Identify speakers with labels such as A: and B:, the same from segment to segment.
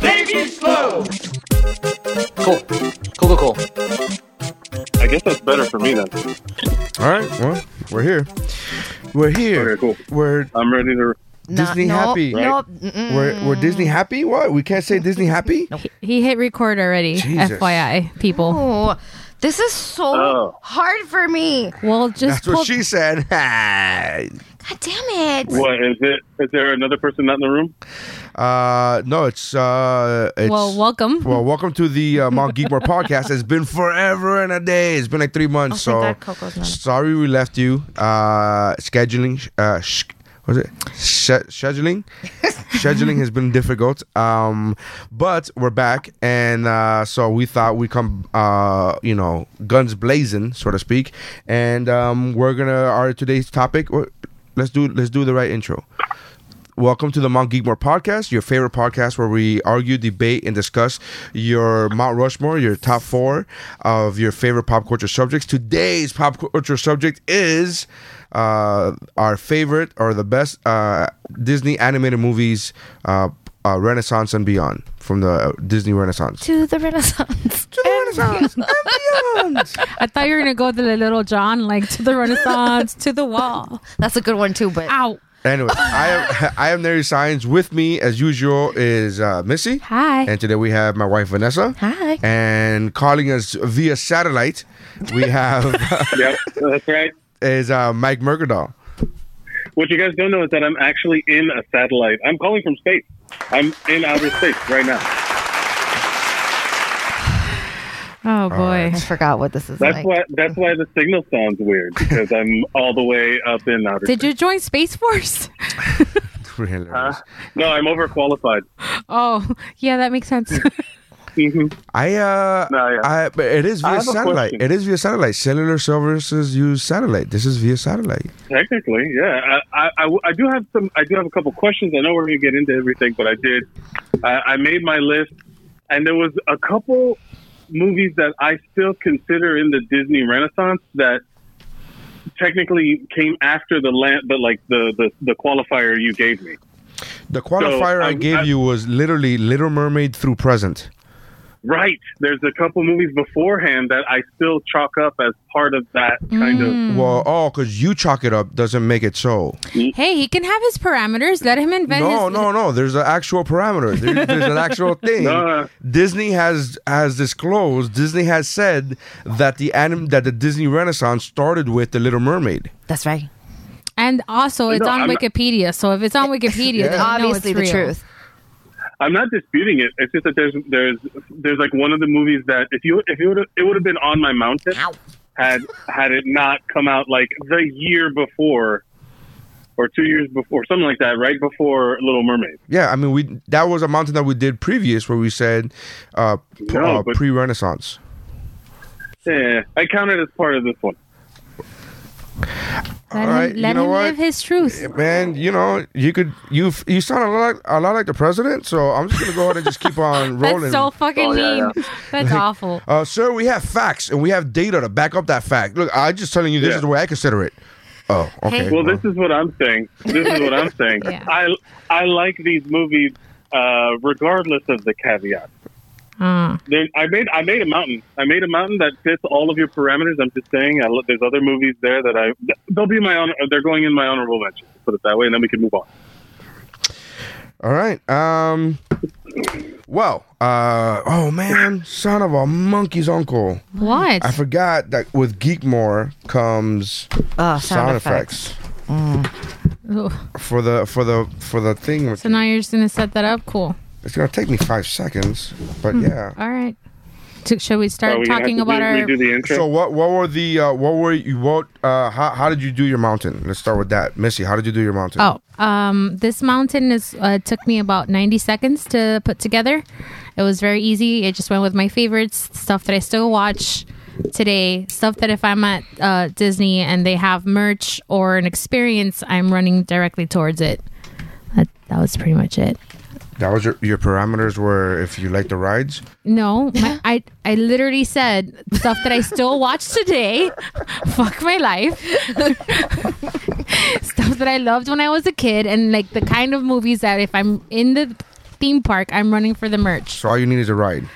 A: they be slow.
B: Cool. Cool, cool, cool.
C: I guess that's better for me then.
D: All right, well, we're here. We're here.
C: Okay, cool.
D: We're
C: I'm ready to.
D: Disney
E: nope,
D: happy.
A: Mm.
E: Nope. mm-mm.
D: we're we're Disney happy. What? We can't say Disney happy.
F: He hit record already,
D: Jesus.
F: FYI, people.
E: Ooh, this is so
C: Oh.
E: hard for me.
F: Well, just
D: That's what
F: pull,
D: she said. uh,
E: God damn it.
C: What is it? Is there another person not in the room?
D: no, it's uh, it's
F: well, welcome.
D: well, welcome to the uh, Mount Geekmore podcast. It's been forever and a day. It's been like three
E: Oh,
D: months.
E: thank
D: so
E: God Coco's not.
D: sorry we left you. Uh, scheduling. Uh, sh- was it Sch- scheduling? scheduling has been difficult. Um, but we're back, and uh, so we thought we come, uh, you know, guns blazing, so to speak. And um, we're gonna our today's topic. wh- Let's do let's do the right intro. Welcome to the Mount Geekmore podcast, your favorite podcast where we argue, debate, and discuss your Mount Rushmore, your top four of your favorite pop culture subjects. Today's pop culture subject is uh, our favorite or the best uh, Disney animated movies, uh, uh, Renaissance and beyond, from the uh, Disney Renaissance.
E: To the Renaissance.
D: Renaissance and beyond.
F: I thought you were gonna go with the little John, like to the Renaissance, to the wall.
E: That's a good one, too, but
F: Ow!
D: Anyway, I am I am Nary Signs. With me, as usual, is uh, Missy.
F: Hi.
D: And today we have my wife Vanessa.
E: Hi.
D: And calling us via satellite, we have
C: Yep, that's right.
D: is uh, Mike Mercadal.
C: What you guys don't know is that I'm actually in a satellite. I'm calling from space. I'm in outer space right now.
F: Oh boy.
E: I forgot what this is
C: That's
E: like.
C: why. That's why the signal sounds weird because I'm all the way up in outer.
F: Did
C: space.
F: you join Space Force?
C: Uh, no, I'm overqualified.
F: Oh, yeah, that makes sense.
C: hmm
D: I uh,
C: No, yeah.
D: I but it is
C: I
D: via
C: have a
D: satellite.
C: question.
D: It is via satellite. Cellular services use satellite. This is via satellite.
C: Technically, yeah. I, I- I w- I do have some. I do have a couple questions. I know we're going to get into everything, but I did. I, I made my list, and there was a couple movies that I still consider in the Disney Renaissance that technically came after the land, but like the, the the qualifier you gave me.
D: The qualifier I
C: I'm-
D: gave
C: I'm-
D: you was literally Little Mermaid through present.
C: Right. There's a couple movies beforehand that I still chalk up as part of that kind of.
D: Well, oh, because you chalk it up doesn't make it so.
F: hey, he can have his parameters. Let him invent
D: No,
F: his.
D: no, no. There's an actual parameter. There, there's an actual thing.
C: No.
D: Disney has has disclosed. Disney has said that the anim that the Disney Renaissance started with the Little Mermaid.
E: That's right.
F: And also, it's
C: No,
F: on
C: I'm not-
F: Wikipedia. So if it's on Wikipedia, then you know it's
E: Obviously, the
F: real.
E: truth.
C: I'm not disputing it. It's just that there's there's there's like one of the movies that if you if you would it would have been on my mountain had had it not come out like the year before or two years before something like that right before Little Mermaid.
D: Yeah, I mean we that was a mountain that we did previous where we said uh, p-
C: No,
D: uh,
C: but-
D: pre Renaissance.
C: Yeah, Eh, I count it as part of this one.
F: Let
D: All
F: him,
D: right,
F: let
D: you know
F: him
D: what?
F: live his truth.
D: Man, you know you could you f- you sound a lot a lot like the president. So I'm just gonna go ahead and just keep on rolling.
F: That's so fucking
C: Oh, yeah,
F: mean. That's awful.
D: uh, sir, we have facts and we have data to back up that fact. Look, I'm just telling you this
C: Yeah.
D: is the way I consider it. Oh, okay.
C: Well, this is what I'm saying. This is what I'm saying.
F: Yeah.
C: I I like these movies uh, regardless of the caveat.
F: Uh,
C: There, I made I made a mountain. I made a mountain that fits all of your parameters. I'm just saying. I, lo- there's other movies there that I they'll be my honor. They're going in my honorable mention. Put it that way, and then we can move on.
D: All right. Um. Well. Uh. Oh man, son of a monkey's uncle.
F: what?
D: I forgot that with Geekmore comes
E: Oh, sound,
D: sound
E: effects.
D: effects
F: Ugh.
D: for the for the for the thing. With,
F: So now you're just gonna set that up. Cool.
D: it's gonna take me five seconds, but yeah.
F: All right. So should we start
C: Are we gonna
F: talking
C: have to
F: about
C: do,
F: our?
C: redo the intro?
D: So what what were the uh, what were you what uh how, how did you do your mountain? Let's start with that, Missy. How did you do your mountain?
F: Oh, um, this mountain is uh, took me about ninety seconds to put together, It was very easy. It just went with my favorites, stuff that I still watch today, stuff that if I'm at uh, Disney and they have merch or an experience, I'm running directly towards it. That, that was pretty much it.
D: That was your, your parameters were if you like the rides.
F: No, my, I I literally said stuff that I still watch today. Fuck my life. stuff that I loved when I was a kid, and like the kind of movies that if I'm in the theme park, I'm running for the merch.
D: So all you need is a ride.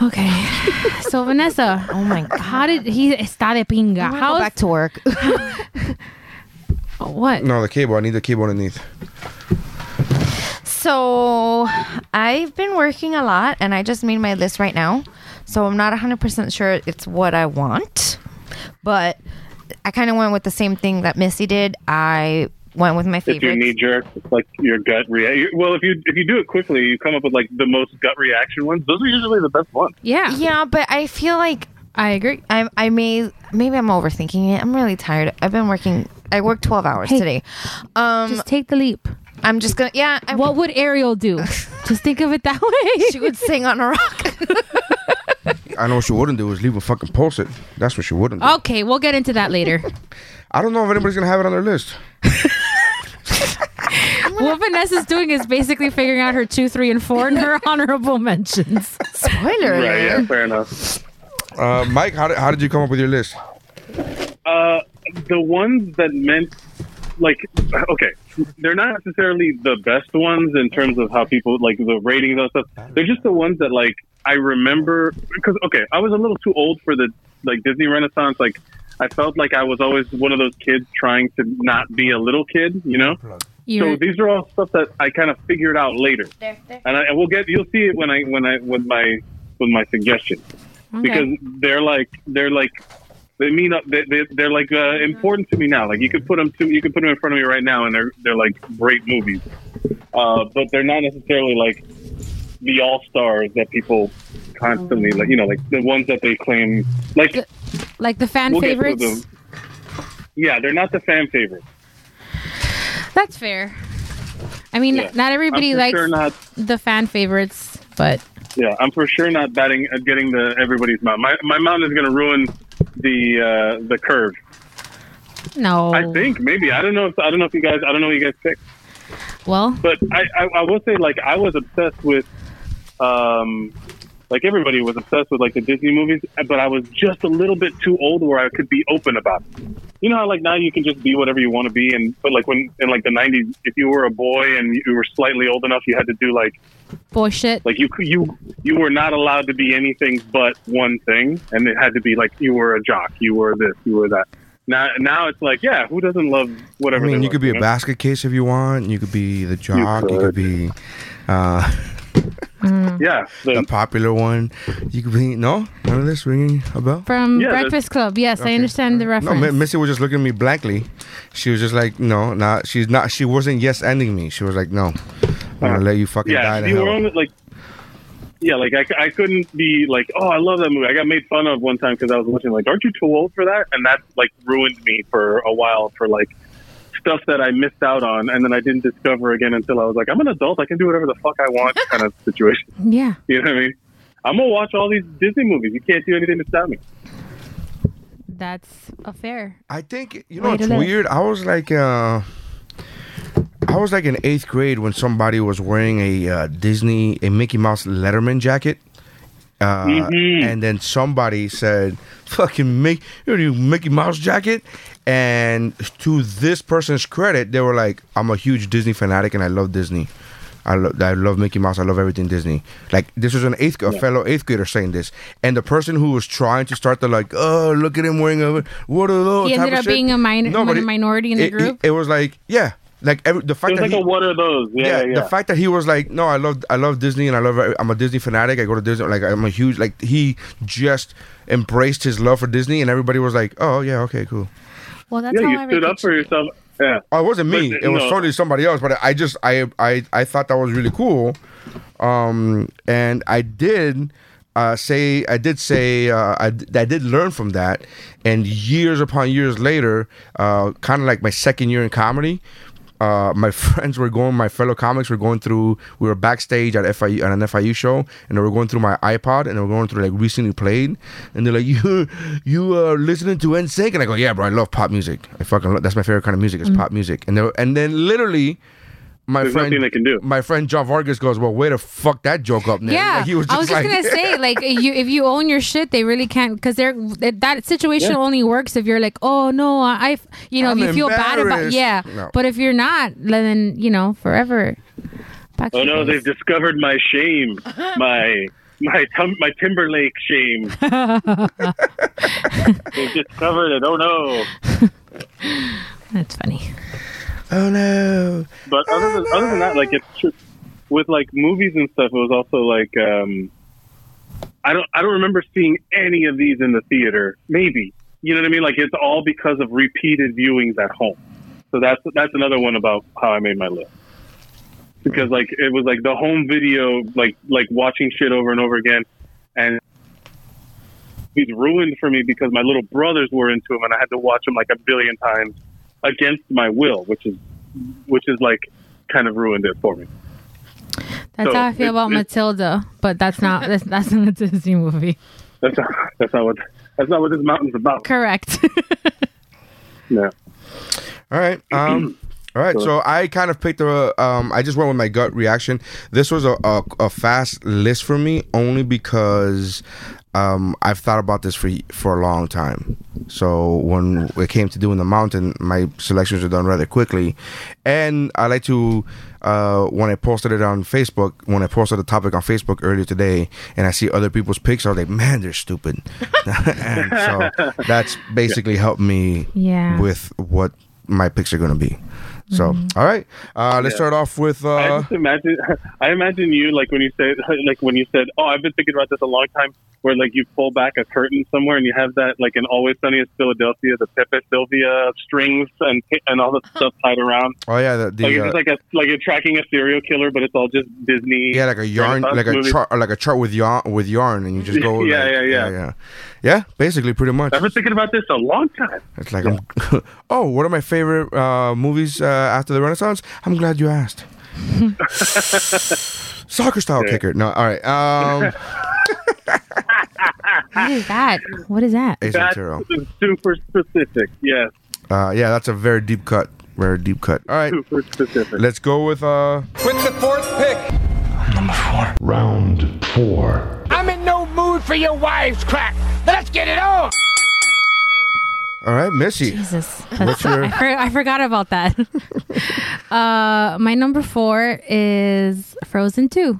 F: Okay, so Vanessa,
E: Oh my god.
F: how did he está de pinga?
E: I'm gonna
F: How
E: go back to work.
F: what?
D: No, the cable. I need the cable underneath.
E: So I've been working a lot and I just made my list right now. So I'm not 100% sure it's what I want, but I kind of went with the same thing that Missy did. I went with my
C: If you
E: favorites.
C: knee jerk, it's like your gut reaction. Well, if you if you do it quickly, you come up with like the most gut reaction ones. Those are usually the best ones.
F: Yeah,
E: yeah, but I feel like
F: I agree.
E: I'm, I may, maybe I'm overthinking it. I'm really tired. I've been working, I worked 12 hours
F: Hey.
E: today. Um,
F: Just take the leap.
E: I'm just gonna, yeah, I
F: What would Ariel do? Just think of it that way.
E: she would sing on a rock.
D: I know what she wouldn't do is leave a fucking post it. That's what she wouldn't.
C: Oh.
D: do.
F: Okay, we'll get into that later.
D: I don't know if anybody's gonna have it on their list.
F: what Vanessa's doing is basically figuring out her two, three, and four and her honorable mentions.
E: Spoiler. alert.
C: Right? Yeah, fair enough.
D: Uh, Mike, how did, how did you come up with your list?
C: Uh, the ones that meant like okay, they're not necessarily the best ones in terms of how people like the ratings and stuff. They're just the ones that like I remember because okay, I was a little too old for the like Disney Renaissance. Like I felt like I was always one of those kids trying to not be a little kid. You know.
F: You're-
C: So these are all stuff that I kind of figured out later, and, I, and we'll get you'll see it when I when I with my with my suggestion because
F: okay.
C: they're like they're like they mean they, they they're like uh, important to me now. Like you could put them to you could put them in front of me right now, and they're they're like great movies, uh, but they're not necessarily like the all stars that people constantly like you know like the ones that they claim like
F: like Oh. the fan
C: we'll get
F: favorites.
C: to them. Yeah, they're not the fan favorites.
F: That's fair. I mean,
C: Yeah.
F: not everybody
C: I'm for
F: likes
C: sure not
F: the fan favorites, but
C: Yeah, I'm for sure not batting at getting the everybody's mount. My my mount is going to ruin the uh, the curve.
F: no.
C: I think maybe I don't know if I don't know if you guys I don't know what you guys picked,
F: Well,
C: but I I, I will say like I was obsessed with um like everybody was obsessed with like the Disney movies, but I was just a little bit too old where I could be open about it. You know how like now you can just be whatever you want to be, and but like when in like the '90s, if you were a boy and you were slightly old enough, you had to do like
F: bullshit.
C: like you you you were not allowed to be anything but one thing and it had to be like you were a jock you were this you were that now now it's like yeah who doesn't love
D: I
C: whatever
D: mean,
C: they
D: you could
C: love,
D: be a
C: know?
D: basket case if you want. You could be the jock. You could
C: could.
D: be uh,
C: yeah the-
D: the popular one. You could be no none of this ringing a bell.
F: From
C: Yeah, that's-
F: Breakfast Club. Yes, I understand the
D: No,
F: reference.
D: Mi- Missy was just looking at me blankly. She was just like, no, not. She's not. She wasn't yes ending me. She was like, no, I'm gonna let you fucking
C: Uh,
D: die
C: yeah
D: to
C: you were
D: hell.
C: only like yeah like I, c- I couldn't be like oh i love that movie i got made fun of one time because i was watching like aren't you too old for that and that like ruined me for a while for like stuff that i missed out on and then i didn't discover again until i was like i'm an adult i can do whatever the fuck i want kind of situation
F: yeah.
C: You know what I mean? I'm gonna watch all these Disney movies. You can't do anything to stop me.
F: That's a fair.
D: I think you know
F: Wait
D: it's
F: a minute.
D: weird. I was like, uh, I was like in eighth grade when somebody was wearing a uh, Disney, a Mickey Mouse Letterman jacket, uh, and then somebody said, "Fucking Mickey, you Mickey Mouse jacket." And to this person's credit, they were like, "I'm a huge Disney fanatic, and I love Disney." I love I love Mickey Mouse. I love everything Disney. Like this was an eighth a fellow eighth grader saying this, and the person who was trying to start the like, oh look at him wearing a what a little.
F: He
D: type
F: ended
D: of
F: up
D: shit."
F: being a minor-
D: No, but
F: a minority in
D: it-
F: the
D: it-
F: group?
D: It, was like yeah, like every, the fact
C: It was
D: that
C: like
D: he,
C: a what are those? Yeah, yeah.
D: the fact that he was like, no, I love, I love Disney, and I love, I'm a Disney fanatic. I go to Disney, like I'm a huge, like he just embraced his love for Disney, and everybody was like, oh yeah, okay, cool.
F: Well, that's
C: yeah,
F: how
C: you
F: I
C: stood up for
F: pictured it.
C: yourself. Yeah.
D: Oh, it wasn't me.
C: But,
D: it was
C: no.
D: totally somebody else. But I just, I, I, I thought that was really cool, um, and I did. Uh, say I did say uh, I, d- I did learn from that, and years upon years later, uh, kind of like my second year in comedy, uh, my friends were going, my fellow comics were going through. We were backstage at FIU at an FIU show, and they were going through my iPod, and they were going through like recently played, and they're like, "You, you are listening to NSYNC?" And I go, "Yeah, bro, I love pop music. I fucking love, that's my favorite kind of music is pop music." And they were, and then literally. My
C: There's
D: friend,
C: nothing they can do.
D: My friend John Vargas goes, "Well, way to fuck that joke up, man."
F: Yeah,
D: Like, he was
F: I was
D: just like-
F: just gonna say, like, you if you own your shit, they really can't because they're that- that situation only works if you're like, oh no, I, you know,
D: I'm
F: if you feel bad about,
D: embarrassed.
F: yeah.
D: No.
F: But if you're not, then you know, forever. Back
C: Oh
F: to
C: no,
F: the-
C: they've discovered my shame, my my tum- my Timberlake shame. they've discovered it. Oh no!
F: That's funny.
D: "Oh no!"
C: But other than other than that, like it's true. with like movies and stuff. It was also like um, I don't I don't remember seeing any of these in the theater. Maybe you know what I mean. Like it's all because of repeated viewings at home. So that's that's another one about how I made my list. Because like it was like the home video, like like watching shit over and over again, and he's ruined for me because my little brothers were into him, and I had to watch him like a billion times against my will, which is which is like kind of ruined it for me.
F: That's
C: So,
F: how I feel
C: it-
F: about
C: it-
F: Matilda, but that's not that's, that's not a Disney movie.
C: That's not, that's not what that's not what this mountain's about.
F: Correct.
C: Yeah.
D: All right. Um, all right. So I kind of picked a. Um, I just went with my gut reaction. This was a, a, a fast list for me only because um, I've thought about this for for a long time. So when it came to doing the mountain, my selections were done rather quickly, and I like to. Uh, when I posted it on Facebook, when I posted the topic on Facebook earlier today, and I see other people's pics, I was like, "Man, they're stupid." and so that's basically helped me
F: Yeah.
D: with what my picks are going to be. So, all right, uh, let's start off with.
C: I
D: Uh,
C: just imagine I imagine you like when you say like when you said, "Oh, I've been thinking about this a long time." Where like you pull back a curtain somewhere and you have that like in Always Sunny in Philadelphia, the Pepe Sylvia strings and and all the stuff tied around.
D: oh yeah, the,
C: Like
D: the
C: it's
D: uh,
C: just like a like you're tracking a serial killer, but it's all just Disney.
D: yeah, like a yarn,
C: Renaissance
D: like a
C: movie.
D: chart, like a chart with yarn, with yarn, and you just go.
C: Yeah,
D: like-
C: yeah, yeah.
D: yeah, yeah, yeah. Basically, pretty much.
C: I've been thinking about this a long time.
D: It's like, I'm, oh, what are my favorite uh, movies uh, after the Renaissance? I'm glad you asked. Soccer style kicker. No, all right. Um,
F: what is that? What is that?
D: Ace
C: That's
D: Ventura.
C: super specific. Yes,
D: Uh, yeah, that's a very deep cut. Very deep cut. All right,
C: super specific.
D: let's go with. Uh,
G: Round four.
D: all right, Missy.
F: Jesus. That's-
D: your-
F: I, for, I forgot about that. uh, my number four is Frozen 2.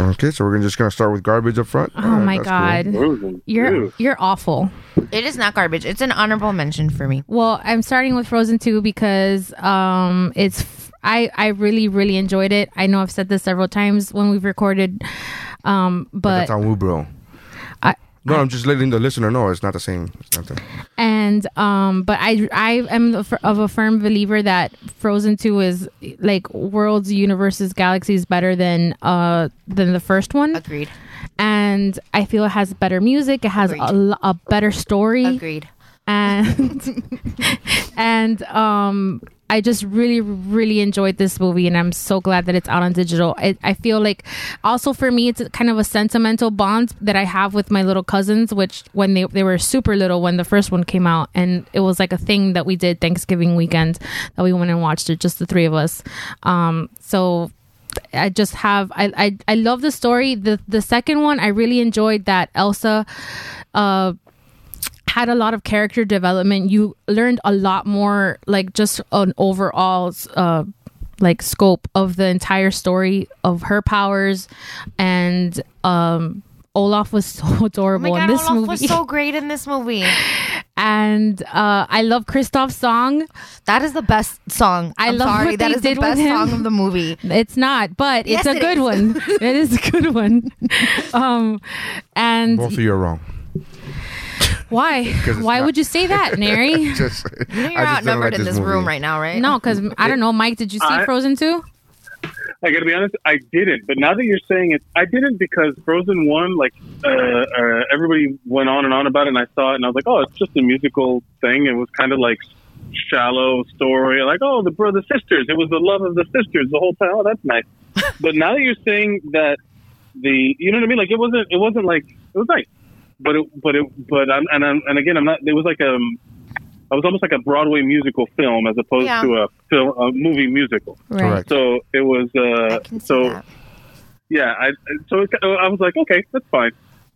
D: Okay, so we're just gonna start with garbage up front.
F: Oh my God.
C: Frozen.
F: You're
C: Ew.
F: you're awful.
E: It is not garbage. It's an honorable mention for me.
F: Well, I'm starting with Frozen 2 because um it's f- I I really really enjoyed it. I know I've said this several times when we've recorded um but
D: That's on Woobro.
F: I-
D: no, I'm just letting the listener know it's not the same. It's not the,
F: and um but i i am of of a firm believer that frozen 2 is like worlds universes galaxies better than uh than the first one
E: Agreed.
F: and i feel it has better music it has a,
E: Agreed.
F: lo- a better story
E: Agreed. Oh
F: and and um I just really, really enjoyed this movie, and I'm so glad that it's out on digital. I, I feel like, also for me, it's kind of a sentimental bond that I have with my little cousins, which when they they were super little when the first one came out, and it was like a thing that we did Thanksgiving weekend that we went and watched it, just the three of us. Um, so I just have I, I I love the story. The the second one I really enjoyed that Elsa uh had a lot of character development. You learned a lot more like just an overall uh like scope of the entire story of her powers and um Olaf was so
E: Oh my
F: adorable
E: god,
F: in this
E: Olaf
F: movie.
E: was so great in this movie.
F: and uh I love Kristoff's song.
E: That is the best song.
F: I
E: I'm
F: love
E: sorry.
F: what
E: That
F: they
E: is the
F: did with
E: best
F: him.
E: song of the movie.
F: It's not, but
E: Yes,
F: it's a
E: it
F: good
E: is.
F: one. it is a good one. Um and
D: both of you are wrong.
F: Why?
D: it's
F: Why
D: not-
F: would you say that, Nary?
D: Just,
E: You know you're outnumbered in this, room right now, right?
F: no, because I don't know. Mike, did you see
C: I-
F: Frozen 2?
C: I gotta be honest, I didn't. But now that you're saying it, I didn't because Frozen One, like uh, uh, everybody went on and on about it, and I saw it, and I was like, oh, it's just a musical thing. It was kind of like shallow story, like oh the brother sisters. It was the love of the sisters the whole time. Oh, that's nice. but now that you're saying that the you know what I mean, like it wasn't it wasn't like it was nice, but it but it but I'm and I'm, and again I'm not. It was like um. I was almost like a Broadway musical film as opposed
E: Yeah.
C: to a film, a movie musical.
F: Right.
D: Correct.
C: So it was.
E: I
C: Uh,
E: can see
C: so
E: that.
C: yeah, I so it, I was like, okay, that's fine.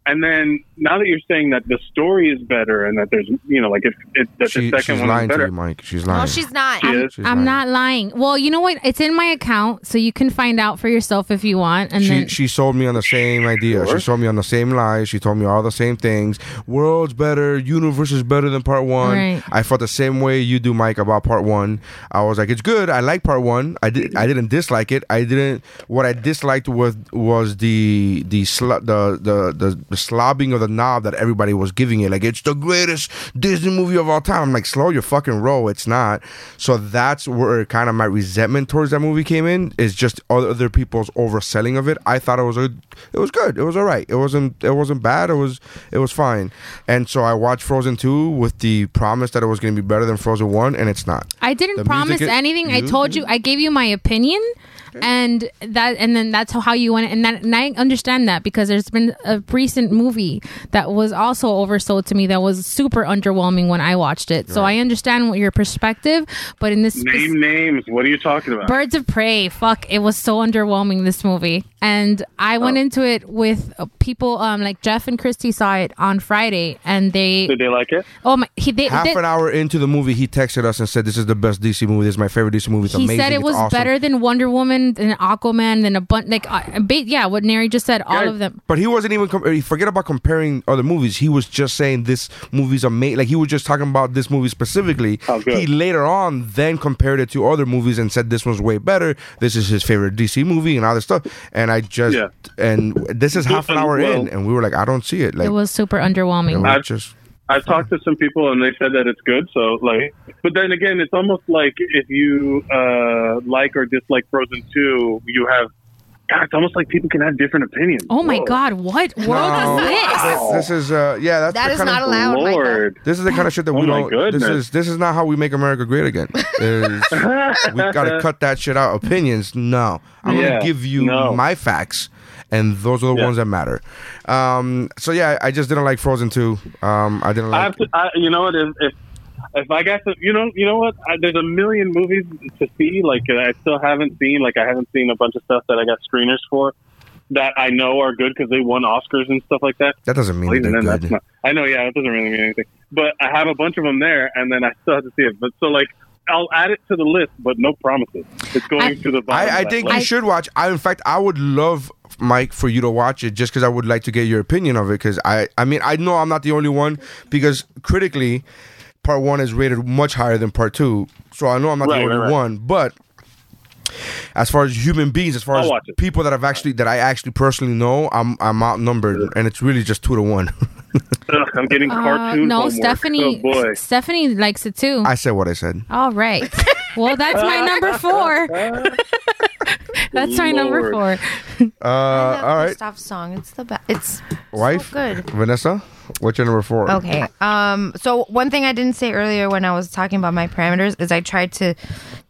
C: And then now that you're saying that the story is better and that there's you know like if, if that
D: She,
C: the
D: she's
C: second one is
D: lying to
C: better,
D: you, Mike. She's lying.
E: No, Oh, she's not.
C: she
E: I'm-
C: is.
D: She's lying.
F: I'm not lying. Well, you know what? It's in my account, so you can find out for yourself if you want. And
D: She,
F: then
D: she sold me on the same idea. She
C: Sure.
D: sold me on the same lies. She told me all the same things. World's better. Universe is better than part one.
F: Right.
D: I felt the same way you do, Mike, about part one. I was like, it's good. I like part one. I did. I didn't dislike it. I didn't. What I disliked was was the the sl- the, the the the slobbing of the knob that everybody was giving it. Like it's the greatest Disney movie of all time. I'm like, slow your fucking roll. It's not. So that's where kind of my resentment towards that movie came in. Is just other people's overselling of it. I thought it was a, it was good. It was all right. It wasn't. It wasn't bad. It was. It was fine. And so I watched Frozen two with the promise that it was going to be better than Frozen one, and it's not.
F: I didn't
D: the
F: promise
D: music-
F: anything. I
D: you-
F: told you. I gave you my opinion, and that, and then that's how, how you went. And that, and I understand that because there's been a recent movie that was also oversold to me that was super underwhelming when I watched it. So I understand what your perspective, but in this spec-
C: name names. What are you talking about?
F: Birds of Prey, fuck, it was so underwhelming this movie. And
C: Oh.
F: I went into it with uh, people um like Jeff and Christy saw it on Friday and they
C: Did they like it?
F: oh my he they,
D: Half
F: they-
D: an hour into the movie, he texted us and said, "This is the best DC movie. This is my favorite DC movie. It's
F: he
D: amazing.
F: said it
D: It's
F: was
D: awesome."
F: better than Wonder Woman than Aquaman than a bunch like uh, ba- yeah what Neri just said all of them
D: But he wasn't even. Com- forget about comparing other movies. He was just saying this movie's amazing. Like he was just talking about this movie specifically.
C: Oh, good.
D: He later on then compared it to other movies and said this one's way better. This is his favorite DC movie and all this stuff. And I just
C: Yeah.
D: and this is half an hour in,
C: Well-
D: and we were like, I don't see it. Like
F: it was super underwhelming
D: we're
C: I've-
D: just
C: I've talked to some people and they said that it's good. So like, but then again, it's almost like if you uh, like or dislike Frozen two, you have. God, it's almost like people can have different opinions.
F: oh my
C: Whoa.
F: god what world
D: No.
F: is this
D: this is uh yeah that's
E: That
D: the
E: is
D: kind
E: not
D: of,
E: allowed, Michael.
C: Lord.
D: This is the kind of shit that we
C: Oh my
D: don't. This
C: goodness.
D: is this is not how we make America great again. Is- we gotta cut that shit out. Opinions, no. I'm
C: Yeah,
D: gonna give you
C: no.
D: my facts, and those are the
C: Yeah.
D: ones that matter. Um, so yeah, I just didn't like Frozen two. Um, I didn't
C: I
D: like.
C: have to, I, you know what? If, if if I got to, you know, you know what? I, there's a million movies to see. Like that I still haven't seen. Like I haven't seen a bunch of stuff that I got screeners for that I know are good because they won Oscars and stuff like that.
D: that doesn't mean
C: Well,
D: that
C: even
D: Oh, they're
C: then, that's
D: good.
C: not. I know. Yeah, it doesn't really mean anything. But I have a bunch of them there, and then I still have to see it. But so like. I'll add it to the list, but no promises. It's going
F: I-
C: to the bottom.
D: I, I
C: of that
D: think
C: list.
D: you should watch. I, in fact, I would love Mike for you to watch it just because I would like to get your opinion of it. Because I, I mean, I know I'm not the only one because critically, part one is rated much higher than part two. So I know I'm not
C: Right,
D: the only
C: right, right.
D: one, but. As far as human beings, as far
C: I'll
D: as
C: watch it.
D: people that I've actually that I actually personally know, I'm I'm outnumbered, and it's really just two to one.
C: Ugh, I'm getting
F: uh,
C: cartoon
F: no
C: homework.
F: Stephanie
C: Oh, boy.
F: Stephanie likes it too
D: I said what I said.
F: All right. Well, that's my number four. that's my number
C: Lord.
F: four.
D: Uh, all right,
E: Stop song. It's the best. It's
D: wife,
E: so good.
D: Vanessa, what's your number four?
E: Okay. Um. So one thing I didn't say earlier when I was talking about my parameters is I tried to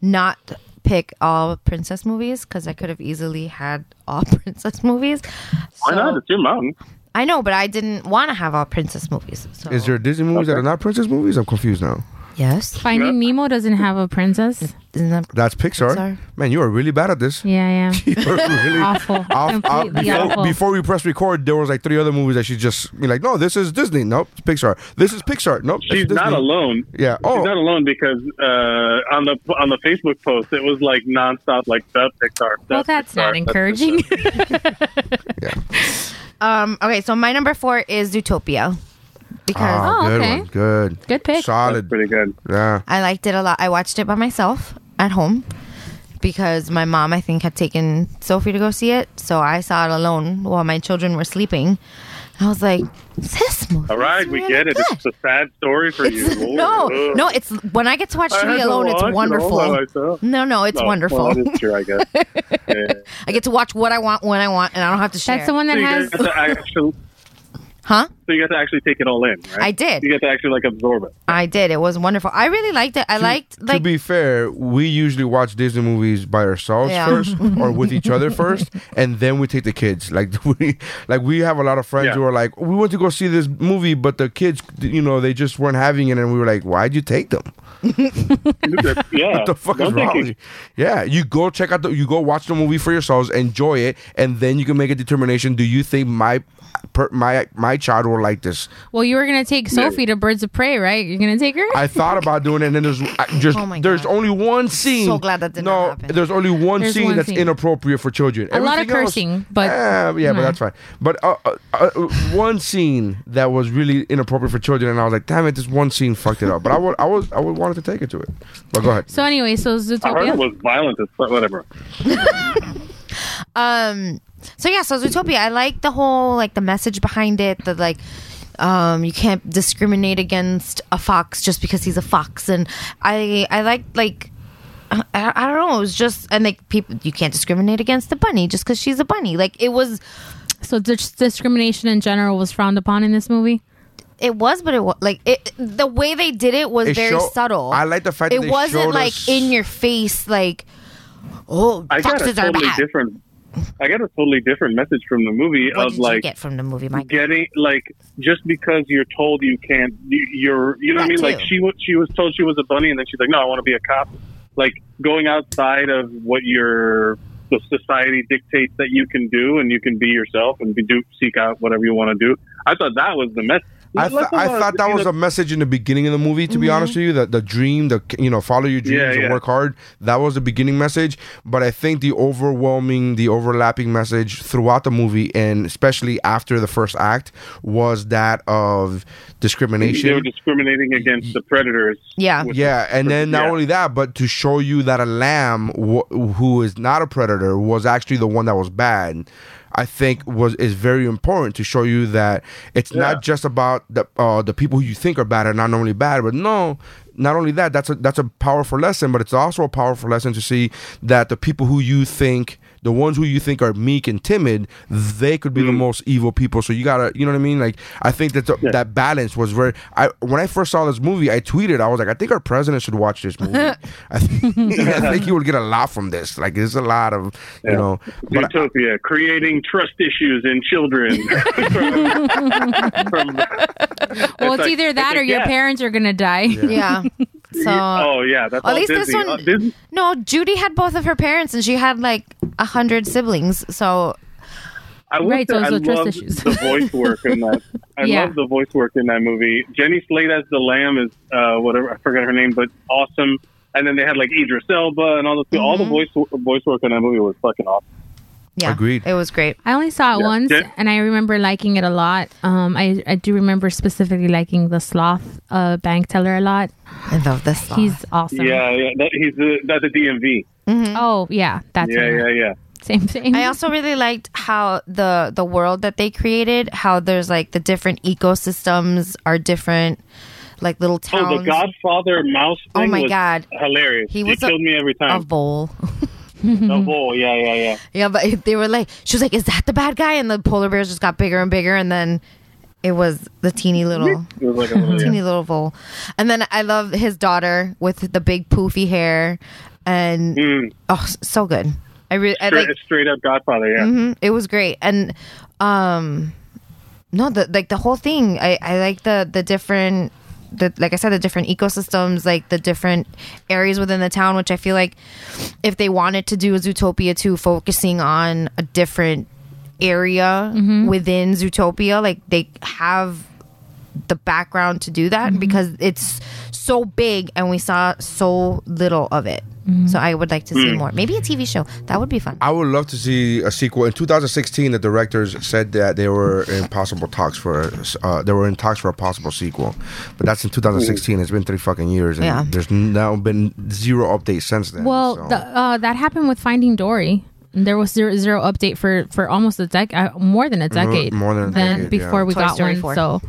E: not pick all princess movies because I could have easily had all princess movies.
C: Why
E: So-
C: not? It's your mountain.
E: I know, but I didn't want to have all princess movies. So
D: Is there Disney movies that are not princess movies? I'm confused now.
E: yes?
F: Finding Nemo doesn't have a princess.
E: Isn't that
D: That's Pixar.
E: Pixar.
D: Man, you are really bad at this.
F: Yeah, yeah.
D: You are really
F: Awful.
D: off- off-
F: Completely
D: before,
F: awful.
D: before we press record, there was like three other movies that she just be like, no, this is Disney. Nope, it's Pixar. This is Pixar. Nope, it's
C: She's
D: Disney.
C: not alone.
D: Yeah. Oh.
C: She's not alone because uh, on the on the Facebook post it was like nonstop, like the Pixar. the
F: Well, that's
C: Pixar,
F: not
C: the
F: encouraging.
E: Um. Okay. So my number four is Zootopia because
D: Ah,
F: Oh,
D: good
F: okay.
D: one. Good.
F: Good pick.
C: Pixar. That's
D: Solid.
C: pretty good.
D: Yeah.
E: I liked it a lot. I watched it by myself at home because my mom, I think, had taken Sophie to go see it. So I saw it alone while my children were sleeping. I was like, "This movie."
C: All right, we get it. It's a sad story for
E: It's,
C: you.
E: no,
C: Lord.
E: no. It's when I get to watch
C: I had
E: TV
C: to
E: alone. It's
C: watch it all by
E: wonderful.
C: myself.
E: No, no, it's
C: Oh,
E: wonderful.
C: Well, that is true, I guess. Yeah.
E: I get to watch what I want when I want, and I don't have to share.
F: That's the one that
C: So you guys
F: has.
C: got the actual-
E: Huh?
C: So you got to actually take it all in. Right?
E: I did.
C: You got to actually like absorb it.
E: I did. It was wonderful. I really liked it. I liked
D: to
E: like
D: be fair, we usually watch Disney movies by ourselves
E: Yeah.
D: first, or with each other first, and then we take the kids. Like we, like we have a lot of friends
C: Yeah.
D: who are like, we went to go see this movie, but the kids, you know, they just weren't having it, and we were like, why'd you take them?
C: yeah.
D: What the fuck is wrong with you? Yeah, you go check out the, you go watch the movie for yourselves, enjoy it, and then you can make a determination. Do you think my, per, my, my child will like this?
F: Well, you were gonna take Sophie to Birds of Prey, right? You're gonna take her.
D: I thought about doing it, and then there's I just
E: my
D: there's
E: God.
D: only one scene.
E: So glad that did
D: no,
E: not happen.
D: there's only one
F: There's
D: scene
F: one
D: that's
F: scene.
D: inappropriate for children.
F: A lot of
D: Everything else-
F: cursing, but-
D: Eh, yeah, but that's fine. But uh, uh, uh, one scene that was really inappropriate for children, and I was like, damn it, this one scene fucked it up. But I would, I would, I would wanted to take it to it. But go ahead.
F: so anyway, so
C: I heard
F: Zootopia.
C: it was violent as fuck. Whatever.
E: um so yeah, so Zootopia, I like the whole like the message behind it, that like um you can't discriminate against a fox just because he's a fox and I I like like I, I don't know. It was just and like people you can't discriminate against the bunny just because she's a bunny. Like it was,
F: So dis- discrimination in general was frowned upon in this movie.
E: it was, but it was like it. The way they did it was
D: It
E: very
D: show-
E: subtle.
D: I like the fact
E: it
D: that they
E: wasn't
D: showed
E: like
D: us-
E: in your face. Like oh,
C: I got a
E: foxes are
C: totally
E: bad.
C: different. I got a totally different message from the movie
E: What
C: of
E: did you
C: like
E: get from the movie, Mike?
C: getting like just because you're told you can't you, you're you know what I
E: That
C: mean
E: too.
C: like she was she was told she was a bunny and then she's like no I want to be a cop like going outside of what your the society dictates that you can do and you can be yourself and be, do seek out whatever you want to do I thought that was the message
D: I, th- I thought that was a message in the beginning of the movie. To be honest with you, that the dream, the you know, follow your dreams
C: Mm-hmm. Yeah,
D: and
C: yeah.
D: work hard. That was the beginning message. But I think the overwhelming, the overlapping message throughout the movie, and especially after the first act, was that of discrimination.
C: they were discriminating against the predators
E: Yeah.
C: with-
D: Yeah, and then not
C: yeah.
D: only that, but to show you that a lamb w- who is not a predator was actually the one that was bad. I think was is very important to show you that it's not just about the uh, the people who you think are bad are not normally bad, but no, not only that, that's a that's a powerful lesson, but it's also a powerful lesson to see that the people who you think the ones who you think are meek and timid, they could be the most evil people. So you gotta, you know what I mean? Like I think that the, that balance was very. I when I first saw this movie, I tweeted, I was like, I think our president should watch this movie. I, think, I think he would get a lot from this. Like there's a lot of, you know, but
C: Utopia creating trust issues in children from, from
F: Well, it's,
C: like-
F: either
C: it's
F: that
C: like,
F: or your
C: yeah.
F: parents are gonna die.
E: Yeah. So
C: oh yeah that's
E: at
C: all
E: least
C: Disney.
E: this one.
C: Uh, Disney-
E: no, Judy had both of her parents, and she had like a hundred siblings. So
C: I will
F: Right,
C: say
F: so
C: I
F: it's the trust
C: love
F: issues.
C: the voice work in that. I
F: Yeah.
C: love the voice work in that movie. Jenny Slate as the lamb is uh, whatever I forgot her name, but awesome. And then they had like Idris Elba and all those. All the voice voice work in that movie was fucking awesome.
E: yeah,
D: Agreed.
E: It was great.
F: I only saw it
C: Yeah.
F: once,
C: Yeah.
F: and I remember liking it a lot. Um, I I do remember specifically liking the sloth uh, bank teller a lot.
E: I love this song.
F: He's awesome.
C: Ah. Yeah, yeah. That, he's the, that's the DMV.
F: Oh yeah, that's
C: Yeah,
F: it.
C: yeah, yeah.
F: same thing.
E: I also really liked how the the world that they created, how there's like the different ecosystems are different, like little towns.
C: Oh, the Godfather mouse.
E: Oh
C: Thing
E: my
C: was
E: God.
C: hilarious!
E: He
C: He
E: was a-
C: killed me every
E: A
C: time.
E: bowl.
C: The bull. Yeah, yeah, yeah.
E: yeah, but they were like, she was like, "Is that the bad guy?" And the polar bears just got bigger and bigger, and then it was the teeny little.
C: It was like a little, yeah.
E: teeny little vole. And then I love his daughter with the big poofy hair, and oh, s- so good. I really, I
C: straight,
E: like.
C: straight up Godfather. Yeah.
E: mhm, It was great, and um, no, the like the whole thing. I I like the the different. The, like I said, the different ecosystems, like the different areas within the town, which I feel like if they wanted to do a Zootopia 2 focusing on a different area within Zootopia, like they have the background to do that because it's so big and we saw so little of it. So I would like to see more. Maybe a TV show. That would be fun.
D: I would love to see a sequel. In 2016, the directors said that they were in possible talks for uh, they were in talks for a possible sequel, but that's in 2016. It's been three fucking years, and
E: Yeah.
D: there's now been zero updates since then.
F: well,
D: so-
F: the, uh, that happened with Finding Dory. There was zero, zero update for for almost a decade, uh, more than a decade,
D: more than a decade,
F: before
D: yeah.
F: we
E: Toy
F: got
E: Story 4.
F: one. So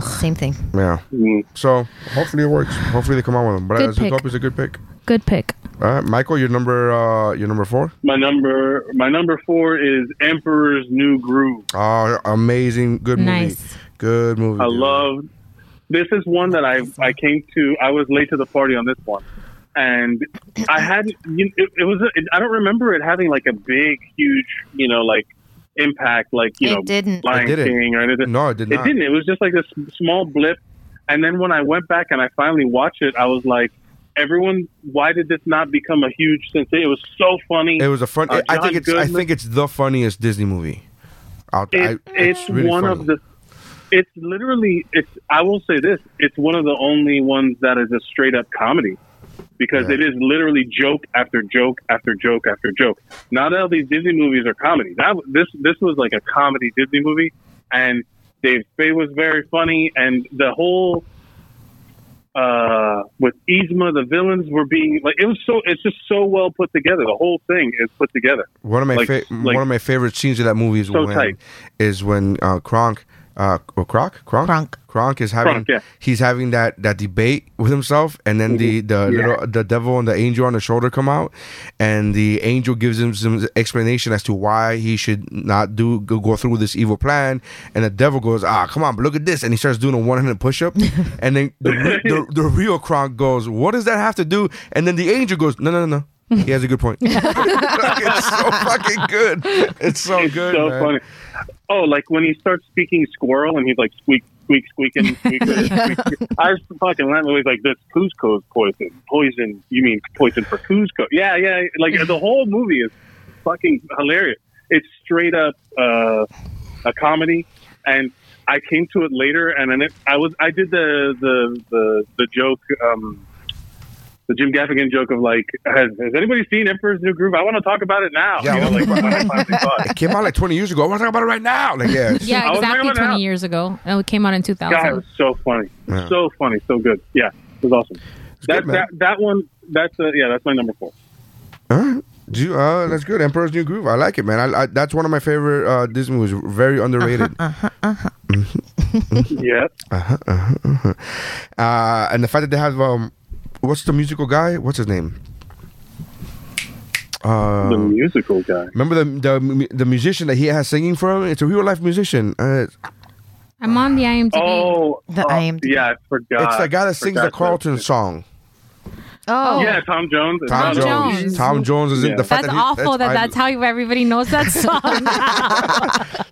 E: Same thing.
C: Mm.
D: Yeah. So hopefully it works. Hopefully they come out with them. But
F: Good
D: uh,
F: pick.
D: Zootopia's a good pick.
F: Good pick.
D: All right, Michael, your number, uh, your number four.
C: My number my number four is Emperor's New Groove.
D: Oh, amazing, good movie,
F: Nice.
D: good movie.
C: I
D: dude.
C: love. This is one that I I came to. I was late to the party on this one, and I had you it, it was. A, it, I don't remember it having like a big, huge, you know, like impact, like you
E: It
C: know,
E: didn't.
C: Lion
D: It didn't.
C: King or anything.
D: No, it did not.
C: It didn't. It was just like this small blip, and then when I went back and I finally watched it, I was like, everyone, why did this not become a huge sensation? It was so funny.
D: It was a fun.
C: Uh,
D: I
C: John
D: think it's. I
C: Goodman.
D: think it's the funniest Disney movie. Out,
C: It,
D: I-
C: it's
D: really
C: one
D: funny.
C: of the. It's literally. It's. I will say this. It's one of the only ones that is a straight up comedy, because
D: Yeah.
C: it is literally joke after joke after joke after joke. Not all these Disney movies are comedy. That this this was like a comedy Disney movie, and Dave Spade was very funny, and the whole. Uh, with Yzma, the villains were being like it was so. It's just so well put together. The whole thing is put together.
D: One of my
C: Like-
D: fa-
C: like-
D: one of my favorite scenes of that movie is
C: So
D: when
C: tight.
D: is when uh, Kronk, uh, or Kronk, Kronk,
E: Kronk.
D: Kronk is having
C: Kronk, yeah.
D: he's having that that debate with himself, and then the
C: Mm-hmm.
D: the little, the devil and the angel on the shoulder come out, and the angel gives him some explanation as to why he should not do go, go through this evil plan, and the devil goes, ah, come on, but look at this, and he starts doing a one hundred push up, and then the, re- the the real Kronk goes, what does that have to do? And then the angel goes, no, no, no, no. He has a good point. Like, it's so fucking good. It's so
C: It's
D: good.
C: so
D: man.
C: funny. Oh, like when he starts speaking squirrel and he's like squeak, squeak, squeaking, squeak, squeak. I was fucking laughing. He's like, this Cusco's poison. Poison. You mean poison for Cusco? Yeah, yeah. Like the whole movie is fucking hilarious. It's straight up uh, a comedy. And I came to it later and then it, I was, I did the, the, the, the joke, um, the Jim Gaffigan joke of like, has, has anybody seen Emperor's New Groove? I want to talk about it now.
D: Yeah,
C: you know,
D: I
C: like, I finally saw it.
D: It came out like 20 years ago. I want to talk about it right now. Like, yeah. it's-
F: Yeah,
C: was
F: exactly
C: bringing it
F: 20
C: up.
F: years ago. Oh, it came out in 2000.
C: God, it was so funny,
D: Yeah.
C: so funny, so good. Yeah, it was awesome. That,
D: good, man.
C: that that one, that's uh, yeah, that's my number four.
D: Alright. Do you- uh, that's good. Emperor's New Groove. I like it, man. I, I, that's one of my favorite uh, Disney movies. Very underrated.
F: Uh-huh,
D: uh
C: yeah,
F: uh-huh.
D: Uh, and the fact that they have um, what's the musical guy? What's his name? Uh,
C: the musical guy.
D: remember the, the the musician that he has singing for him? It's a real life musician. Uh,
F: I'm on the IMDb.
C: Oh,
E: The
C: oh,
E: IMDb.
C: yeah, I
F: Uh,
C: forgot.
D: it's the guy that
C: I
D: sings
C: forgot
D: the Carlton song.
E: Oh,
C: Yeah, Tom Jones.
D: Tom,
C: No, no,
D: Jones.
F: Jones. Mm-hmm.
D: Tom Jones is in
C: Yeah.
D: the fact
F: That's
D: that he-
F: awful that
D: I-
F: that's how everybody knows that song.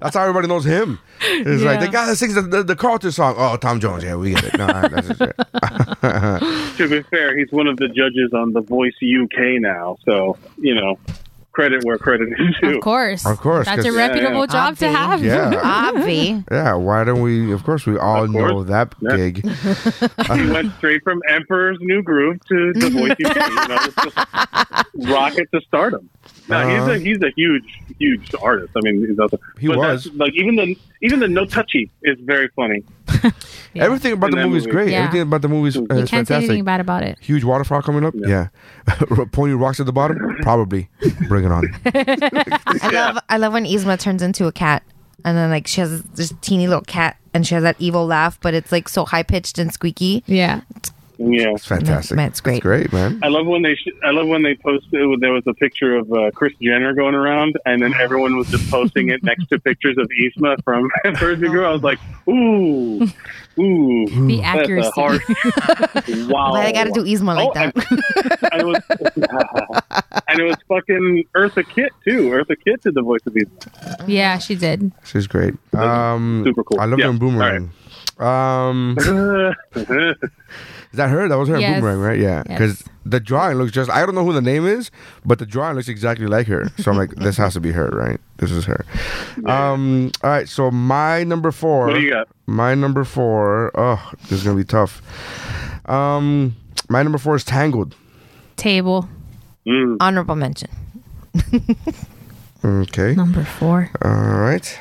D: That's how everybody knows him. It's like
F: Yeah.
D: the guy that sings the, the, the Carlton song. Oh, Tom Jones. Yeah, we get it. No, all right, that's just it.
C: To be fair, he's one of the judges on The Voice UK now, so you know, credit where credit is due.
F: of course.
D: Of course,
F: That's a
D: 'cause-
F: reputable job to
E: Obvi.
F: have.
D: Yeah.
E: Obvi.
D: Yeah, why don't we? Of course, we all
C: Of course.
D: know that
C: Yeah.
D: gig.
C: He went straight from Emperor's New Groove to The Voice UK. you know, it's just rocket to stardom. Now
D: Uh-huh.
C: he's a he's a huge huge artist. I mean, he's also,
D: He
C: but that's-
D: was.
C: like even the even the No Touchy is very funny.
F: Yeah.
D: Everything about
C: In
D: the
C: that
D: movie is
C: movie.
D: great.
F: Yeah.
D: Everything about the movie is, uh,
F: You
D: is
F: can't say
D: fantastic.
F: anything bad about it.
D: Huge waterfall coming up. Yeah. Pointy rocks at the bottom. Probably. Bring it on.
E: I love I love when Yzma turns into a cat and then like she has this teeny little cat and she has that evil laugh, but it's like so high pitched and squeaky.
F: Yeah.
C: Yeah,
D: It's fantastic.
E: Man, it's great.
D: It's great, man.
C: I love when they sh- I love when they posted when there was a picture of uh, Chris Jenner going around, and then everyone was just posting it next to pictures of Isma from Emperor's New Groove. I was like, ooh, ooh,
D: Mm.
F: The
C: that's
F: accuracy.
C: a harsh. wow,
E: Why they gotta do Yzma like
C: Oh,
E: that?
C: and it was and it was fucking Eartha Kitt too. Eartha Kitt did the voice of these.
F: yeah, she did.
D: She's great. Um,
C: Super cool.
D: I love
C: Yeah.
D: doing boomerang. Um, is that her? That was her in
F: Yes.
D: boomerang, right? Yeah,
F: Yes.
D: because the drawing looks just—I don't know who the name is, but the drawing looks exactly like her. So I'm like, this has to be her, right? This is her. Um, all right. So my number four.
C: What do you got?
D: My number four. Oh, this is gonna be tough. Um, my number four is Tangled.
F: Table
E: Honorable mention.
D: Okay.
F: number four.
D: All right.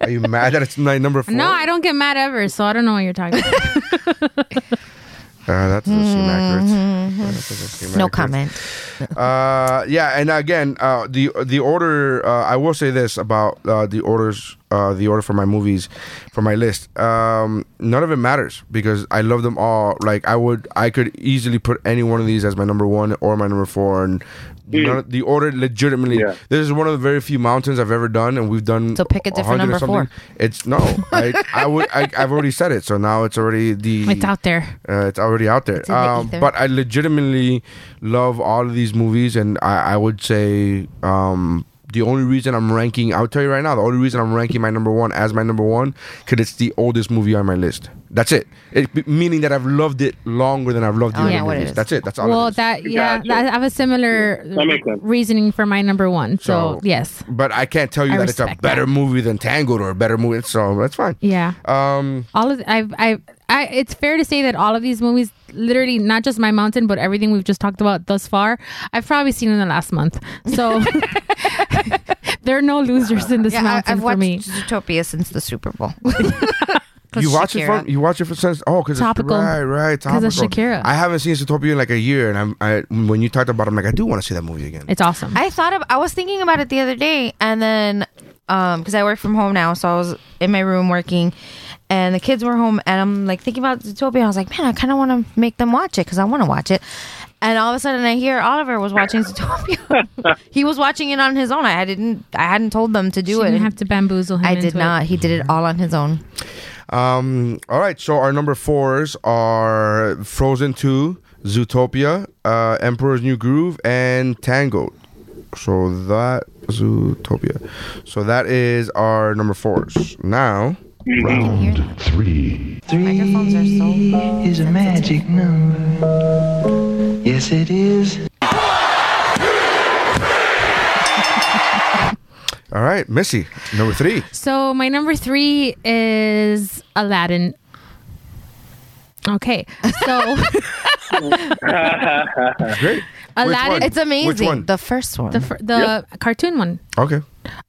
D: Are you mad that it's my number four?
F: No, I don't get mad ever, so I don't know what you're talking about.
D: Ah, Uh, that doesn't seem
F: Mm-hmm.
D: accurate. That doesn't seem
E: No
D: accurate.
E: comment.
D: Uh, yeah, and again, uh, the the order. Uh, I will say this about uh, the orders. Uh, the order for my movies, for my list. Um, none of it matters because I love them all. Like I would, I could easily put any one of these as my number one or my number four, and none of- the order legitimately.
C: Yeah.
D: This is one of the very few mountains I've ever done, and we've done.
E: So pick a
D: 100
E: different
D: or
E: number
D: something.
E: four.
D: It's no. I, I would. I, I've already said it, so now it's already the.
F: It's out there.
D: Uh, it's already out there.
E: in the
D: Um,
E: ether.
D: but I legitimately love all of these movies, and I, I would say um, the only reason I'm ranking, I'll tell you right now, the only reason I'm ranking my number one as my number one, because it's the oldest movie on my list. That's it. it. Meaning that I've loved it longer than I've loved the
E: Oh,
D: other
E: yeah, what it
D: movies.
E: is.
D: That's it. That's all.
F: Well,
D: it is.
F: that yeah,
C: Gotcha.
F: that- I have a similar
C: That makes sense.
F: reasoning for my number one. So,
D: So-
F: yes,
D: But I can't tell you
F: I
D: that it's a
F: respect
D: better
F: that.
D: movie than Tangled or a better movie. So that's fine.
F: yeah,
D: Um,
F: all of I've I I it's fair to say that all of these movies, literally not just my mountain, but everything we've just talked about thus far, I've probably seen in the last month. So there are no losers in this
E: Yeah, I,
F: mountain
E: I've
F: for
E: watched
F: me.
E: Zootopia since the Super Bowl.
D: You watch it from you watch it for since oh because
F: Topical.
D: right right
F: 'Cause of
D: topical.
F: Shakira.
D: I haven't seen Zootopia in like a year, and I'm I when you talked about it, I'm like I do want to see that movie again.
F: It's awesome.
E: I thought of, I was thinking about it the other day, and then um, because I work from home now, so I was in my room working, and the kids were home, and I'm like thinking about Zootopia. And I was like, man, I kind of want to make them watch it because I want to watch it. And all of a sudden, I hear Oliver was watching Zootopia. he was watching it on his own. I didn't. I hadn't told them to do
F: she
E: it.
F: didn't have to bamboozle him.
E: I did
F: into it.
E: not. He did it all on his own.
D: Um, all right, so our number fours are Frozen Two, Zootopia, uh, Emperor's New Groove, and Tangled. So that Zootopia. So that is our number fours. Now
G: Round three.
E: Microphones are so.
A: Is a magic number. Yes, it is.
D: all right, Missy, number three.
F: So my number three is Aladdin. Okay, so
D: Great.
F: Aladdin-
D: Which one?
E: It's amazing.
D: Which one?
E: The first one.
F: the fir- the cartoon one.
D: okay.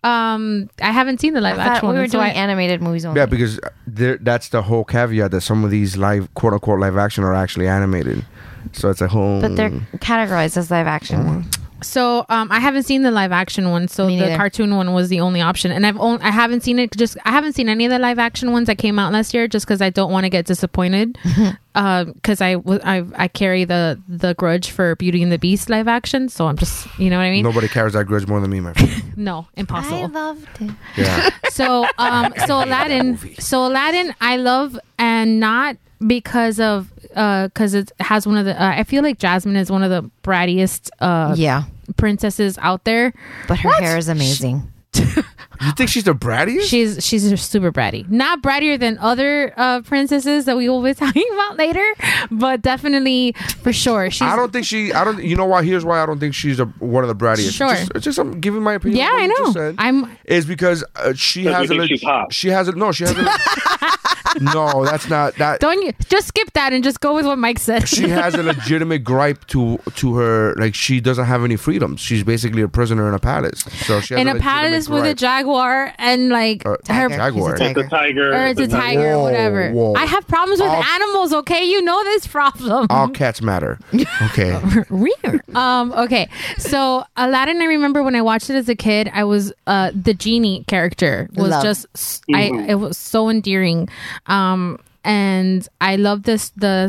F: Um, I haven't seen the live
E: I thought
F: action
E: we
F: one.
E: were
F: so
E: doing
F: I-
E: animated movies only.
D: Yeah, because there, that's the whole caveat that some of these live, quote unquote, live action are actually animated. So it's a whole.
E: but they're
D: Mm.
E: categorized as live action.
F: so um, I haven't seen the live action one. So
E: Me
F: the
E: neither.
F: cartoon one was the only option, and I've only I haven't seen it. Just I haven't seen any of the live action ones that came out last year, just because I don't want to get disappointed.
E: Uh-huh.
F: Because I w I I carry the the grudge for Beauty and the Beast live action, so I'm just you know what I mean.
D: nobody carries that grudge more than me, my friend.
F: No, impossible.
E: I loved it.
D: Yeah.
F: So, um, so Aladdin, so Aladdin, I love and not because of, uh, because it has one of the. Uh, I feel like Jasmine is one of the brattiest, uh,
E: Yeah,
F: princesses out there.
E: but her hair is amazing.
D: you think she's the brattiest?
F: She's she's super bratty, not brattier than other uh, princesses that we will be talking about later, but definitely for sure. She's
D: I don't think she. I don't. You know why? Here's why I don't think she's a, one of the brattiest.
F: Sure.
D: Just, just I'm giving my opinion.
F: Yeah,
D: on what
F: I
D: you just
F: know.
D: said.
F: I'm
D: is because uh, she
C: Because you
D: has a.
C: think
D: leg-
C: she's hot.
D: She has a. No, she has a. no, that's not that.
F: don't you just skip that and just go with what Mike said.
D: she has a legitimate gripe to to her. Like she doesn't have any freedoms. She's basically a prisoner in a palace. So she has
F: in a
D: legitimate
F: palace with a
D: gripe.
F: jaguar and like
D: Uh,
E: Tiger.
F: her
D: Jaguar.
E: He's a
C: It's a tiger.
F: or it's a
C: ti-
F: tiger,
D: Whoa,
F: whatever.
D: whoa.
F: I have problems with
D: All-
F: animals. Okay, you know this problem.
D: All
E: Mm-hmm.
D: cats matter. Okay.
F: Rear. Um. Okay. So Aladdin, I remember when I watched it as a kid, I was uh the genie character was
E: Love.
F: just s- I it was so endearing. Um. And I love this the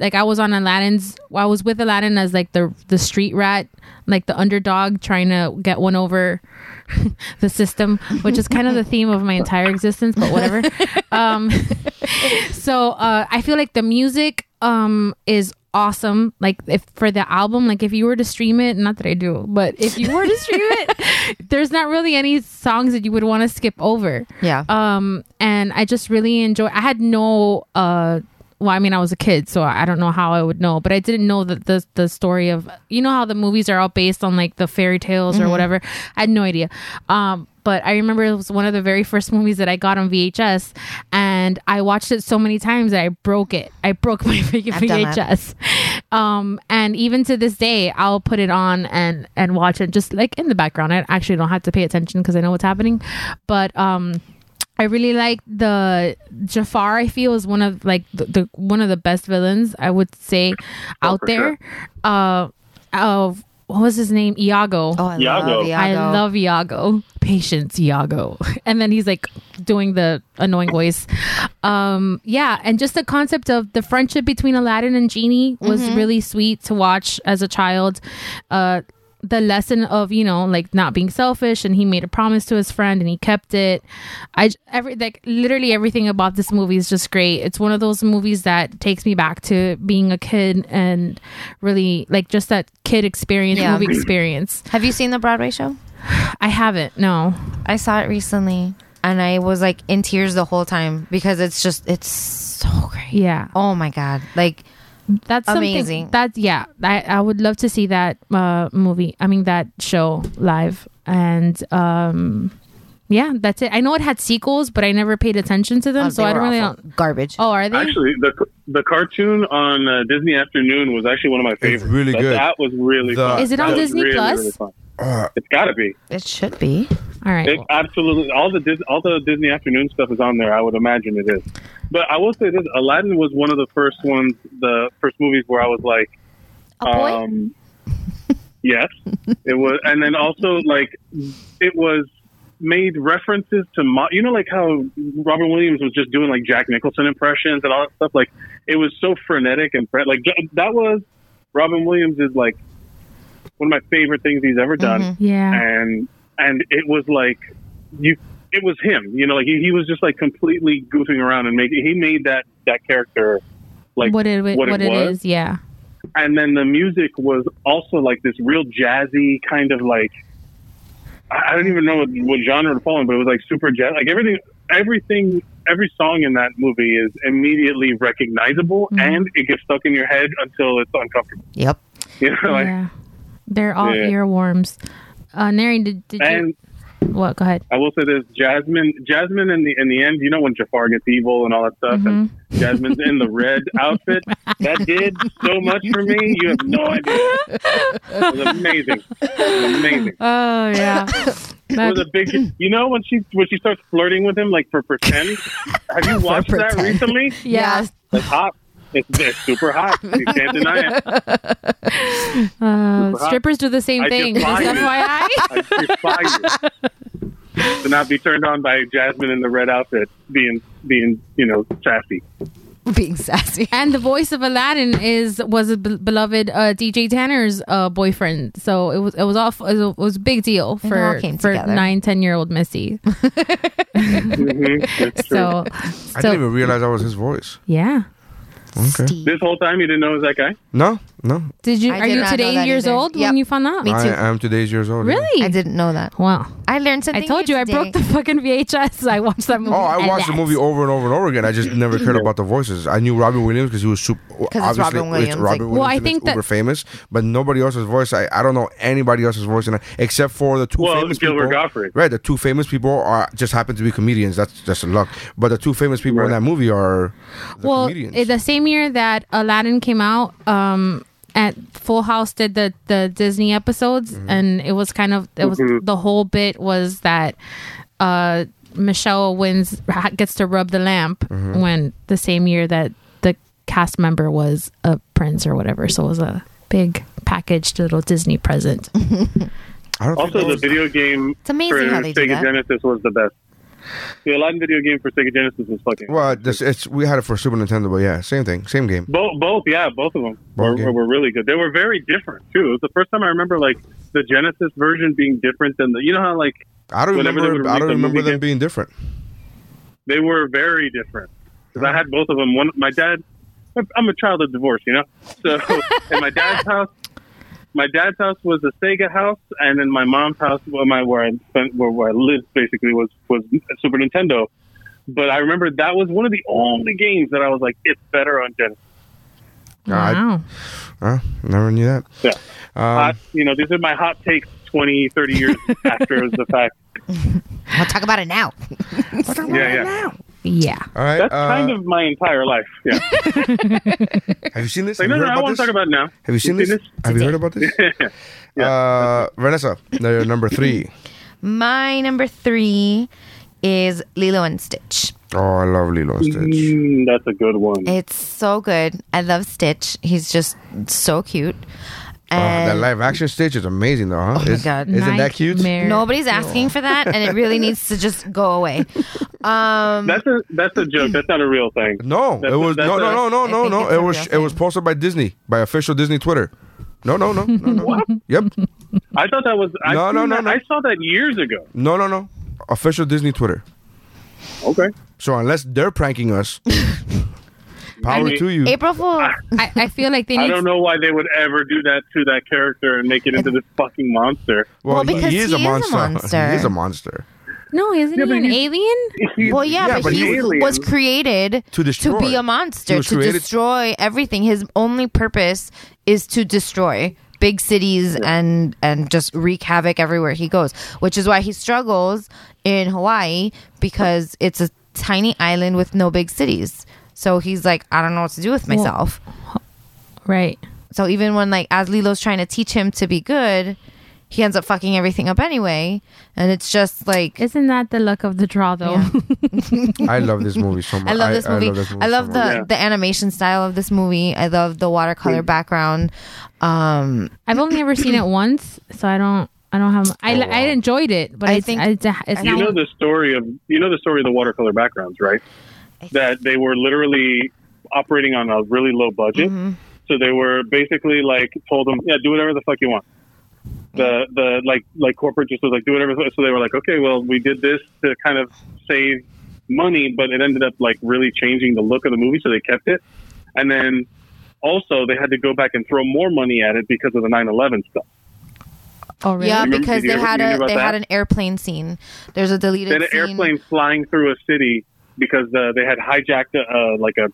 F: like I was on Aladdin's. I was with Aladdin as like the the street rat, like the underdog trying to get one over the system, which is kind of the theme of my entire existence. But whatever. Um. so uh, I feel like the music um is awesome. Like if for the album, like if you were to stream it, not that I do, but if you were to stream it, there's not really any songs that you would want to skip over.
E: Yeah.
F: Um, and I just really enjoy. I had no uh. Well, I mean, I was a kid, so I don't know how I would know, but I didn't know that the the story of you know how the movies are all based on like the fairy tales
E: Mm-hmm.
F: or whatever. I had no idea. Um, but I remember it was one of the very first movies that I got on VHS, and I watched it so many times that I broke it. I broke my freaking
E: I've done that.
F: VHS. Um, and even to this day, I'll put it on and and watch it just like in the background. I actually don't have to pay attention because I know what's happening, but um. I really like the Jafar. I feel is one of like the, the one of the best villains I would say out there. Uh, of what was his name? Iago.
E: Oh, I
C: Iago.
E: love Iago.
F: I love Iago. Patience, Iago. And then he's like doing the annoying voice. Um, yeah, and just the concept of the friendship between Aladdin and Genie was really sweet to watch as a child. Uh, the lesson of you know like not being selfish and he made a promise to his friend and he kept it i j- every like literally everything about this movie is just great it's one of those movies that takes me back to being a kid and really like just that kid experience
E: Yeah.
F: movie experience
E: Have you seen the Broadway show?
F: I haven't. No.
E: I saw it recently, and I was like in tears the whole time because it's just it's so great.
F: Yeah.
E: Oh my god! Like
F: That's
E: Amazing.
F: Something that yeah, I I would love to see that uh, movie. I mean that show live and um yeah, that's it. I know it had sequels, but I never paid attention to them,
E: oh,
F: so
E: they
F: I don't
E: were
F: really.
E: awful.
F: Know.
E: garbage.
F: Oh, are they?
C: Actually, the the cartoon on uh, Disney Afternoon was actually one of my favorites.
D: really
C: that,
D: good.
C: That was really.
D: The-
C: fun.
F: Is it
C: That
F: on
C: was
F: Disney
C: really,
F: Plus?
C: really fun.
D: Uh,
C: it's got to be.
E: It should be.
F: All right.
C: It absolutely all the Dis- all the Disney afternoon stuff is on there. I would imagine it is. But I will say this: Aladdin was one of the first ones, the first movies where I was like,
E: A boy?
C: um, yes, it was, and then also like it was made references to mo- you know like how Robert Williams was just doing like Jack Nicholson impressions and all that stuff. Like it was so frenetic and fre- like j- that was Robin Williams is like one of my favorite things he's ever done
F: yeah.
C: and and it was like you it was him you know like he, he was just like completely goofing around and making he made that that character like
F: what it what, it
C: was
F: is? Yeah.
C: and then the music was also like this real jazzy kind of like I I don't even know what, what genre to fall in, but it was like super jazz. Like everything, everything, every song in that movie is immediately recognizable,
F: Mm-hmm.
C: and it gets stuck in your head until it's uncomfortable.
E: Yep.
C: You know, like,
F: yeah. They're all
C: Yeah.
F: earworms. Uh, Nary, did, did
C: and
F: you? What? Go ahead.
C: I will say this: Jasmine, Jasmine, in the in the end, you know when Jafar gets evil and all that stuff, and Jasmine's in the red outfit. That did so much for me. You have no idea. It was amazing. It was amazing.
F: Oh yeah.
C: It was a big. You know when she when she starts flirting with him like for pretend. Have you watched that
E: pretend.
C: recently?
F: yeah.
C: It's hot. It's, it's super hot. You can't deny it.
F: Uh, strippers do the same
C: I
F: thing. Just
C: defy you.
F: FYI.
C: I despise it. To not be turned on by Jasmine in the red outfit being being you know sassy.
E: Being sassy.
F: And the voice of Aladdin is was a be- beloved uh, DJ Tanner's uh, boyfriend, so it was it was off it was a- it was a big deal for
E: all came
F: for
E: together.
F: nine ten year old Missy.
C: Mm-hmm.
F: so
D: I
F: so
D: didn't even realize that was his voice.
F: yeah,
E: Steve.
C: This whole time you didn't know it was that guy?
D: No, no.
F: did you
E: I
F: are
E: did
F: you
E: not know
F: today
E: that
F: years
E: either.
F: old
E: Yep.
F: when you found out?
E: Me too.
D: I am today's years old. yeah.
F: Really?
E: I didn't know that.
F: Wow.
E: I learned something.
F: I told you I broke the fucking VHS. I watched that movie.
D: Oh, I
F: a
D: watched the
F: lot.
D: movie over and over and over again. I just never cared about the voices. I knew Robin Williams because he was super.
E: it's Robin Williams,
D: It's
E: like-
D: Robin
E: Well,
D: Williams
F: I
D: and it's
F: think that-
D: uber famous, but nobody else's voice. I, I don't know anybody else's voice, in it, except for the two
C: Well,
D: famous
C: Gilbert
D: people.
C: Gottfried.
D: Right, the two famous people are just happen to be comedians. That's just luck. But the two famous people in that movie are the
F: well,
D: comedians.
F: it- the same year that Aladdin came out, um, at Full House did the the Disney episodes,
D: Mm-hmm.
F: and it was kind of it was
C: Mm-hmm.
F: the whole bit was that uh, Michelle wins ha- gets to rub the lamp
D: Mm-hmm.
F: when the same year that the cast member was a prince or whatever, so it was a big packaged little Disney present.
D: I don't
C: Also,
D: think
C: the video game
E: It's amazing
C: for
E: how they do
C: Sega
E: that.
C: Genesis was the best. The Aladdin video game for Sega Genesis was fucking.
D: Well, this, it's we had it for Super Nintendo, but yeah, same thing, same game.
C: both, both, yeah, both of them
D: Both
C: were,
D: game.
C: were really good. They were very different too. It was the first time I remember like the Genesis version being different than the. You know how like
D: I don't
C: Whenever they
D: remember.
C: would
D: I don't
C: release a
D: remember
C: movie
D: them
C: game-
D: being different.
C: they were very different because I had both of them. One, my dad. I'm a child of divorce, you know. So, in my dad's house, my dad's house was a Sega house, and then my mom's house, where my where I spent, where, where I lived, basically was was Super Nintendo. But I remember that was one of the only games that I was like, it's better on Genesis.
D: God.
F: Wow.
D: Huh? Never knew that.
C: Yeah,
D: Um,
C: hot, you know, these are my hot takes 20, 30 years after the fact.
E: I'll talk about it now.
C: Yeah, yeah,
F: Yeah.
D: all right.
C: that's
D: uh,
C: kind of my entire life. Yeah,
D: have you seen this? Have
C: like, no,
D: you heard
C: no, I
D: about
C: want
D: this?
C: to talk about it now.
D: Have you seen this? Have you heard about this? uh, Vanessa, no, number three.
E: My number three is Lilo and Stitch.
D: Oh, I love Lilo and Stitch.
C: Mm, that's a good one.
E: It's so good. I love Stitch. He's just so cute. And
D: Oh, that live action Stitch is amazing, though, huh? Oh
E: my God.
D: Isn't that cute?
F: Nightmare
E: nobody's asking for that, and it really needs to just go away. Um,
C: That's a that's a joke. That's not a real thing.
D: No,
C: That's
D: it
C: a-
D: was
C: that's
D: no, no,
C: a-
D: no, no, no,
E: I think
D: no.
E: it's
D: It
E: a
D: was
E: real
D: it was
E: thing.
D: posted by Disney by official Disney Twitter. No, no, no, no, no. yep,
C: I thought that was. I
D: No, no, no, no.
C: I saw that years ago.
D: no, no, no. Official Disney Twitter.
C: Okay.
D: So unless they're pranking us, power
C: mean-
D: to you.
E: April Fool.
F: I, I feel like they
C: I
F: need
C: don't know why they would ever do that to that character and make it into this fucking monster.
E: Well, because he is a monster.
D: he is a monster.
F: no, isn't
C: Yeah,
F: he
C: but
F: an
C: he's-
F: alien?
E: Well, yeah,
D: Yeah,
E: but,
D: but
E: he,
D: he
C: was-
E: was created
D: To destroy.
E: be a
D: He
E: monster,
D: was
E: to
D: created-
E: destroy everything. His only purpose is to destroy big cities and and just wreak havoc everywhere he goes, which is why he struggles in Hawaii because it's a tiny island with no big cities. So he's like, I don't know what to do with myself.
F: Right.
E: So even when like as Lilo's trying to teach him to be good, he ends up fucking everything up anyway, and it's just like
F: Isn't that the luck of the draw though?
E: Yeah.
D: I love this movie so much.
E: I love this movie. I love,
D: so
E: the
D: much.
C: Yeah.
E: the animation style of this movie. I love the watercolor background. Um,
F: I've only ever seen it once, so I don't. I don't have.
D: Oh,
F: I, I enjoyed it, but
E: I
F: I it's,
E: think-
F: think it's, it's
E: I
F: not.
C: You know the story of you know the story of the watercolor backgrounds, right? That they were literally operating on a really low budget,
F: Mm-hmm.
C: so they were basically like told them, yeah, do whatever the fuck you want. The the like like corporate just was like do whatever. So they were like, okay, well, we did this to kind of save money, but it ended up like really changing the look of the movie, so they kept it. And then also they had to go back and throw more money at it because of the 9/11 stuff.
F: oh, really?
E: yeah,
C: Remember-
E: because
C: did you
E: they
C: ever-
E: had
C: you knew
E: a
C: about
E: they had
C: that?
E: an airplane scene. There's a deleted
C: Then an
E: scene.
C: airplane flying through a city because uh, they had hijacked a, uh, like a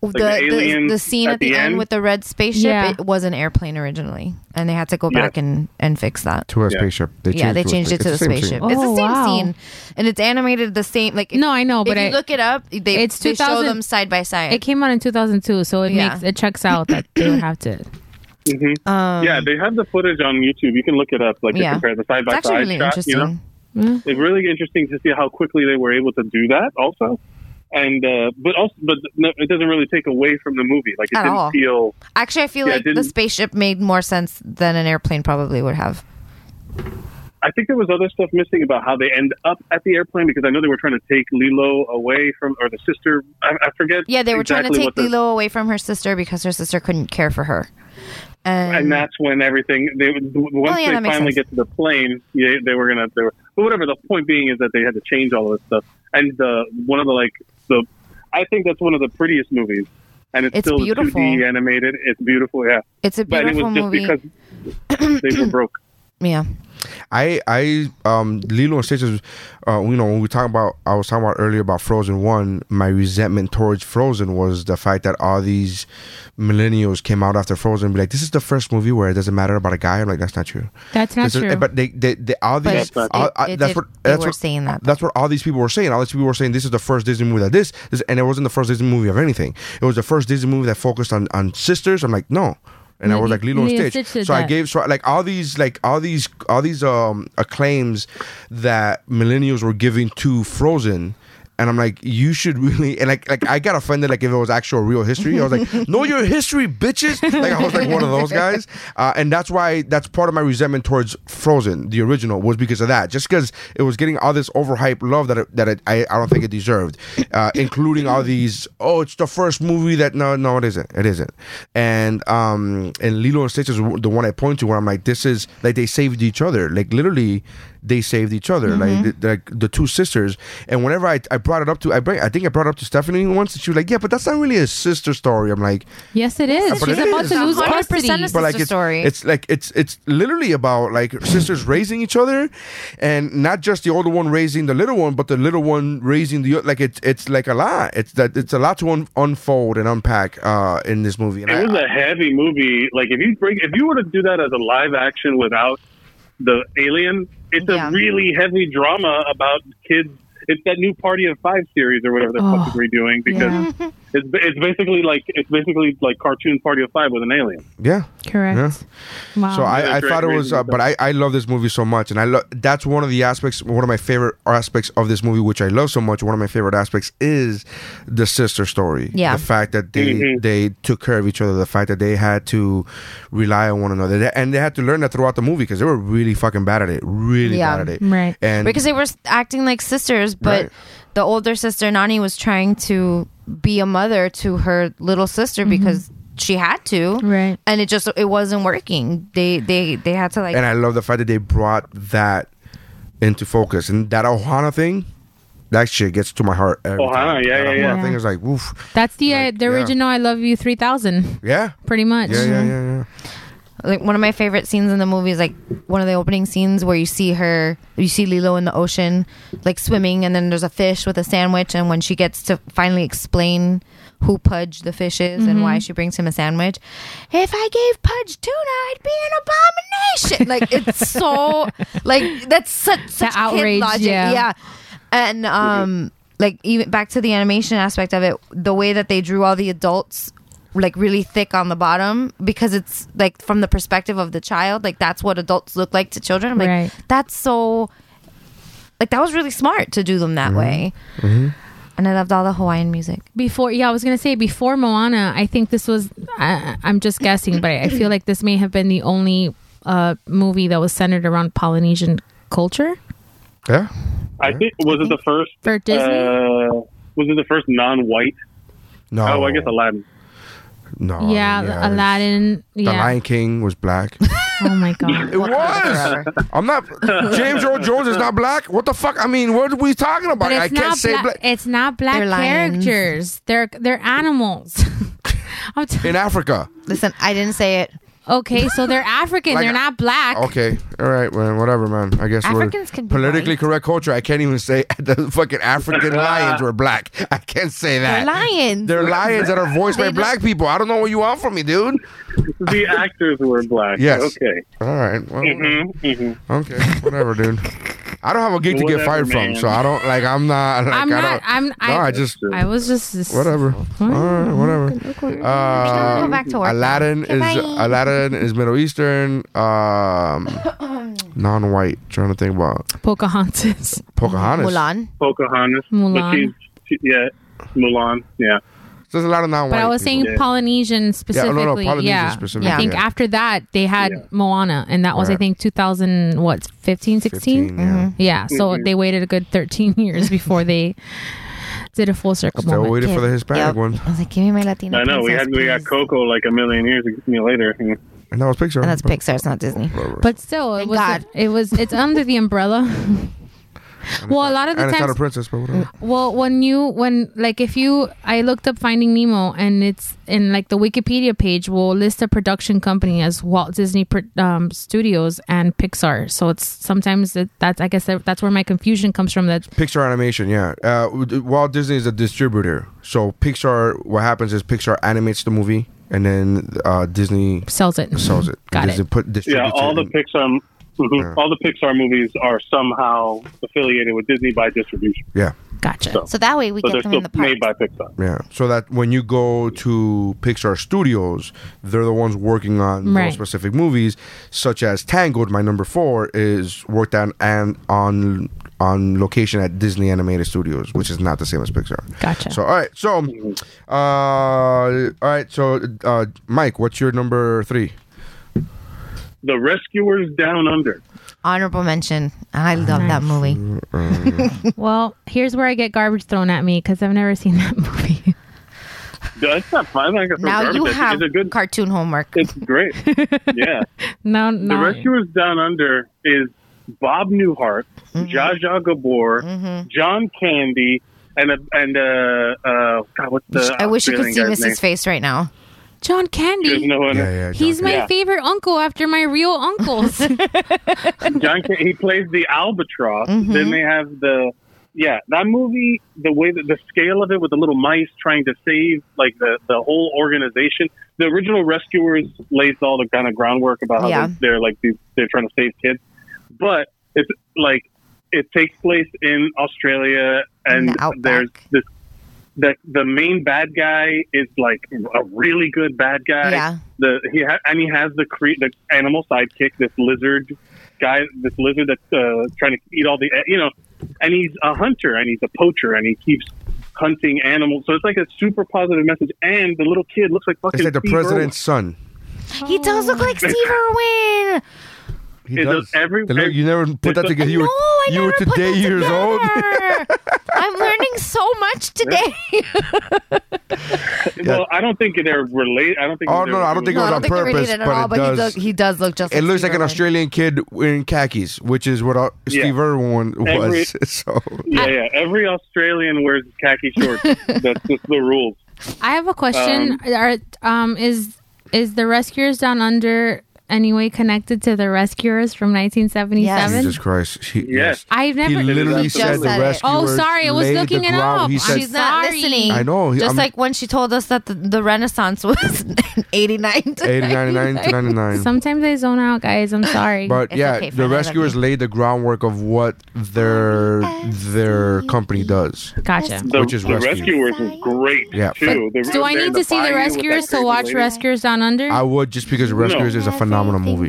E: the,
C: the aliens
E: the scene at the, end, with the red spaceship.
F: Yeah.
E: It was an airplane originally, and they had to go
C: Yeah.
E: back and and fix that.
D: to a
C: Yeah.
D: spaceship. They
E: yeah, they
D: a
E: changed it
D: space-
E: to the
D: it's same
E: spaceship.
D: scene.
E: it's the
F: Oh,
E: same
F: wow.
E: scene, and it's animated the same. Like
F: No, I know,
E: if
F: but
E: you
F: I-
E: look it up, they
F: It's
E: they show
F: 2000
E: them side by
F: It
E: side.
F: came out in 2002, so it
E: Yeah.
F: makes it checks out that they would have to.
C: Mhm.
E: Um,
C: yeah, they have the footage on YouTube. You can look it up, like
E: Yeah.
C: to compare the side
E: it's
C: by
E: actually
C: side.
E: really
C: shot,
E: interesting.
C: You know, it's really interesting to see how quickly they were able to do that. Also, and uh, but also, but no, it doesn't really take away from the movie. Like it
E: At
C: didn't
E: all.
C: feel.
E: Actually, I feel
C: Yeah, it
E: like the
C: didn't-
E: spaceship made more sense than an airplane probably would have.
C: I think there was other stuff missing about how they end up at the airplane because I know they were trying to take Lilo away from or the sister. I, I forget.
E: Yeah, they were
C: exactly
E: trying to
C: what
E: take
C: the-
E: Lilo away from her sister because her sister couldn't care for her. And,
C: and that's when everything they once
E: Mm-hmm. Oh, yeah, that
C: they
E: makes
C: finally
E: sense.
C: get to the plane yeah, they were gonna they were, but whatever the point being is that they had to change all of this stuff and the one of the like the i think that's one of the prettiest movies and it's,
E: It's
C: still
E: beautiful.
C: 2d animated it's beautiful yeah
E: it's a
C: but it
E: beautiful
C: was just
E: movie.
C: because they were broke
E: yeah.
D: I I um Lilo and Stitch is, uh, you know, when we talk about I was talking about earlier about Frozen One, my resentment towards Frozen was the fact that all these millennials came out after Frozen and be like, this is the first movie where it doesn't matter about a guy. I'm like, that's not true.
F: That's not
D: This is-
F: true.
D: but they they, they all
E: But
D: these
E: it- it-
D: all- I-
E: it
D: that's
E: did-
D: what
E: they
D: that's
E: were
D: what,
E: saying that, though.
D: That's what all these people were saying. All these people were saying this is the first Disney movie that this, this and it wasn't the first Disney movie of anything. It was the first Disney movie that focused on on sisters. I'm like, no. And I
F: No,
D: was like Lilo and
F: Lilo and
D: Stitch.
F: Stitch did
D: so I
F: that.
D: gave so like all these like all these all these um acclaims that millennials were giving to Frozen. And I'm like, you should really and like like I got offended like if it was actual real history. I was like, know your history, bitches. Like I was like one of those guys, uh, and that's why that's part of my resentment towards Frozen, the original, was because of that. Just because it was getting all this overhyped love that it, that it, I I don't think it deserved, uh, including all these. Oh, it's the first movie that no no it isn't it isn't, and um and Lilo and Stitch is the one I point to where I'm like this is like they saved each other like literally they saved each other like the, like the two sisters and whenever I, I brought it up to I bring, I think I brought it up to Stephanie once and she was like yeah but that's not really a sister story I'm like
F: yes, it is.
D: but
F: She's
D: it
F: about
D: is.
F: to lose
E: 100%
F: custody.
E: is-
D: but like
E: sister
D: it's,
E: story.
D: it's like it's it's literally about like sisters raising each other and not just the older one raising the little one but the little one raising the o- like it's it's like a lot it's that it's a lot to un- unfold and unpack uh in this movie and I-
C: it was
D: I-
C: a heavy movie like if you bring if you were to do that as a live action without the alien it's
E: Yeah.
C: a really heavy drama about kids it's that new party of five series or whatever they're
F: Oh,
C: fucking redoing because
F: Yeah.
C: It's, it's basically like it's basically like cartoon Party of Five with an alien.
D: Yeah.
F: Correct. Wow.
D: So I, I
C: great
D: thought it was,
C: reason
D: uh, but I, I love this movie so much, and I love that's one of the aspects, one of my favorite aspects of this movie, which I love so much. One of my favorite aspects is the sister story.
E: Yeah.
D: the fact that they
C: Mm-hmm.
D: they took care of each other, the fact that they had to rely on one another, They- and they had to learn that throughout the movie because they were really fucking bad at it, really
E: Yeah.
D: bad at it,
F: Right.
D: And
E: because they were s- acting like sisters, but
D: Right.
E: the older sister Nani was trying to be a mother to her little sister
D: Mm-hmm.
E: because she had to,
F: Right.
E: And it just it wasn't working. They they they had to like
D: and I love the fact that they brought that into focus, and that Ohana thing, that shit gets to my heart. Every
C: Ohana,
D: time.
C: yeah,
D: That
C: yeah,
D: Ohana
F: yeah.
D: thing is like, woof,
F: That's the uh, the
D: yeah.
F: original I Love You 3000,
D: yeah.
F: pretty much.
D: Yeah, yeah, yeah, yeah.
E: like one of my favorite scenes in the movie is like one of the opening scenes where you see her you see Lilo in the ocean like swimming and then there's a fish with a sandwich and when she gets to finally explain who Pudge the fish is and
F: Mm-hmm.
E: why she brings him a sandwich if I gave Pudge tuna I'd be an abomination like it's so like that's such such kid
F: outrage,
E: logic
F: yeah.
E: yeah and um like even back to the animation aspect of it the way that they drew all the adults like really thick on the bottom because it's like from the perspective of the child like that's what adults look like to children I'm like
F: Right.
E: that's so like that was really smart to do them that
D: Mm-hmm.
E: way and i loved all the hawaiian music
F: Before, yeah, I was gonna say before Moana. I think this was. I, I'm just guessing, but I feel like this may have been the only uh, movie that was centered around Polynesian culture
D: Yeah.
C: I think was it the first
F: for Disney.
C: Uh, was it the first non-white?
D: No.
C: Oh, I guess Aladdin.
D: No.
F: yeah,
D: it's-
F: Aladdin.
D: The
F: Yeah.
D: Lion King was black.
F: Oh my god.
D: it was. I'm not. James Earl Jones is not black. What the fuck? I mean, what are we talking about?
F: But it's
D: I can't
F: not
D: say
F: black.
D: black.
F: It's not black
E: They're lions.
F: characters. They're they're animals. I'm t-
D: in Africa.
E: listen i didn't say it
F: okay, so they're African.
D: Like-
F: they're not black.
D: Okay. All right, man. Whatever, man. I guess
E: Africans
D: we're
E: can be
D: politically
E: white.
D: correct culture. I can't even say the fucking African lions were black. I can't say
E: they're
D: that.
E: lions
D: They're lions that are voiced by
E: don't-
D: black people. I don't know what you want from me, dude.
C: The actors were black.
D: Yes.
C: Okay.
D: All right. Well,
C: Mm-hmm.
D: okay. Whatever, dude. I don't have a gig to get
C: Whatever,
D: fired from,
C: man.
D: so I don't like. I'm not. Like,
F: I'm
D: I
F: not.
D: don't,
F: I'm.
D: no, I
F: I,
D: just
F: I was just
D: whatever. All right, whatever.
E: Gotta
D: Uh,
E: go back to work
D: Aladdin is
E: bye.
D: Aladdin is Middle Eastern, um, non-white. Trying to think about
F: Pocahontas.
D: Pocahontas.
E: mulan
C: Pocahontas.
F: Mulan.
C: But she's, she, yeah, Mulan. Yeah.
D: There's a lot of non-white.
F: But I was saying
C: Yeah.
F: Polynesian
D: yeah,
F: specifically.
D: no, no, Polynesian
F: yeah.
D: specifically.
F: I think
D: yeah.
F: after that they had
C: Yeah.
F: Moana, and that was I
D: Right.
F: think 2000 what 15, 16.
D: 15, yeah.
F: Yeah, so
E: Mm-hmm.
F: they waited a good 13 years before they did a full circle
D: Still
F: moment.
D: waiting for the Hispanic
E: Yep.
D: one,
E: i was like give me my latino
C: I know. We
E: princess,
C: had we got
E: please.
C: Coco like a million years later.
D: and that was Pixar.
E: and that's pixar it's not disney
F: But still, it
E: Thank
F: was
E: God.
F: it was it's under the umbrella. well, a lot of
D: And
F: the
D: it's not a
F: times,
D: princess, but whatever.
F: well, when you when like if you I looked up Finding Nemo and it's in like the Wikipedia page will list a production company as Walt Disney Pro- um, Studios and Pixar. So it's sometimes it, that's I guess that, that's where my confusion comes from. That
D: Pixar Animation, yeah. Uh, Walt Disney is a distributor, so Pixar. What happens is Pixar animates the movie, and then uh, Disney
F: sells it.
D: sells it.
F: Got
D: Disney
F: it.
D: Put
C: Yeah.
D: distributes
C: All
D: it
C: the
D: and-
C: Pixar. mhm, All the Pixar movies are somehow affiliated with Disney by distribution,
D: Yeah,
F: Gotcha.
E: so that way we
C: so
E: get
C: they're
E: them
C: still
E: in the park
C: made by Pixar.
D: yeah. So that when you go to Pixar Studios, they're the ones working on
F: Right.
D: those specific movies, such as Tangled. My number four is worked on and on on location at Disney Animated Studios, which is not the same as Pixar.
F: Gotcha.
D: So all right, so uh, all right, so uh, Mike, what's your number three?
C: The Rescuers Down Under.
E: honorable mention i love that movie
F: well, here's where I get garbage thrown at me because I've never seen that movie.
C: That's not fun. I guess I'm
E: now
C: garbage
E: you
C: at it.
E: have
C: It's a good.
E: cartoon homework
C: It's great. yeah.
F: no,
C: The
F: no.
C: Rescuers Down Under is Bob Newhart,
E: Mm-hmm.
C: Zsa Zsa Gabor, John Candy, and a, and uh, uh, God, what's the
E: i wish you could see
C: Australian guy's
E: mrs face right now
F: John
C: name? There's
F: Candy.
C: no one.
F: He's my
C: Yeah.
F: favorite uncle after my real uncles.
C: John Can- he plays the albatross.
E: Mm-hmm.
C: Then they have the yeah that movie. The way that the scale of it with the little mice trying to save like the the whole organization. The original Rescuers lays all the kind of groundwork about how
E: Yeah.
C: they're, they're like these, they're trying to save kids, but it's like it takes place in Australia and
E: the outback.
C: there's this the the main bad guy is like a really good bad guy.
E: Yeah.
C: The he ha- and he has the cre- the animal sidekick, this lizard guy, this lizard that's uh, trying to eat all the you know, and he's a hunter and he's a poacher and he keeps hunting animals. So it's like a super positive message. And the little kid looks like fucking.
D: It's like the
C: Steve Irwin.
D: president's son.
E: He does look like Steve Irwin.
D: He
C: It does every-
D: The little- you never put
C: it's
D: that
C: a-
D: together. You
E: no, I
D: were, you
E: never
D: were
E: put
D: today
E: that
D: years old.
E: together. I'm learning so much today.
C: Well, I don't think they're related. I don't think.
D: Oh,
C: they're
D: no, I don't think it
E: No,
D: was
E: I
D: on
E: don't think they're
D: purpose,
E: related at
D: but
E: all,
D: it
E: but
D: does-
E: he does. He does look just.
D: It looks like
E: Steve
D: an
E: Irwin.
D: Australian kid in khakis, which is what uh,
C: Yeah.
D: Steve Irwin
C: Every-
D: was. so
C: Yeah, yeah. Every Australian wears khaki shorts. That's just the rules.
F: I have a question. Are um is is the rescuers down under anyway connected to the rescuers from 1977?
D: Jesus Christ, He-
C: Yes.
F: I've never.
D: He literally
C: Just
D: said the
E: said it.
D: rescuers.
F: Oh, sorry, I was
D: laid the
F: looking it
D: ground.
F: up.
D: He said,
E: She's not
F: Sorry.
E: listening.
D: I know, he-
E: Just
D: I'm-
E: like when she told us that the, the Renaissance was 89 to
D: 80, 99 to 99.
F: Sometimes I zone out, guys. I'm sorry.
D: But
E: It's
D: yeah,
E: okay,
D: the
E: fine, I love
D: rescuers
E: you.
D: laid the groundwork of what their their company does.
F: gotcha.
C: The,
D: Which is
C: the
D: Rescue.
C: rescuers is great
D: Yeah.
C: too. They
F: Do
C: were
F: I
C: there
F: need
C: to
F: to see
C: find
F: the
C: you with that
F: rescuers to
C: crazy
F: watch
C: lady.
F: Rescuers Down Under?
D: I would just because Rescuers is a phenomenal movie.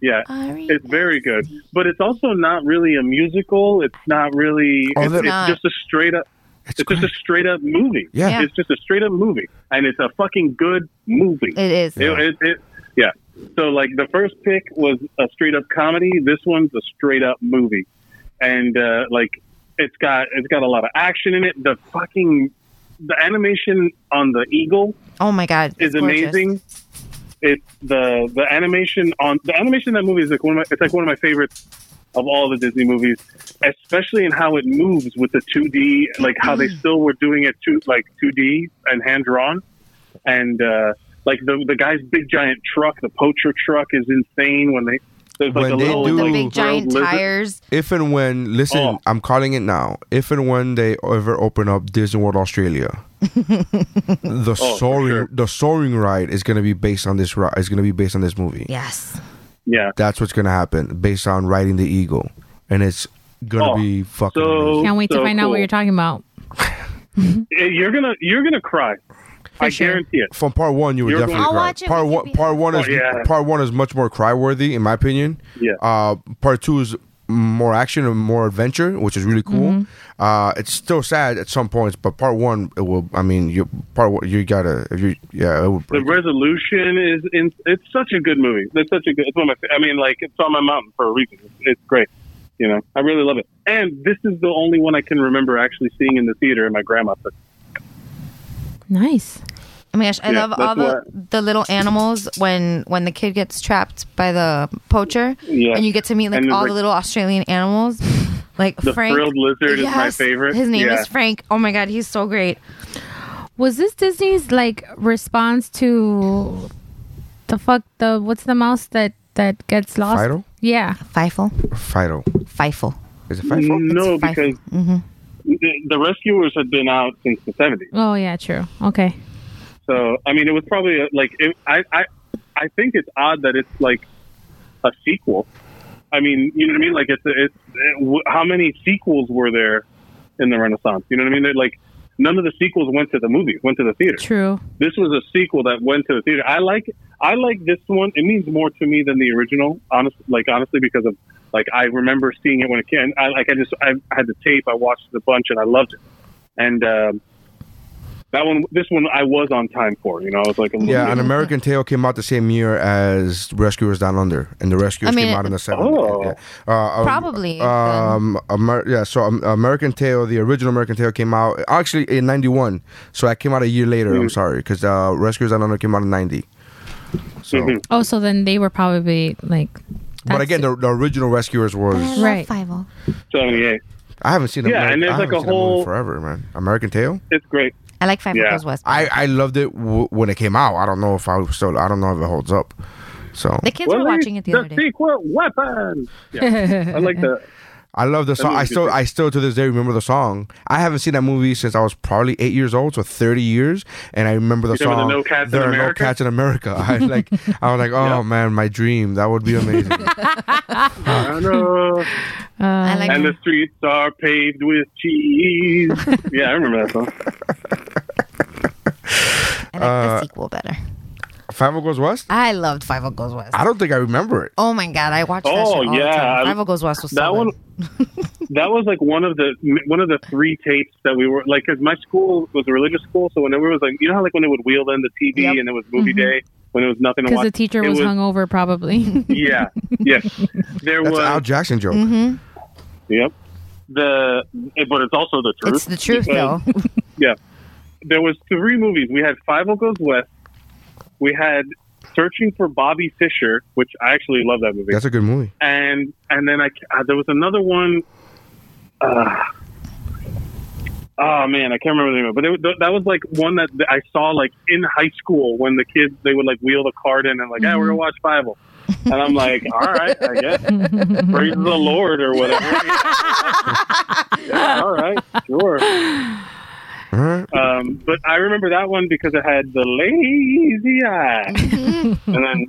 C: Yeah,
F: Oh,
E: R E
C: it's very good, but it's also not really a musical. It's not really.
D: Oh,
C: it's,
D: that-
C: it's just a straight up. It's, just a straight up movie.
D: Yeah. Yeah.
C: it's just a straight up movie, and it's a fucking good movie.
E: It is.
C: It- it- it- yeah. So like the first pick was a straight up comedy. This one's a straight up movie, and uh, like it's got it's got a lot of action in it. The fucking the animation on the eagle
E: Oh my god,
C: is
E: it's gorgeous.
C: amazing. It's the the animation on the animation in that movie is like one of my it's like one of my favorites of all the Disney movies, especially in how it moves with the 2D, like how they
E: Mm.
C: still were doing it to like 2D and hand drawn, and uh, like the the guy's big giant truck, the poacher truck, is insane when they there's like
D: When
C: a
D: they
C: little
D: do-
E: The
C: like,
E: big giant
C: lizard-
E: tires.
D: If and when, listen,
C: Oh.
D: I'm calling it now. If and when they ever open up Disney World Australia, the
C: Oh, for
D: soaring
C: sure.
D: the soaring ride is going to be based on this ride. Is going to be based on this movie.
E: Yes.
C: Yeah,
D: That's what's going to happen based on riding the eagle, and it's gonna
C: Oh,
D: be fucking.
C: so
D: amazing.
F: Can't wait to
C: so
F: find out what
C: cool.
F: you're talking about.
C: You're gonna you're gonna cry. I
F: sure.
C: guarantee it.
D: From part one, you would
C: You're
D: definitely
C: going-
E: I'll
D: cry.
E: watch it
D: part
E: with you
D: one, part one is
C: Oh, yeah.
D: part one is much more cry worthy, in my opinion.
C: Yeah.
D: Uh, part two is more action and more adventure, which is really cool. Uh, it's still sad at some points, but part one it will. I mean, you part one, you gotta if you yeah. It will
C: The
D: break.
C: resolution is in. It's such a good movie. It's such a good. It's one of my. fa- I mean, like it's on my mountain for a reason. It's, it's great. You know, I really love it. And this is the only one I can remember actually seeing in the theater. And my grandma took.
F: Nice.
E: Oh my gosh, I
C: Yeah,
E: love all
C: that's
E: the,
C: what-
E: the little animals when when the kid gets trapped by the poacher,
C: Yeah.
E: and you get to meet like
C: And it's
E: all
C: like-
E: the little Australian animals, like
C: The
E: Frank.
C: frilled lizard is my
E: Yes,
C: favorite.
E: His name
C: Yeah.
E: is Frank. Oh my god, he's so great.
F: Was this Disney's like response to the fuck the what's the mouse that that gets lost?
D: Fido?
F: Yeah.
E: Feifel,
D: Fido
E: Feifel.
D: is it Fido?
C: No,
E: It's five.
C: because the, the rescuers had been out since the seventies.
F: Oh yeah, true. Okay.
C: So I mean, it was probably uh, like it, I, I, I think it's odd that it's like a sequel. I mean, you know what I mean? Like it's it's it, w- how many sequels were there in the Renaissance? You know what I mean? They're like none of the sequels went to the movie, went to the theater.
F: True.
C: This was a sequel that went to the theater. I like I like this one. It means more to me than the original. Honest, like honestly, because of like I remember seeing it when it came. I like I just I had the tape. I watched it a bunch and I loved it. And um, that one, this one, I was on time for. You know, I was like, a little
D: Yeah, an American Tale came out the same year as Rescuers Down Under, and the Rescuers
E: I mean,
D: came out in the 70s.
C: Oh.
D: Yeah. Uh, um,
E: Probably,
D: Um, Amer- yeah, so um, American Tale, the original American Tale came out actually in 91. So I came out a year later,
C: Mm-hmm.
D: I'm sorry, because uh, Rescuers Down Under came out in 90. So,
C: Mm-hmm.
F: Oh, so then they were probably like.
D: But
F: that's
D: again,
F: it.
D: the, the original Rescuers was.
F: Right.
E: Feifel.
C: seventy-eight.
D: I haven't seen
C: Yeah, and
D: Ameri- I
C: there's like
D: haven't
C: a
D: seen that movie
C: whole-
D: forever, man. American Tale?
C: It's great.
E: I like Feifel
C: Yeah.
E: because West.
D: I, I loved it w- when it came out. I don't know if I was still, I don't know if it holds up. So
E: the kids were
C: Well,
E: watching it the, other day.
C: sequel weapon. Yeah, I like that.
D: I love the song.
C: movie's
D: I
C: good
D: still,
C: too.
D: I still to this day remember the song. I haven't seen that movie since I was probably eight years old, so thirty years, and I remember the
C: You
D: song.
C: remember the No Cats in
D: there are
C: America?
D: no cats in America. I like, I was like, oh
C: Yeah.
D: man, my dream. That would be amazing.
C: I know.
E: I
C: And
E: like.
C: the streets are paved with cheese. yeah, I remember that song.
E: I like
D: uh,
E: the sequel better.
D: Five O Goes West?
E: I loved Five O Goes West.
D: I don't think I remember it.
E: Oh my god, I watched. that
C: Oh,
E: shit all the
C: yeah,
E: time.
C: I-
E: Five O Goes West was so
C: that
E: good.
C: one that was like one of the one of the three tapes that we were like because my school was a religious school so whenever it was like you know how like when it would wheel in the tv
E: Yep. Mm-hmm.
C: and it was movie day when there was nothing to
F: because
C: watch
F: the teacher
C: it
F: was, hungover probably.
C: yeah yeah there
D: That's
C: was
D: an Al Jackson joke.
C: yep the eh, but it's also the truth
E: It's the truth,
C: because-
E: though.
C: yeah there was three movies we had five O goes west we had searching for bobby fisher which i actually love that movie
D: That's a good movie.
C: and and then I uh, there was another one. Uh, oh man, I can't remember the name of it, but it, was- that was like one that I saw like in high school when the kids they would like wheel the card in and like, yeah, we're gonna watch Bible. And I'm like, all right, I guess. Praise the Lord or whatever. yeah, all right, sure.
D: All right.
C: Um, but I remember that one because it had the lazy eye, and then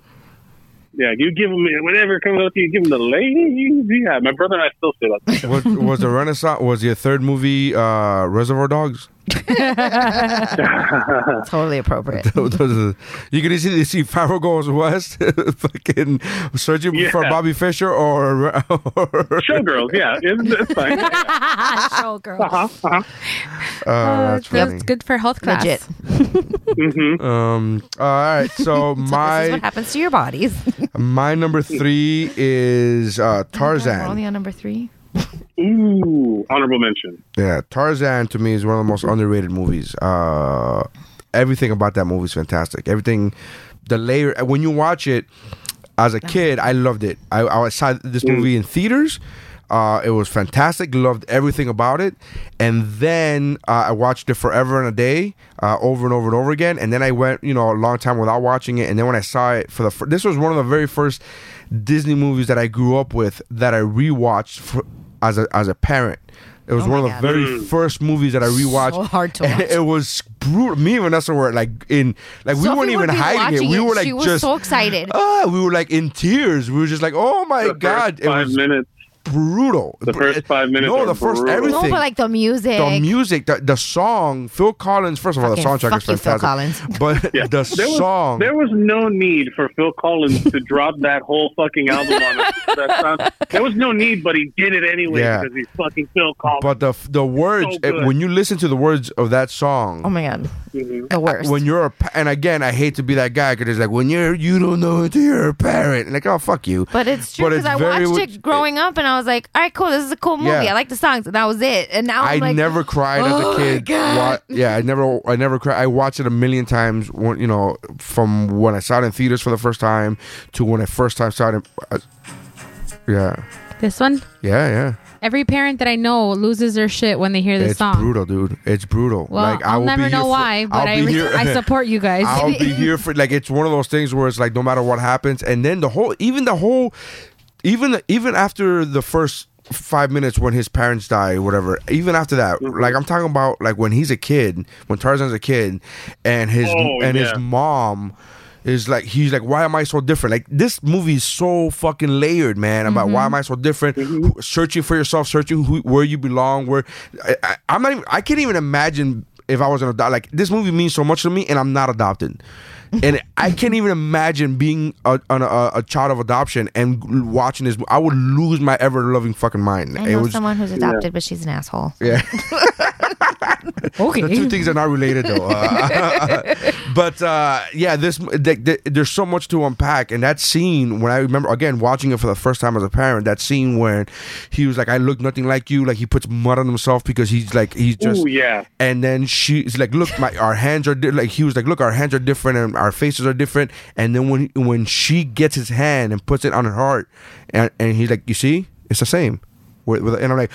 C: yeah, you give them whatever comes up to you, give them the lazy eye. My brother and I still say that.
D: was, was the Renaissance? Was your third movie uh, Reservoir Dogs?
E: totally appropriate.
D: Those are- you can easily see Pharaoh Goes West, fucking searching for
C: Yeah.
D: Bobby Fisher or, uh, or
C: Showgirls, yeah, it's, it's fine.
F: Showgirl.
C: Uh-huh, uh-huh.
D: Uh, that's funny.
F: Oh, That's good for health class.
E: Legit.
D: Um, all right, so
E: this is
D: my
E: what happens to your bodies.
D: my number three is uh,
E: We're
D: Tarzan.
E: only on number three.
C: Ooh, honorable mention.
D: Yeah, Tarzan to me is one of the most underrated movies. Uh, everything about that movie is fantastic. Everything, the layer when you watch it as a kid, I loved it. I, I saw this movie in theaters. Uh, it was fantastic. Loved everything about it. And then uh, I watched it forever and a day, uh, over and over and over again. And then I went, you know, a long time without watching it. And then when I saw it for the, fir- this was one of the very first Disney movies that I grew up with that I rewatched for, as a as a parent. It was one of the
E: God.
D: very
C: Hmm.
D: first movies that I rewatched.
E: So hard to
D: And
E: watch.
D: It was brutal. Me and Vanessa were like in like we
E: Sophie
D: weren't even
E: would be
D: hiding it.
E: watching
D: We
E: it.
D: were like
E: She was
D: just
E: so excited.
D: Ah, we were like in tears. We were just like, oh my
C: The
D: god,
C: first
D: it
C: five
D: was
C: minutes.
D: brutal.
C: The first five minutes
D: No,
C: are
D: the first
C: brutal.
E: No, but
D: everything.
E: like the music.
D: the music, the, the song, Phil Collins. First of all, the
E: Fucking
D: soundtrack
E: fuck
D: is
E: you, Phil
D: fantastic. But the
C: There was,
D: song,
C: There was no need for Phil Collins to drop that whole fucking album on us. That sound- there was no need, but he did it anyway
D: Yeah.
C: because he's fucking Phil Collins.
D: but the the words.
C: so good.
D: when you listen to the words of that song,
E: oh my god, the worst.
D: when you're a pa- and again I hate to be that guy because it's like when you're you don't know until you're a parent and like oh fuck you
E: but it's true
D: but
E: because
D: it's
E: I
D: very-
E: watched it growing up and I was like, all right, cool, this is a cool movie.
D: Yeah.
E: I like the songs. And that was it. And
F: oh
E: now
D: I
E: I'm like,
D: never cried
E: "Oh
D: as
E: my
D: a kid Wa- yeah I never I never cried I watched it a million times when, you know from when I saw it in theaters for the first time to when I first time saw it in, uh, yeah
F: This one,
D: yeah yeah
F: every parent that I know loses their shit when they hear this
D: it's
F: song.
D: brutal dude it's brutal
F: Well,
D: like I
F: I'll
D: will be
F: never
D: here
F: know
D: for-
F: why,
D: I'll
F: but I,
D: be
F: re-
D: here-
F: I support you guys.
D: I'll be here for like it's one of those things where it's like no matter what happens, and then the whole even the whole even the, even after the first five minutes when his parents die or whatever, even after that,
C: Mm-hmm.
D: like I'm talking about like when he's a kid, when Tarzan's a kid, and his
C: Oh,
D: and his
C: yeah.
D: mom. Is like he's like, why am I so different? Like this movie is so fucking layered, man. About why
E: Mm-hmm.
D: am I so different? Who- Searching for yourself, searching who, where you belong. Where I, I, I'm not even. I can't even imagine if I was an adopt. Like this movie means so much to me, and I'm not adopted. And I can't even imagine being a, an, a, a child of adoption and watching this. I would lose my ever loving fucking mind.
E: I
D: it
E: know
D: was
E: someone who's adopted, but she's an asshole.
D: yeah.
F: okay.
D: The two things are not related though. Uh, but uh, yeah, this th- th- there's so much to unpack, and that scene when I remember again watching it for the first time as a parent, that scene where he was like, "I look nothing like you," like he puts mud on himself because he's like he's just
C: Ooh, yeah.
D: and then she's like, "Look, my our hands are di-, like." He was like, "Look, our hands are different, and our faces are different." And then when when she gets his hand and puts it on her heart, and, and he's like, "You see, it's the same." With- with- And I'm like,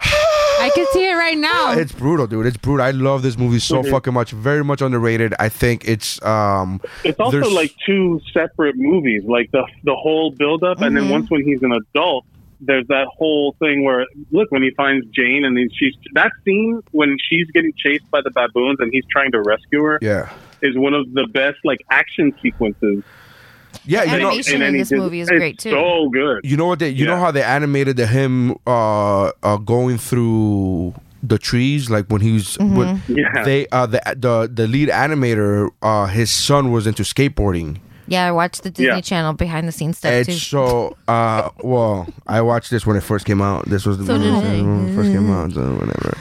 F: I can see it right now.
D: Uh, it's brutal, dude. It's brutal. I love this movie so fucking much. Very much underrated. I think it's um.
C: It's also
D: there's-
C: like two separate movies, like the the whole build up,
D: Mm-hmm.
C: and then once when he's an adult, there's that whole thing where look when he finds Jane and then she's that scene when she's getting chased by the baboons and he's trying to rescue her
D: yeah,
C: is one of the best like action sequences.
D: yeah. You know,
E: Animation in
C: any
E: this
C: Disney-
E: movie is
C: it's
E: great, too.
C: So good.
D: you know what they, you know
C: Yeah.
D: how they animated the him uh, uh going through the trees, like when he was when
E: Mm-hmm.
C: Yeah.
D: they uh the the the lead animator, uh his son was into skateboarding.
E: Yeah, I watched the Disney
C: Yeah.
E: Channel behind the scenes stuff
D: And
E: too.
D: so uh well, I watched this when it first came out. This was the
E: So did I.
D: when it first came out, so whatever.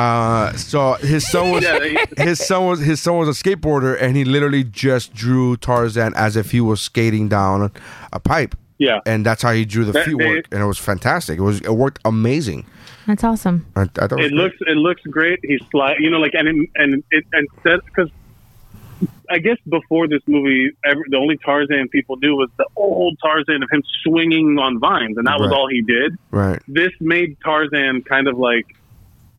D: Uh so his son was
C: Yeah, they-
D: his son was his son was a skateboarder and he literally just drew Tarzan as if he was skating down a pipe.
C: Yeah.
D: And that's how he drew the
C: That-
D: feet
C: they-
D: work and it was fantastic. It was it worked amazing.
F: That's awesome.
D: I, I thought was
C: it
D: great.
C: looks it looks great. He's slide, you know, like and it, and it and because I guess before this movie, ever, the only Tarzan people knew was the old Tarzan of him swinging on vines, and that was
D: Right.
C: all he did.
D: right.
C: This made Tarzan kind of like,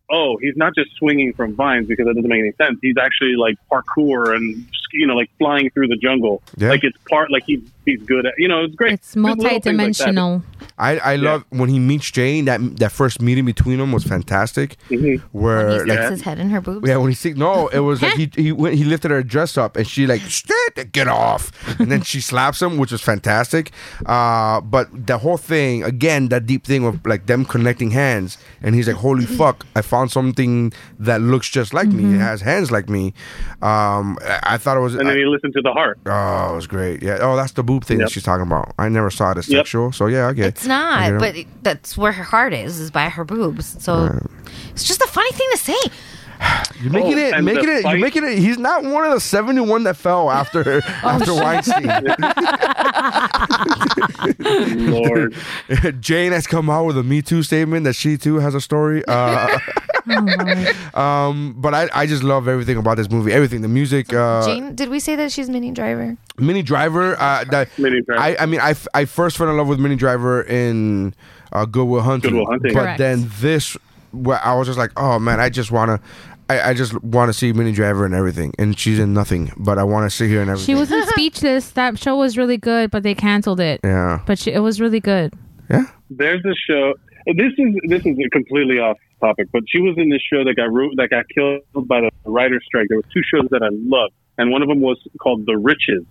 C: oh, he's not just swinging from vines because that doesn't make any sense. He's actually like parkour and you know, like flying through the jungle.
D: Yeah.
C: Like it's part like he he's good at. You know, it's great.
F: It's
C: Just little things like that.
F: multidimensional.
D: I, I love when he meets Jane. That that first meeting between them was fantastic.
C: Mm-hmm.
E: he
D: Where
E: sticks
D: like
E: his head in her boobs.
D: yeah, when he see, no, it was like he he went, he lifted her dress up and she like "Shit, get off, and then she slaps him, which was fantastic. Uh, but the whole thing again, that deep thing of like them connecting hands, and he's like, "Holy fuck, I found something that looks just like
E: Mm-hmm.
D: me. It has hands like me." Um, I, I thought it was.
C: And
D: I-
C: then he listened to the heart.
D: Oh, it was great. Yeah. Oh, that's the boob thing
C: Yep.
D: that she's talking about. I never saw it as
C: Yep.
D: sexual. So yeah, I get.
E: It's
D: I get
E: not,
D: it.
E: but it- that's where her heart is, is by her boobs. So it's just a funny thing to say.
D: You're making
C: Oh,
D: it,
C: and
D: making
C: the
D: it, you're
C: fight-
D: making it. He's not one of the 71 that fell after
E: Oh,
D: after Weinstein.
C: Lord.
D: Jane has come out with a Me Too statement that she too has a story. Uh,
E: Oh,
D: um, but I, I just love everything about this movie. Everything, the music. Uh,
E: Jane, did we say that she's Mini Driver?
D: Mini Driver. Uh, that
C: Minnie Driver.
D: I, I mean, I, f- I first fell in love with Mini Driver in uh, Goodwill Hunting.
C: Goodwill Hunting.
D: But
F: Correct.
D: then this, where I was just like, oh man, I just wanna. I, I just want to see Mini Driver and everything, and she's in nothing. But I want to see her and everything.
F: She wasn't speechless. That show was really good, but they canceled it.
D: yeah,
F: But she, it was really good.
D: yeah.
C: there's a show. This is this is completely off topic, but she was in this show that got ru- that got killed by the writer's strike. There were two shows that I loved, and one of them was called The Riches,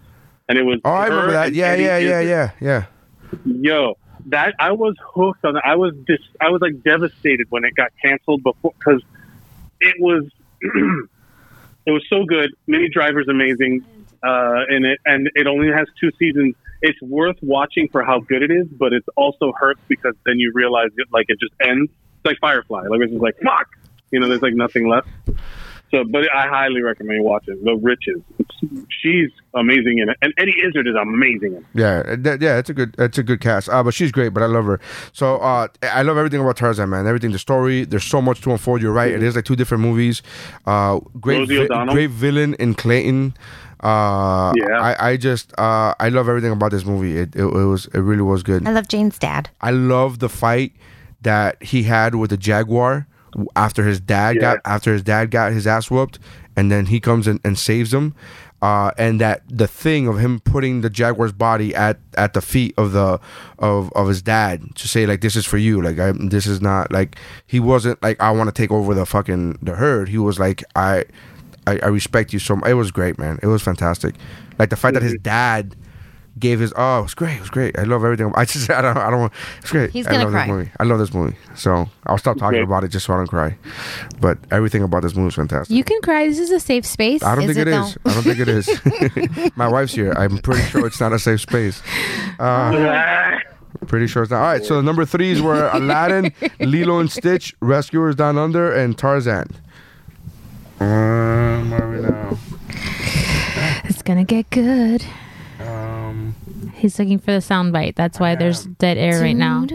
C: and it was.
D: Oh, I
C: her
D: remember that.
C: and
D: Yeah,
C: Eddie
D: yeah, yeah,
C: Izzard.
D: yeah, yeah.
C: Yo, that I was hooked on. That. I was dis- I was like devastated when it got canceled before because it was it was so good. Mini Driver's amazing uh, in it, and it only has two seasons. It's worth watching for how good it is, but it also hurts because then you realize it like it just ends. It's like Firefly. Like it's just like fuck. You know, there's like nothing left. So, but I highly recommend watching The Riches. She's amazing in it, and Eddie Izzard is amazing in it.
D: Yeah, that- yeah, it's a good, it's a good cast. Uh, but she's great. But I love her. So uh, I love everything about Tarzan, man. Everything, the story. There's so much to unfold. You're right. It is like two different movies. Uh, great,
C: Rosie
D: vi-
C: O'Donnell.
D: great villain in Clayton. Uh,
C: Yeah.
D: I, I just, uh, I love everything about this movie. It, it, it was, it really was good.
E: I love Jane's dad.
D: I love the fight that he had with the jaguar w- after his dad
C: Yeah.
D: got after his dad got his ass whooped, and then he comes and, and saves him. Uh, and that the thing of him putting the jaguar's body at, at the feet of the of, of his dad to say like this is for you like I, this is not like he wasn't like I want to take over the fucking the herd he was like I, I I respect you so much it was great man it was fantastic like the fact that his dad gave his oh it was great it was great I love everything I just I don't I don't it's great
E: He's
D: I
E: gonna
D: love
E: cry.
D: this movie I love this movie so I'll stop talking
C: Great.
D: about it just so I don't cry but everything about this movie is fantastic
F: You can cry. This is a safe space.
D: I don't
E: Is
D: think
E: it
D: it is I don't think it is my wife's here I'm pretty sure it's not a safe space pretty sure it's not all right so the number threes were Aladdin Lilo and Stitch Rescuers Down Under and Tarzan um, where are we now?
F: It's gonna get good. He's looking for the soundbite. That's why there's dead air right now.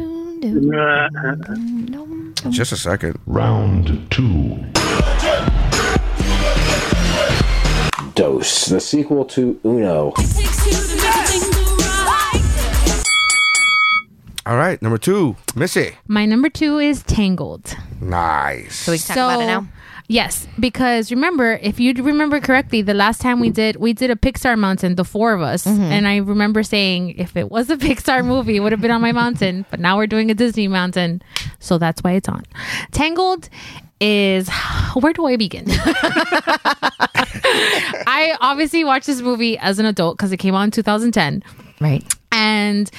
D: just a second
G: Round two.
B: Dose, the sequel to Uno.
D: all right number two Missy
F: My number two is Tangled.
D: nice
E: So we can talk about it now.
F: Yes, because remember, if you remember correctly, the last time we did we did a Pixar mountain, the four of us,
E: Mm-hmm.
F: and I remember saying if it was a Pixar movie, it would have been on my mountain. But now we're doing a Disney mountain, so that's why it's on. Tangled is where do I begin? I obviously watched this movie as an adult because it came out in 2010
E: Right.
F: and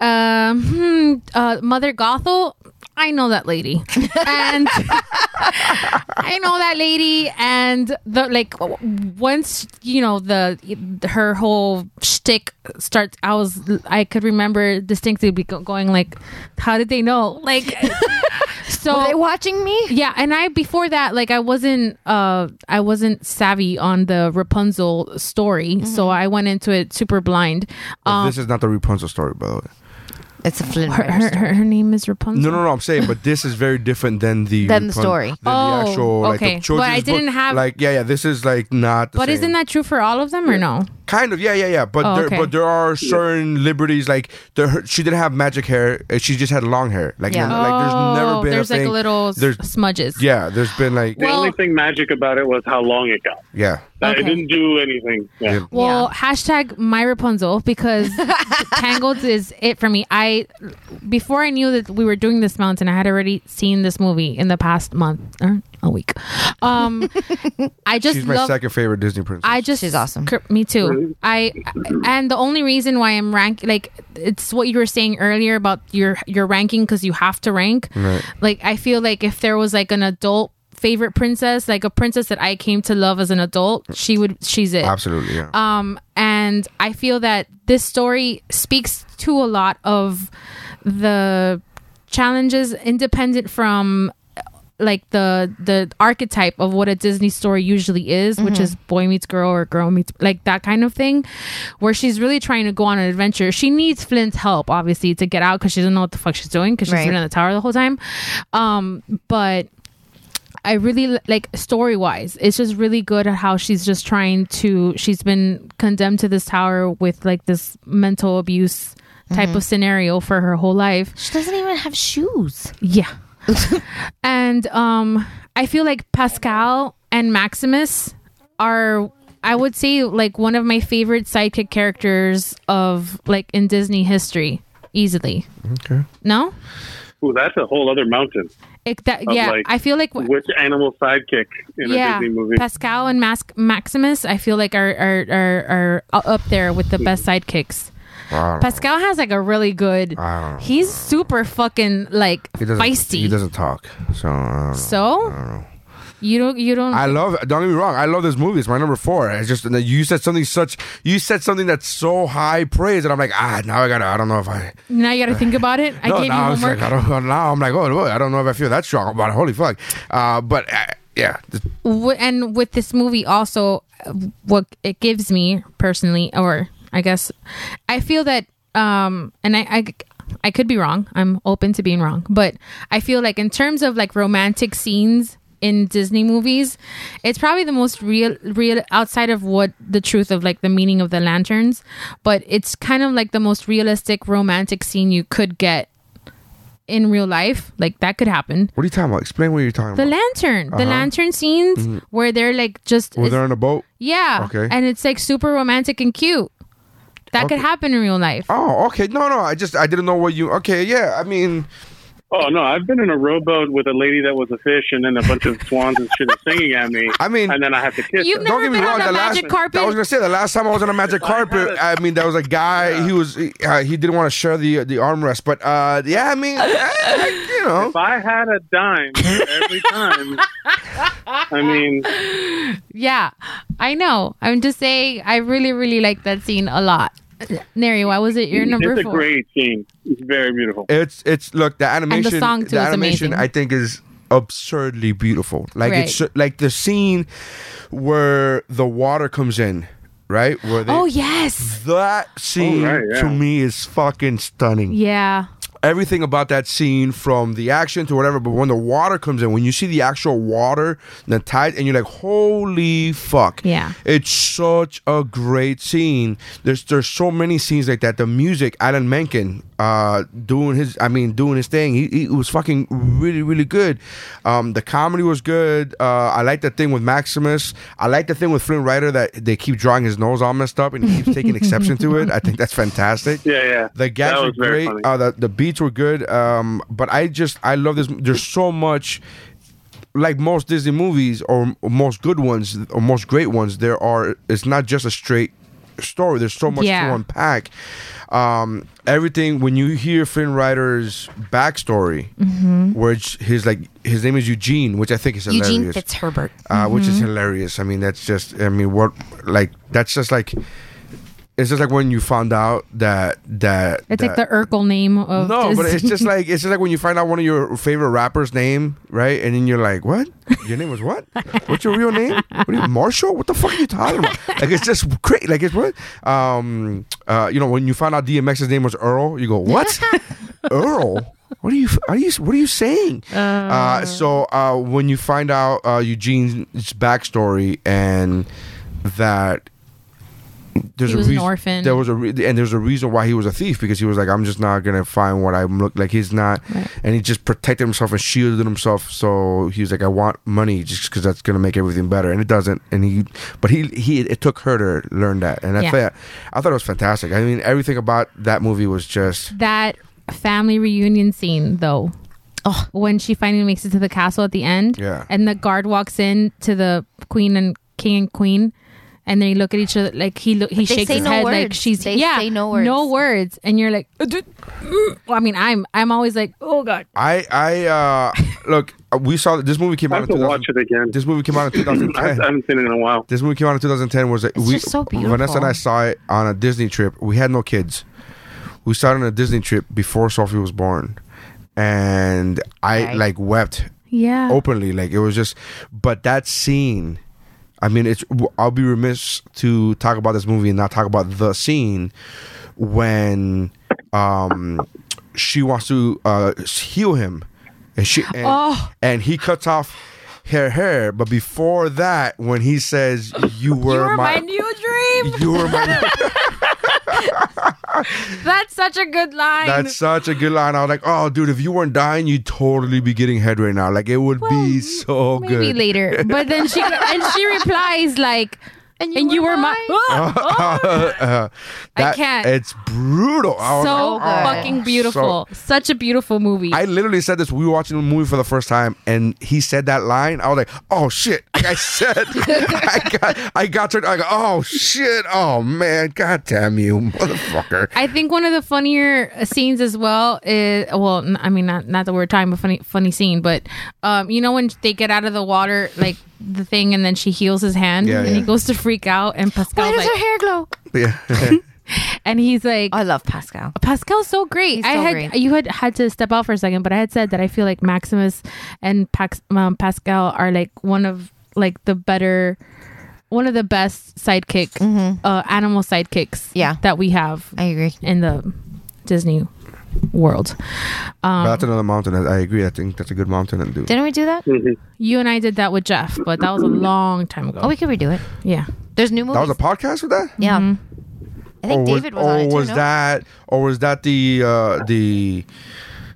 F: um, hmm, uh, Mother uh, Gothel. I know that lady, and I know that lady, and the like. w- Once you know the her whole shtick starts, I was I could remember distinctly be go- going like, how did they know? Like, so
E: Are they watching me?
F: yeah, and I before that, like I wasn't uh I wasn't savvy on the Rapunzel story, so I went into it super blind. Um
D: this is not the Rapunzel story, by the way.
E: It's a Flynn
F: her, her, her- her name is Rapunzel.
D: No, no, no. I'm saying, but this is very different than the
E: Than the story.
D: than
F: Oh,
D: the actual like
F: okay.
D: the
F: But
D: children's
F: I didn't
D: book.
F: have-
D: like yeah, yeah. This is like not. The
F: But isn't that true for all of them or no?
D: kind of yeah, yeah, yeah? But
F: Oh,
D: there,
F: okay.
D: but there are certain liberties. Like the, her, she didn't have magic hair. uh, She just had long hair. Like
E: Yeah.
D: n- like there's never
F: Oh,
D: been
F: there's
D: a
F: like
D: thing.
F: little s-
D: There's
F: smudges.
D: yeah, there's been like
F: Well-
C: only thing magic about it was how long it got.
D: yeah.
C: Uh, It
F: Oh. Okay.
C: didn't do anything. Yeah.
D: Yeah.
F: Well, hashtag my Rapunzel because Tangled is it for me. I before I knew that we were doing this mountain, I had already seen this movie in the past month or a week. Um, I just
D: She's my
F: love
D: second favorite Disney princess.
F: I just
E: She's awesome.
F: cur- Me too. I and the only reason why I'm rank like it's what you were saying earlier about your your ranking because you have to rank. Like I feel like if there was like an adult favorite princess, like a princess that I came to love as an adult, she would she's it.
D: Absolutely, yeah.
F: Um, and I feel that this story speaks to a lot of the challenges independent from like the the archetype of what a Disney story usually is, which is boy meets girl or girl meets like that kind of thing, where she's really trying to go on an adventure. She needs Flynn's help, obviously, to get out because she doesn't know what the fuck she's doing because she's
E: Right.
F: been in the tower the whole time. Um, but I really li- like story wise. It's just really good at how she's just trying to. She's been condemned to this tower with like this mental abuse type of scenario for her whole life.
E: Mm-hmm. She doesn't even have shoes.
F: Yeah. and um I feel like Pascal and Maximus are I would say like one of my favorite sidekick characters of like in Disney history easily.
D: okay.
F: No?
C: Ooh, that's a whole other mountain.
F: It, that,
C: Of,
F: yeah,
C: like,
F: I feel like
C: Which animal sidekick in a Disney movie?
F: Pascal and Mas- Maximus, I feel like are are, are are up there with the best sidekicks.
D: Wow.
F: Pascal has like a really good.
D: I don't know.
F: He's super fucking like
D: He doesn't,
F: feisty.
D: He doesn't talk. So I don't know.
F: so you don't you don't.
D: I love. Don't get me wrong. I love this movie. It's my number four. It's just you said something such. You said something that's so high praise, and I'm like, ah, now I gotta. I don't know if I.
F: now you got to think about it. I
D: no,
F: gave you
D: now I was
F: homework.
D: like, I don't, now I'm like, oh, boy, I don't know if I feel that strong about it. Holy fuck. Uh, but uh, yeah, th-
F: w- and with this movie also uh, what it gives me personally or i guess i feel that um and i i I could be wrong. I'm open to being wrong, but I feel like in terms of like romantic scenes in Disney movies, it's probably the most real real outside of what the truth of like the meaning of the lanterns, but it's kind of like the most realistic romantic scene you could get in real life. Like that could happen.
D: what are you talking about? Explain what you're talking
F: The
D: about.
F: lantern,
D: Uh-huh.
F: the lantern scenes where they're like just
D: Were
F: it's-
D: they on a boat?
F: yeah,
D: Mm-hmm. Okay.
F: and it's like super romantic and cute. That could happen in real life.
D: Oh, okay. No, no. I just I didn't know what you. Okay, yeah. I mean,
C: Oh no, I've been in a rowboat with a lady that was a fish, and then a bunch of swans and shit are singing at me.
D: I mean-
C: and then I have to kiss.
F: You've
C: her.
F: never
D: don't get me
F: been
D: wrong.
F: on
D: The
F: the
D: last,
F: magic carpet.
D: I was gonna say the last time I was on a magic carpet. I mean, there was a guy. He was. Uh, he didn't want to share the the armrest, but uh, yeah. I mean, eh, you know.
C: If I had a dime every time, I mean,
F: yeah, I know. I'm just saying, I really, really like that scene a lot. Neri, why was it your number
C: it's a
F: four?
C: great scene. It's very beautiful.
D: It's it's look the animation.
F: song, too, is
D: animation
F: amazing.
D: I think is absurdly beautiful. Like
F: Right.
D: it's so- like the scene where the water comes in, right? Where they,
F: oh yes,
D: that scene
C: Oh, right, yeah.
D: to me is fucking stunning
F: yeah.
D: everything about that scene from the action to whatever but when the water comes in when you see the actual water the tide and you're like holy fuck
F: Yeah.
D: it's such a great scene there's there's so many scenes like that the music alan menken uh doing his i mean doing his thing he, he was fucking really really good um the comedy was good uh i like the thing with maximus i like the thing with flynn rider that they keep drawing his nose all messed up and he keeps taking exception to it i think that's fantastic
C: Yeah, yeah.
D: the gags
C: That
D: were
C: was very
D: great.
C: funny.
D: Uh, the the beats were good. Um, but I just I love this. There's so much, like most Disney movies or most good ones or most great ones. There are. It's not just a straight story. There's so much
F: Yeah.
D: to unpack. Um, everything when you hear Finn Rider's backstory, where it's, his like his name is Eugene, which I think is hilarious.
E: Eugene Fitzherbert.
D: uh, which
F: Mm-hmm.
D: is hilarious. I mean, that's just. I mean, what like that's just like. It's just like when you found out that that
F: It's like
D: that-
F: the Urkel name of
D: no, but it's
F: Disney.
D: just like it's just like when you find out one of your favorite rappers' name, right? And then you're like, "What? Your name was what? What's your real name? What are you, Marshall? What the fuck are you talking about?" Like it's just crazy. Like it's what? Um, uh, you know, when you found out DMX's name was Earl, you go, "What? Earl? What are you? Are you? What are you saying?" Uh, so uh, when you find out uh, Eugene's backstory and that there's
F: He
D: a
F: was an
D: reas-
F: orphan.
D: There was a re- and there's a reason why he was a thief because he was like, I'm just not gonna find what I'm look like. He's not, and he just protected himself and shielded himself. So he was like, I want money just because that's gonna make everything better, and it doesn't. And he, but he he it took her to learn that, and I
F: Yeah.
D: thought I thought it was fantastic. I mean, everything about that movie was just
F: that family reunion scene though. Oh, when she finally makes it to the castle at the end,
D: Yeah.
F: and the guard walks in to the queen and king and queen, and they look at each other like he look he
E: they
F: shakes
E: say
F: his
E: no
F: head like
E: words.
F: she's
E: They
F: yeah
E: say no words.
F: no words, and you're like, "Uh, dude, mm." well, I mean, I'm I'm always like, oh god,
D: I I uh look we saw that this movie came
C: I
D: out.
C: have
D: in
C: to
D: 2000
C: watch it again.
D: This movie came out in
C: I
D: 2010.
C: haven't seen it in a while.
D: This movie came out in 2010. Was it's we,
E: just so beautiful.
D: Vanessa and I saw it on a Disney trip. We had no kids. We saw it on a Disney trip before Sophie was born, and I
E: Right.
D: like wept
F: yeah,
D: openly. Like it was just, but that scene. I mean, it's. I'll be remiss to talk about this movie and not talk about the scene when um she wants to uh heal him, and she and,
F: Oh.
D: and he cuts off her hair. But before that, when he says, "You were,
F: you were
D: my."
F: my new dream.
D: you were my.
F: That's such a good line.
D: That's such a good line. I was like, "Oh, dude, if you weren't dying, you'd totally be getting head right now. Like, it would be so
F: maybe
D: good."
F: later, but then she and she replies like, and you, were, my. oh,
E: Oh.
D: Uh, that-
F: can't.
D: It's brutal. I was
F: so
D: like, "Oh."
F: fucking beautiful.
D: So-
F: Such a beautiful movie.
D: I literally said this. We were watching the movie for the first time, and he said that line. I was like, "Oh shit!" Like I said, I got, I got turned. I go, "Oh shit! Oh man! God damn you, motherfucker!"
F: I think one of the funnier uh, scenes as well is well, n- I mean, not not that we're talking about funny funny scene, but um, you know when they get out of the water, like the thing, and then she heals his hand,
D: Yeah,
F: and
D: yeah.
F: he goes to freak out, and
E: Why
F: Pascal's
E: does her
F: like,
E: hair glow? Oh,
D: Yeah.
E: Um,
F: and he's like,
E: I love Pascal.
F: Pascal's so great.
E: He's
F: I
E: so
F: had
E: great.
F: you had had to step out for a second, but I had said that I feel like Maximus and Pax, um, Pascal are like one of like the better, one of the best sidekick, uh, animal sidekicks.
E: Mm-hmm. Yeah.
F: that we have
E: I agree.
F: in the Disney world. Um,
D: But that's another mountain. I I agree. I think that's a good mountain to do.
E: Didn't we do that?
D: Hmm.
F: You and I did that with Jeff, but that was a long time ago.
E: Oh, we could redo it.
F: yeah.
E: There's new
D: That
E: movies.
D: was a podcast with that.
E: yeah. I think
D: or was,
E: David was,
D: or
E: on it too.
D: oh, was
E: no?
D: that or was that the uh, the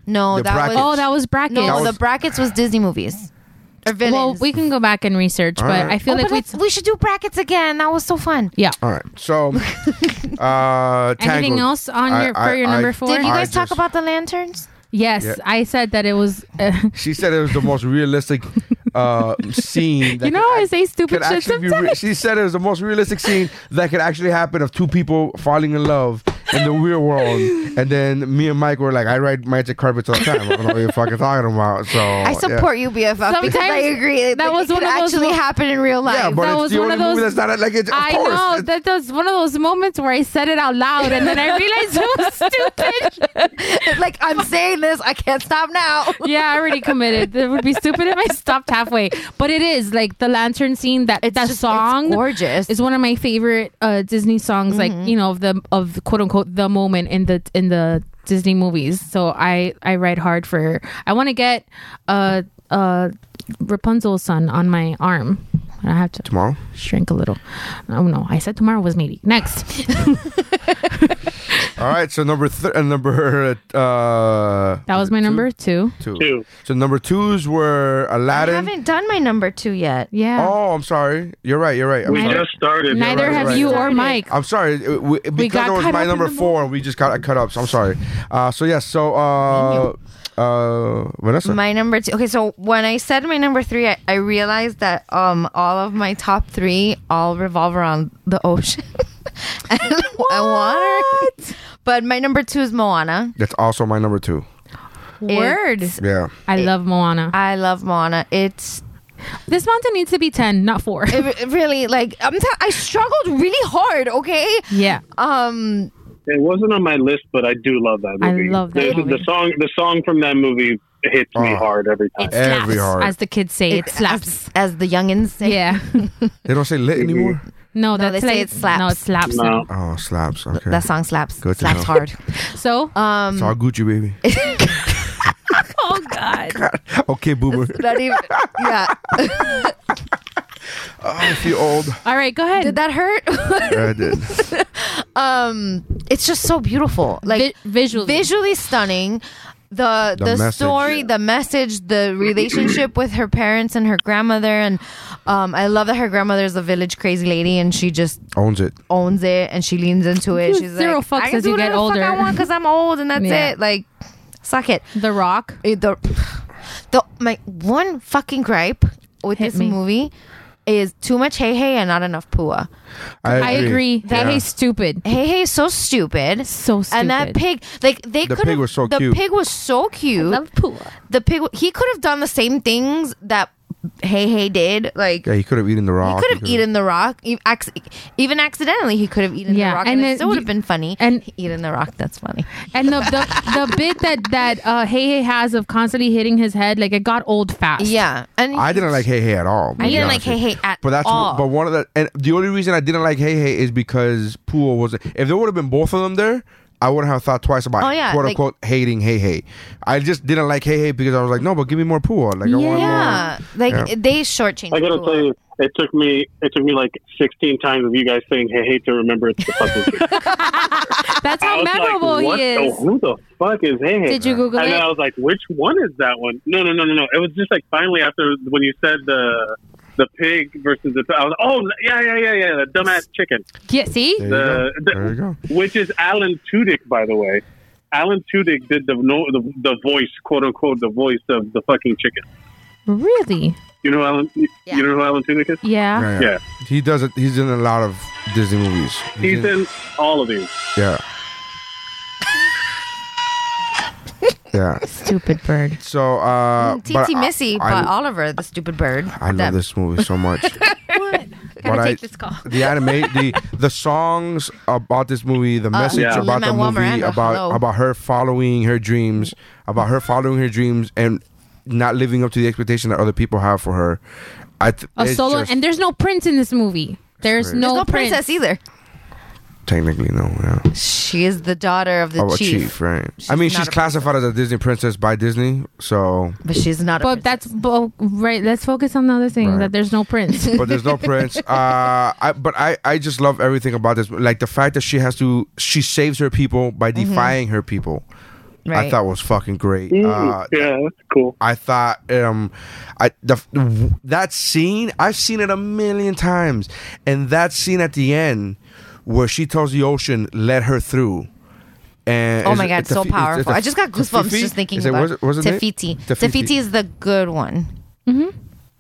E: no,
D: the
E: that
D: brackets?
F: Oh,
E: was
F: that was brackets.
E: no.
D: was-
E: the brackets was Disney movies or villains.
F: well, we can go back and research, but
D: right.
F: I feel
E: Oh,
F: like
E: but
F: we.
E: let's- we should do brackets again. That was so fun.
F: yeah.
D: All right. So, uh,
F: Anything
D: Tangled.
F: else on
D: I-
F: your
D: I-
F: for your
D: I-
F: number four?
E: Did you
D: I
E: guys talk
D: just-
E: about the lanterns?
D: Oh,
F: yes,
D: Yeah.
F: I said that it was. Uh,
D: She said it was the most realistic uh, scene. That
F: You know,
D: could
F: I
D: act-
F: say stupid
D: could
F: shit
D: actually be
F: sometimes.
D: re- she said it was the most realistic scene that could actually happen of two people falling in love in the real world. And then me and Mike were like, I ride magic carpets all the time. I don't know what you're fucking talking about. So
E: I support you, BFF, because I
F: Sometimes
E: agree.
F: that
E: it
F: was
E: could
F: one of those
E: actually
F: mo-
E: happen in real life.
D: Yeah, but
F: That was
D: it's the
F: one
D: only
F: of
D: movie
F: those-
D: that's not like it. Of
F: I
D: course,
F: know
D: It-
F: that was one of those moments where I said it out loud, and then I realized it was stupid.
E: like I'm saying this, I can't stop now.
F: yeah, I already committed. It would be stupid if I stopped halfway. But it is like the lantern scene. That that
E: just- it's
F: song,
E: gorgeous.
F: is one of my favorite uh, Disney songs. Like you know of the of quote unquote the moment in the in the Disney movies. So I I ride hard for. I want to get uh uh Rapunzel's son on my arm. I have to
D: tomorrow.
F: shrink a little. Oh no, I said tomorrow was maybe next.
D: All right, so number th- uh, number uh,
F: That was my number two.
D: two.
C: Two.
D: So number twos were
E: I
D: Aladdin.
E: haven't done my number two yet.
F: Yeah.
D: Oh, I'm sorry. You're right. You're right. I'm
C: We
D: sorry.
C: just started.
F: Neither
D: right,
F: have
D: right.
F: you or Mike.
D: I'm sorry. It- it- because
F: got
D: it was
F: cut up
D: my
F: in
D: number
F: the
D: four, we just got cut up. So I'm sorry. Uh, so yes. So uh, uh, Vanessa.
E: My number two. Okay, so when I said my number three, I, I realized that um all of my top three all revolve around the ocean. I want her. But my number two is Moana.
D: That's also my number two.
F: Word.
E: It's-
D: Yeah.
F: I love Moana.
E: I love Moana. It's
F: this mountain needs to be 10, not 4.
E: it, it really like I'm t- I struggled really hard. Okay.
F: yeah.
E: Um.
C: It wasn't on my list, but I do love that
F: I
C: movie.
F: love that
C: the, the
F: movie.
C: song. The song from that movie hits me
D: Oh.
C: hard every time.
F: It slaps,
D: Every heart.
F: as the kids say. It, slaps.
E: as, as the youngins say.
F: Yeah.
D: They don't say lit anymore?
F: No, that's
E: they say
F: like,
E: it slaps.
F: No, it slaps.
C: No.
D: Oh, slaps. Okay.
E: That song slaps.
D: Good to
E: slaps
D: know.
E: hard.
F: So,
E: Um.
D: it's all Gucci, baby.
F: oh God.
D: okay, boomer.
E: Not even. Yeah.
D: I feel Oh, old.
F: All right, go ahead.
E: Did that hurt?
D: Yeah, I did.
E: um. It's just so beautiful. Like
F: Vi- visually.
E: visually stunning.
D: The
E: The the,
D: message.
E: story, the message, the relationship with her parents and her grandmother, and um, I love that her grandmother is a village crazy lady, and she just
D: Owns it.
E: owns it and she leans into it.
F: Dude,
E: She's
F: zero
E: like,
F: fucks
E: I can
F: as
E: do
F: you get
E: whatever the
F: older.
E: fuck I want because I'm old and that's
F: Yeah.
E: it. Like, suck it.
F: the Rock.
E: It- The, the my one fucking gripe with
F: Hit
E: this
F: me.
E: movie is too much hey hey and not enough pua.
F: I agree. That he's stupid.
E: Hey hey is so stupid.
F: So stupid.
E: And that pig, like they
D: The
E: could.
D: pig was so
E: the
D: cute.
E: pig was so cute.
F: Love Pua.
E: the pig. w- He could have done the same things that Hey Hey did. Like
D: Yeah, he could have eaten the raw.
E: he could have eaten the rock, e- acc- even accidentally. He could have eaten
F: Yeah,
E: the rock,
F: and
E: and,
F: then
E: it still would
F: you-
E: have been funny.
F: and-
E: eating the rock, that's funny.
F: And the the, the bit that that uh, Hey Hey has of constantly hitting his head, like it got old fast.
E: Yeah, and
D: I didn't like Hey Hey at all.
E: I didn't like Hey Hey at
D: But that's
E: all.
D: but one of the and the only reason I didn't like Hey Hey is because Pool was if there would have been both of them there, I wouldn't have thought twice about
E: Oh, yeah,
D: quote
E: like-
D: unquote hating Hey Hey. I just didn't like Hey Hey because I was like, no, but give me more Pool. Like I want more.
E: yeah, like
D: Yeah.
E: they shortchanged.
C: I gotta
E: Pua.
C: tell you, it took me it took me like sixteen times of you guys saying "Hey, hate to remember it's the fucking." kid."
F: That's
C: I
F: how
C: was like,
F: memorable
C: what
F: he
C: the-
F: is.
C: who the fuck is Hey Hey?
F: Did you Google
C: and then I
F: it?
C: was like, which one is that one? No, no, no, no, no. It was just like finally after when you said the the pig versus the I was like, oh yeah yeah yeah yeah the dumbass chicken
F: Yeah. See.
D: There you
C: the,
D: go. There you go.
C: the- which is Alan Tudyk by the way. Alan Tudyk did the no the, the voice quote unquote the voice of the fucking chicken.
F: Really?
C: You know Alan you
E: Yeah.
C: know who Alan Tudyk is?
F: Yeah.
D: Yeah,
C: Yeah.
D: He does it he's in a lot of Disney movies.
C: He's in all of these.
D: Yeah. yeah.
F: Stupid bird.
D: So uh but
E: TT
D: I-
E: Missy
D: I-
E: bought Oliver, the stupid bird.
D: I love this movie so much.
F: What?
D: But
F: Gotta
D: I-
F: take this call.
D: the anime, the the songs about this movie, the message
C: Yeah.
D: about the
E: Lin-Manuel
D: movie,
E: Miranda,
D: about
E: hello.
D: about her following her dreams, about her following her dreams and not living up to the expectation that other people have for her. I th-
F: A
D: it's
F: solo,
D: just-
F: and there's no prince in this movie. There's
D: great.
F: no,
E: No,
F: prince.
E: princess either.
D: technically no, yeah.
E: She is the daughter of the
D: Oh, a
E: chief,
D: chief, right? I mean,
E: She's not
D: she's
E: a
D: classified as a Disney princess by Disney, so
E: but she's not. a
F: But that's bo- right. Let's focus on the other thing.
D: Right.
F: That there's no prince.
D: but there's no prince. Uh, I, but I, I just love everything about this. Like the fact that she has to, she saves her people by defying her people.
E: Mm-hmm. Right. Mm.
D: I thought was fucking great. Uh,
C: yeah, that's cool.
D: I thought um, I the, that scene I've seen it a million times, and that scene at the end where she tells the ocean, "Let her through." And
E: Oh
D: is
E: my
D: it-
E: god,
D: it's a
E: so
D: fi- it's- it's
E: powerful!
D: a-
E: I just got goosebumps
D: Tafifi?
E: just thinking
D: Is it-
E: about E
D: was it- was it E name?
E: Tafiti.
D: Tafiti.
E: Tafiti is the good one,
C: Mm-hmm.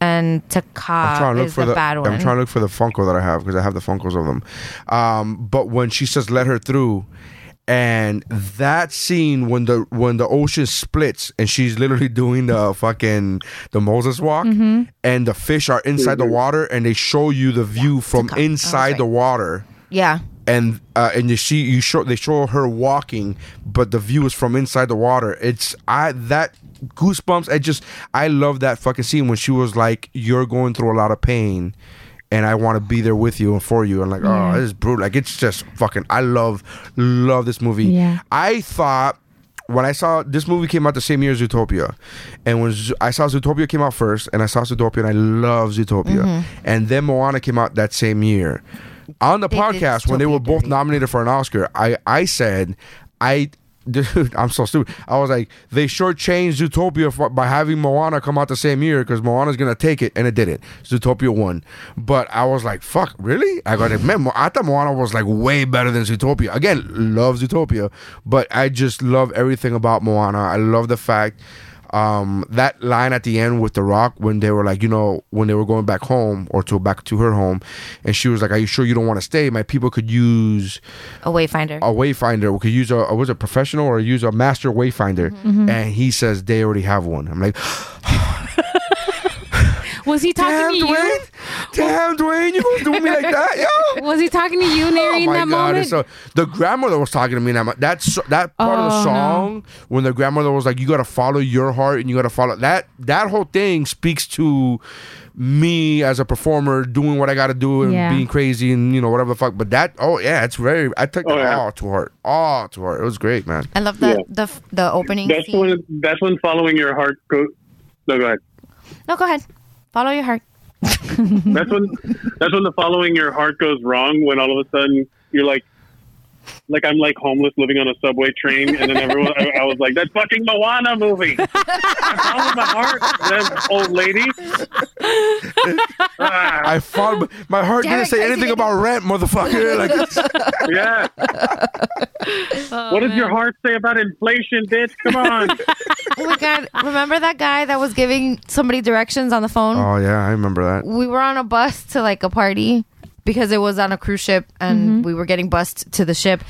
E: and
D: I'm trying to
E: Taka
D: look
E: is
D: for
E: the,
D: the.
E: bad one.
D: I'm trying to look for the Funko that I have because I have the Funkos of them. Um, but when she says "let her through," and that scene when the when the ocean splits and she's literally doing the fucking the Moses walk,
E: Mm-hmm.
D: and the fish are inside the water and they show you the view from
E: Taka. I was
D: inside the
E: Oh, right.
D: water.
E: yeah,
D: And uh, and you see you show they show her walking, but the view is from inside the water. It's I that goosebumps. I just I love that fucking scene when she was like, "You're going through a lot of pain, and I want to be there with you and for you." And like, oh, this is brutal. Like it's just fucking. I love love this movie.
F: Yeah.
D: I thought when I saw this movie came out the same year as Zootopia, and when Zo- I saw Zootopia came out first, and I saw Zootopia, and I love Zootopia, and then Moana came out that same year. On the
E: They did
D: podcast, when they
E: Zootopia
D: were both
E: dirty.
D: nominated for an Oscar, I I said, I. Dude, I'm so stupid. I was like, they shortchanged Zootopia for, by having Moana come out the same year because Moana's gonna take it, and it didn't. Zootopia won, but I was like, fuck, really? I got it. Man, Mo- I thought Moana was like way better than Zootopia. Again, love Zootopia, but I just love everything about Moana. I love the fact um, that line at the end with The Rock when they were like, you know, when they were going back home or to back to her home, and she was like, "Are you sure you don't want to stay? My people could use
E: A wayfinder.
D: a wayfinder. We could use a, a was a professional or use a master wayfinder." And he says they already have one. I'm like,
F: Was he
D: "Damn,
F: talking to you?
D: Dwayne, damn, Dwayne, you gonna do me like that, yo?"
F: Was he talking to you, Nary, in that moment?
D: Oh it's So the grandmother was talking to me, and I'm, that so- that part of
F: Oh,
D: the
F: no.
D: song when the grandmother was like, "You gotta follow your heart, and you gotta follow that." That whole thing speaks to me as a performer doing what I gotta do and
F: Yeah.
D: being crazy and you know whatever the fuck. But that, oh yeah, it's very. I took
C: Oh,
D: that
C: yeah.
D: all to heart, all to heart. It was great, man.
E: I love the
C: Yeah.
E: the f- the opening.
C: That's
E: scene.
C: when that's when following your heart goes. No, go ahead.
E: No, go ahead. Follow your heart.
C: That's when that's when the following your heart goes wrong. When all of a sudden you're like, like I'm like homeless living on a subway train, and then everyone I, I was like that fucking Moana movie. I followed my heart, that old lady. Ah,
D: I followed. My heart
E: Derek,
D: didn't say
E: I see
D: anything
E: it.
D: about rent, motherfucker. Like, it's-
C: yeah. what does your heart say about inflation, bitch? Come on.
E: Oh my god! Remember that guy that was giving somebody directions on the phone?
D: oh yeah, I remember that.
E: we were on a bus to like a party because it was on a cruise ship
C: Mm-hmm.
E: and we were getting bussed to the ship.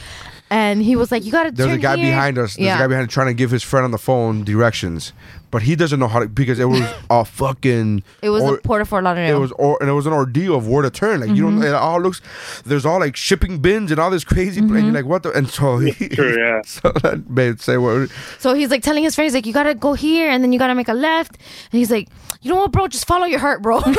E: And he was like, "You got to."
D: There's a guy behind us. There's
E: yeah.
D: a guy behind trying to give his friend on the phone directions, but he doesn't know how to because it was a fucking.
E: It was
D: or-
E: a port of Fort
D: Oh. It
E: Lauderdale.
D: was or and it was an ordeal of where to turn. Like you
E: Mm-hmm.
D: don't. It all looks. There's all like shipping bins and all this crazy. And
E: Mm-hmm.
D: you're like, what the? And so he.
C: True, yeah.
D: So that made say what?
E: so he's like telling his friends, like, "You got to go here and then you got to make a left." And he's like, "You know what, bro? Just follow your heart, bro."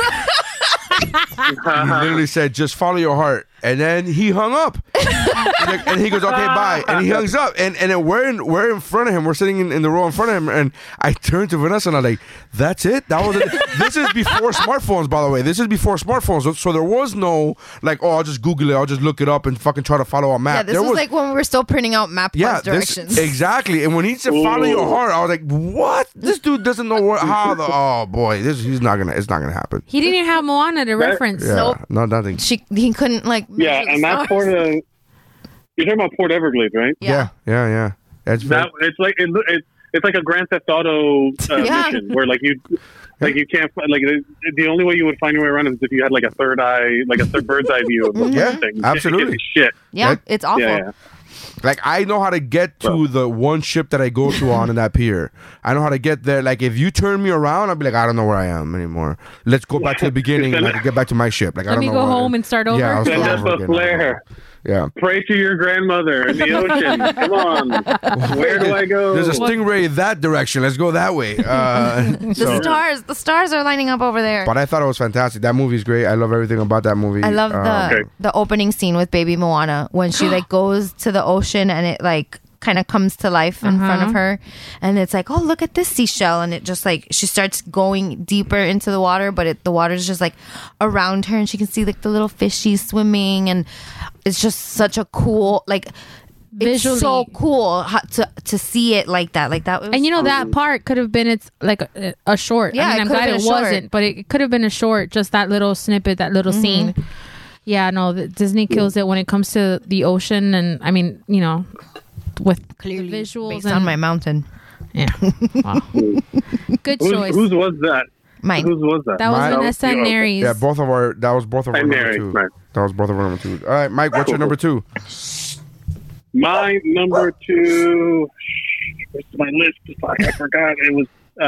D: He literally said, "Just follow your heart," and then he hung up. Like, and he goes, "Okay, bye," and he hangs up. And and then we're in we're in front of him. We're sitting in, in the row in front of him. And I turned to Vanessa and I'm like, "That's it. That was it. this is before smartphones, by the way. This is before smartphones. So there was no like, oh, I'll just Google it. I'll just look it up and fucking try to follow a map.
E: yeah, this
D: there
E: was, like when we were still printing out map
D: yeah,
E: yeah,
D: this,
E: directions.
D: exactly. And when he said follow your heart, I was like, "What? This dude doesn't know where, how the oh boy, this he's not gonna it's not gonna happen."
F: he didn't have Moana to reference.
D: Yeah,
E: Nope.
D: no, nothing.
E: she he couldn't like.
C: Yeah,
E: measure the
C: and that
E: stars.
C: port of you're talking about Port Everglades, right?
D: Yeah, yeah, yeah. That's very-
C: That it's like it, lo- it, it's like a Grand Theft Auto uh,
E: Yeah.
C: mission where like you like you can't fi- like the, the only way you would find your way around is if you had like a third eye like a third bird's eye view of the
D: Yeah,
C: whole thing. You
D: absolutely.
C: can't get shit.
E: yeah,
D: Right?
E: it's awful.
C: Yeah, yeah.
D: Like I know how to get to the one ship that I go to on in that pier. I know how to get there. Like if you turn me around, I'll be like, I don't know where I am anymore. Let's go back to the beginning and I can get back to my ship. Like I
F: Let
D: don't
F: me
D: know
F: go
D: where I
F: home
D: am.
F: and start over.
D: Yeah, I'll
C: Send
D: start
C: up
D: over
C: a
D: again.
C: flare.
D: Yeah.
C: Pray to your grandmother in the ocean. Come on. Where do I go?
D: There's a stingray that direction. Let's go that way. Uh,
E: The
D: so-
E: stars, the stars are lining up over there.
D: but I thought it was fantastic. That movie's great. I love everything about that movie.
E: I love the
D: Um,
C: Okay.
E: the opening scene with baby Moana when she like goes to the ocean and it like kind of comes to life in front of
D: Uh-huh.
E: her and it's like oh look at this seashell and it just like she starts going deeper into the water but it, the water's just like around her and she can see like the little fishies swimming and it's just such a cool like
F: Visually.
E: it's so cool ho- to to see it like that like that was,
F: And you know that part could have been its like a, a short.
E: Mm. Yeah,
F: I
E: it
F: mean, I'm
E: could have
F: glad
E: been
F: it
E: a short.
F: wasn't, but it could have been a short. Just that little snippet, that
D: Mm-hmm.
F: little scene. Yeah, no, the, Disney
E: Mm.
F: kills it when it comes to the ocean, and I mean, you know, with clearly visuals
E: based
F: and
E: on my mountain
F: yeah. Wow. Good
C: Whose,
F: choice.
C: whose was that?
E: mine
C: Whose was that?
F: that was
D: Mine-
F: Vanessa and Mary's.
D: Yeah, both of our. That was both of our
C: And
D: number
C: Mary,
D: two.
C: right.
D: That was both of our number two. All right, Mike. What's your number two?
C: My number two. Where's my list? Fuck, I forgot. It was. Uh,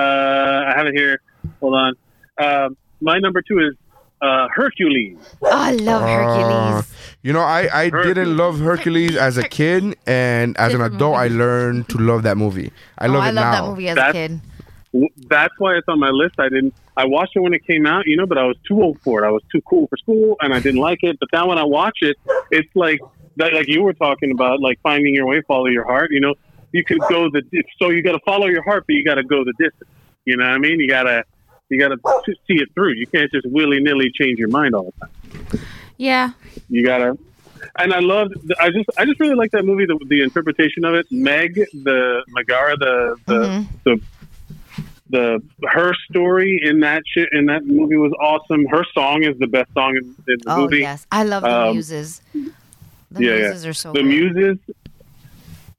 C: I have it here. Hold on. Um, my number two is uh, Hercules.
E: oh, I love
D: Uh,
E: Hercules
D: You know, I, I didn't love Hercules as a kid, and as an adult, I learned to love that movie. I
E: oh,
D: love
E: I
D: it
E: love
D: now.
E: that movie as a
C: That's-
E: kid
C: W- That's why it's on my list. I didn't. I watched it when it came out, you know, but I was too old for it. I was too cool for school, and I didn't like it. But now when I watch it, it's like that. Like you were talking about, like finding your way, follow your heart. You know, you could go the. di- So you got to follow your heart, but you got to go the distance. You know what I mean? You gotta. You gotta see it through. You can't just willy nilly change your mind all the time.
F: yeah.
C: You gotta. And I loved. I just. I just really like that movie. The, the interpretation of it. Meg, the Megara, the the, the the her story in that shit in that movie was awesome. Her song is the best song in, in the
E: Oh
C: movie.
E: yes, I love the
C: Um,
E: muses. The
C: yeah, yeah.
E: muses are so
C: the
E: good.
C: muses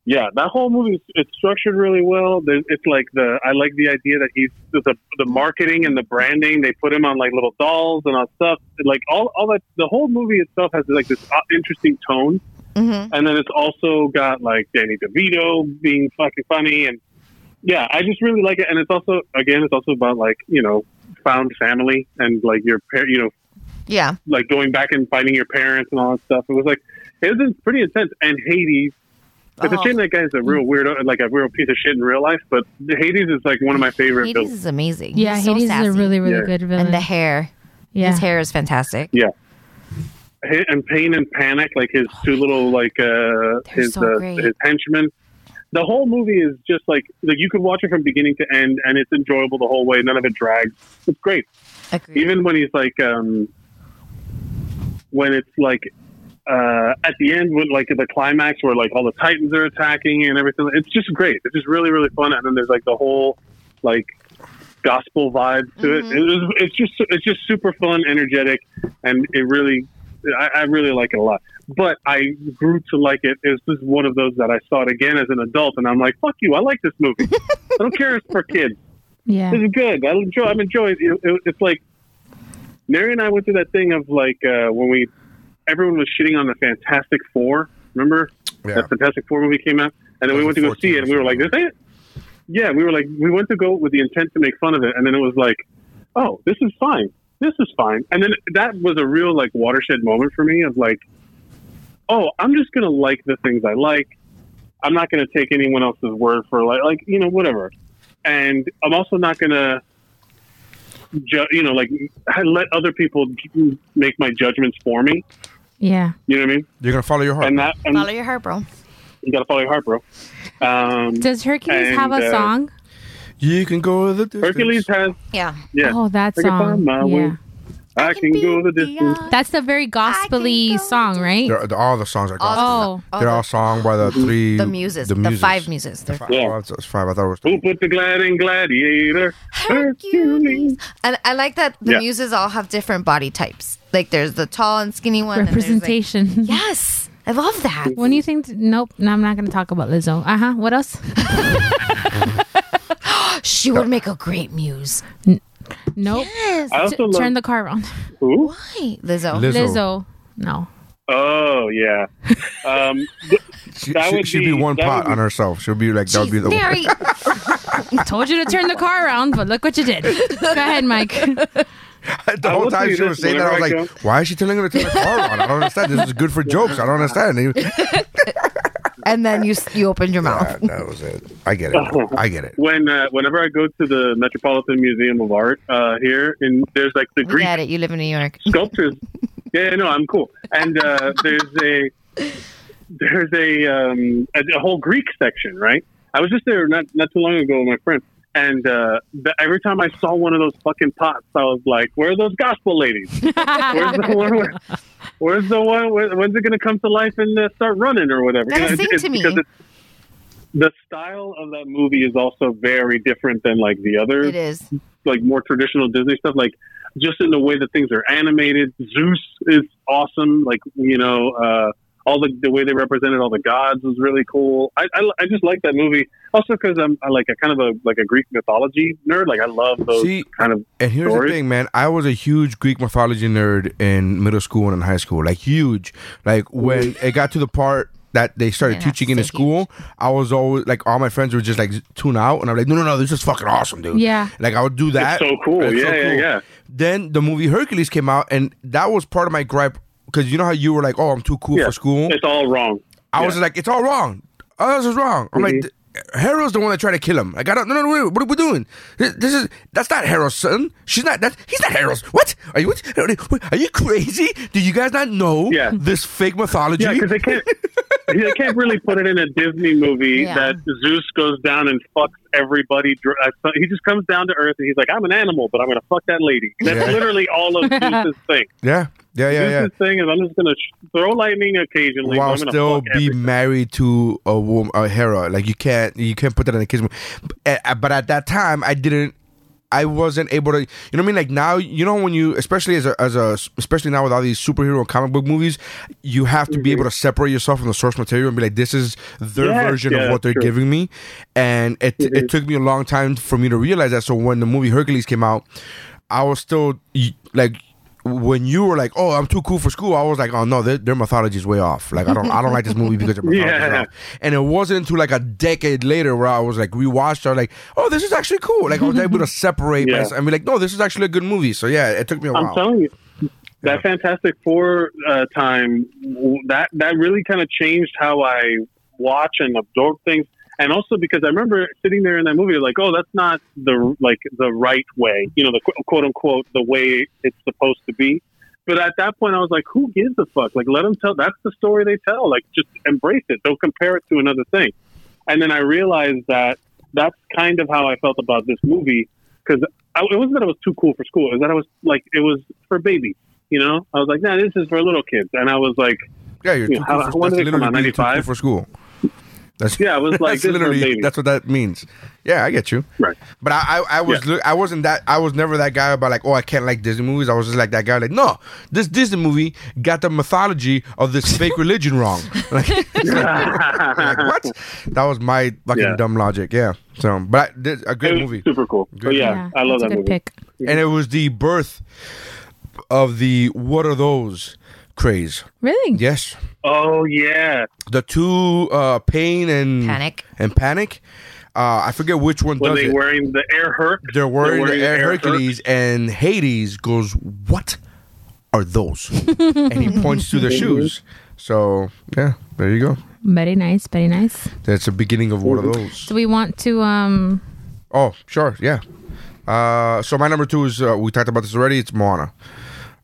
C: yeah, that whole movie is it's structured really well. There's, it's like the I like the idea that he's the the marketing and the branding. They put him on like little dolls and all stuff. Like all all that the whole movie itself has like this uh, interesting tone,
E: Mm-hmm.
C: and then it's also got like Danny DeVito being fucking funny and yeah, I just really like it. And it's also again, it's also about like you know found family and like your par- you know
E: Yeah.
C: like going back and finding your parents and all that stuff. It was like it was pretty intense. And Hades, it's
E: Oh.
C: a shame that guy's a real weirdo, like a real piece of shit in real life. But Hades is like one of my favorite
E: Hades
C: films.
E: is amazing.
F: Yeah,
E: He's so
F: Hades
E: sassy.
F: is a really, really
C: Yeah.
F: good villain.
E: and the hair.
F: yeah.
E: His hair is fantastic.
C: Yeah. Hi- And Pain and Panic, like his two little like uh his
E: Oh, so
C: uh,
E: great.
C: his henchmen. The whole movie is just like like you could watch it from beginning to end, and it's enjoyable the whole way. None of it drags. It's great.
E: Agreed.
C: even when he's like um when it's like uh at the end with like the climax where like all the titans are attacking and everything it's just great it's just really really fun and then there's like the whole like gospel vibe to it it was, it's just it's just super fun energetic and it really I, I really like it a lot but i grew to like it it was just one of those that i saw it again as an adult and i'm like fuck you i like this movie i don't care if it's for kids
F: yeah.
C: this is good. I enjoy. I'm enjoying. It, it, it's like Mary and I went through that thing of like uh, when we everyone was shitting on the Fantastic Four. Remember
D: Yeah.
C: that Fantastic Four movie came out, and then we went to go see it, and we were like, "This ain't." Yeah, we were like, we went to go with the intent to make fun of it, and then it was like, "Oh, this is fine. This is fine." And then that was a real like watershed moment for me of like, "Oh, I'm just gonna like the things I like. I'm not gonna take anyone else's word for like, like you know, whatever." and I'm also not gonna, ju- you know, like I let other people j- make my judgments for me.
F: Yeah.
C: You know what I mean?
D: You're gonna follow your heart.
C: And that, and
E: Follow your heart, bro.
C: you gotta follow your heart, bro. Um,
F: Does Hercules have
C: And,
F: a
C: uh,
F: song?
D: you can go the distance.
C: Hercules has,
E: Yeah.
C: yeah,
F: Oh, that
C: I can find
F: song.
C: my way.
F: Yeah.
C: I, can,
E: be
C: go the distance.
E: beyond-
F: That's the uh, very gospely
E: go
F: song, right?
D: They're- they're- all the songs are
E: All
D: gospel.
F: Oh.
E: the, all
D: They're
E: the,
D: all sung by the three.
E: the muses, the,
D: muses.
E: five muses. They're
D: Five.
C: Yeah.
D: Oh, it's- it's five. I thought it was.
C: Who put the glad in gladiator?
E: Hercules. And I like that the
C: Yeah.
E: muses all have different body types. Like there's the tall and skinny one. and there's, like-
F: Representation.
E: yes, I love that.
F: When you think, nope, no, I'm not going to talk about Lizzo. Uh huh. What else?
E: She would make a great muse.
F: Nope.
E: Yes.
C: I also
F: Turn
C: love
F: the car around.
C: who?
E: Why, Lizzo?
D: Lizzo.
F: Lizzo. No.
C: Oh yeah. Um, th-
D: She,
C: That
D: she,
C: would
D: she'd be,
C: be-
D: one
C: that
D: pot
C: would be-
D: on herself. She'll be like, that would be the
E: Jeez,
D: one.
E: Mary.
F: Told you to turn the car around, but look what you did. Go ahead, Mike.
D: the
C: I
D: whole
C: will tell
D: time
C: you
D: she was
C: this,
D: saying that, I was
C: whenever
D: like,
C: I
D: why is she telling her to turn the car on? I don't understand. This is good for jokes. I don't understand. And he-
E: and then you s- you opened your mouth.
D: that, that was it. I get it. I get it.
C: when uh, whenever I go to the Metropolitan Museum of Art uh, here, and there's like the
E: We
C: Greek
E: get it. You live in New York.
C: sculptures. yeah, no, I'm cool. And uh, there's a there's a, um, a a whole Greek section, right? I was just there not not too long ago with my friend, and uh, the, every time I saw one of those fucking pots, I was like, "Where are those gospel ladies? Where's the one? Where, where's the one? Where, when's it gonna come to life and uh, start running or whatever?"
E: Gotta sing to me.
C: because the style of that movie is also very different than like the other
E: It is.
C: like more traditional Disney stuff, like just in the way that things are animated. Zeus is awesome. Like you know, uh, all the the way they represented all the gods was really cool. I I, I just like that movie also because I'm I like a kind of a like a Greek mythology nerd. Like I love those
D: See-
C: kind of
D: And here's
C: Story.
D: the thing, man. I was a huge Greek mythology nerd in middle school and in high school. Like huge. Like when it got to the part that they started
E: Yeah,
D: teaching in the
E: that's so
D: school, I was always like all my friends would just like tune out and I'm like, No no no, this is fucking awesome, dude.
F: Yeah.
D: Like I would do that.
C: so cool.
D: It's
C: Yeah, yeah, yeah.
D: Then the movie Hercules came out and that was part of my gripe because you know how you were like, Oh, I'm too cool
C: yeah.
D: for school.
C: It's all wrong.
D: I was like, it's all wrong. All this is wrong. I'm
C: Mm-hmm.
D: like, Harold's the one that tried to kill him. Like, I don't, no, no, wait, what are we doing? This, this is, that's not Harold's son. She's not, that, he's not Harold's. What? Are you, what, are you crazy? Do you guys not know
C: Yeah.
D: this fake mythology?
C: Yeah, because they can't. they can't really put it in a Disney movie
E: Yeah.
C: that Zeus goes down and fucks everybody. dr- uh, so- He just comes down to Earth and he's like, "I'm an animal, but I'm going to fuck that lady." That's
D: Yeah.
C: literally all of Zeus's thing.
D: yeah, yeah, yeah, yeah.
C: Zeus's thing is, I'm just going to sh- throw lightning occasionally.
D: While
C: but I'm gonna
D: still
C: fuck
D: be
C: everything.
D: married to a woman, a Hera. Like you can't, you can't put that in a kids movie. But, uh, but at that time, I didn't I wasn't able to. You know what I mean? Like now, you know when you, especially as a, as a, especially now with all these superhero and comic book movies, you have to be able to separate yourself from the source material and be like, this is their
C: Mm-hmm. Yes,
D: version
C: yeah,
D: of what they're
C: true.
D: giving me, and it it took me a long time for me to realize that. So when the movie Hercules came out, I was still y- like. When you were like, "Oh, I'm too cool for school," I was like, "Oh no, their, their mythology is way off. Like, I don't, I don't like this movie because of mythology." is
C: Yeah.
D: off. And it wasn't until like a decade later where I was like rewatched. I was like, oh, this is actually cool. Like I was able to separate
C: Yeah.
D: myself and be like, no, this is actually a good movie. So yeah, it took me a
C: I'm
D: while.
C: telling you, that Fantastic Four uh, time w- that that really kind of changed how I watch and absorb things, and also because I remember sitting there in that movie, like, oh, that's not the like the right way, you know, the qu- quote unquote the way it's supposed to be. But at that point, I was like, who gives a fuck? Like, let them tell. That's the story they tell. Like, just embrace it. Don't compare it to another thing. And then I realized that that's kind of how I felt about this movie because it wasn't that I was too cool for school. It was that I was like, it was for babies. You know, I was like, nah, this is for little kids. And I was like,
D: Yeah, you're
C: Yeah,
D: too
C: how-
D: cool for,
C: when
D: that's
C: did it come
D: literally
C: out,
D: being too cool
C: 95?
D: for school. That's
C: yeah, I was
D: that's
C: like, this is for
D: literally
C: babies.
D: that's what that means. Yeah, I get you.
C: right.
D: But I, I, I was,
C: Yeah.
D: li- I wasn't that. I was never that guy about like, oh, I can't like Disney movies. I was just like that guy, like, no, this Disney movie got the mythology of this fake religion wrong. Like, like, what? That was my fucking
C: Yeah.
D: dumb logic. Yeah. So, but I, this, a
C: It
D: good
C: was
D: movie.
C: super cool. But yeah, I love
F: that's
C: that
F: a
C: movie.
F: good Pick.
D: and it was the birth of the what are those craze
F: Really?
D: yes
C: Oh yeah,
D: the two uh pain and
E: Panic.
D: and panic uh i forget which one
C: when
D: does
C: they
D: it
C: wearing the Air Herc?
D: they're wearing, the air,
C: Herc.
D: hercules and hades goes what are those and he points to the shoes so yeah there you go
F: Very nice. Very nice.
D: that's the beginning of what are those
F: Do we want to um
D: oh sure yeah uh so my number two is uh, we talked about this already it's moana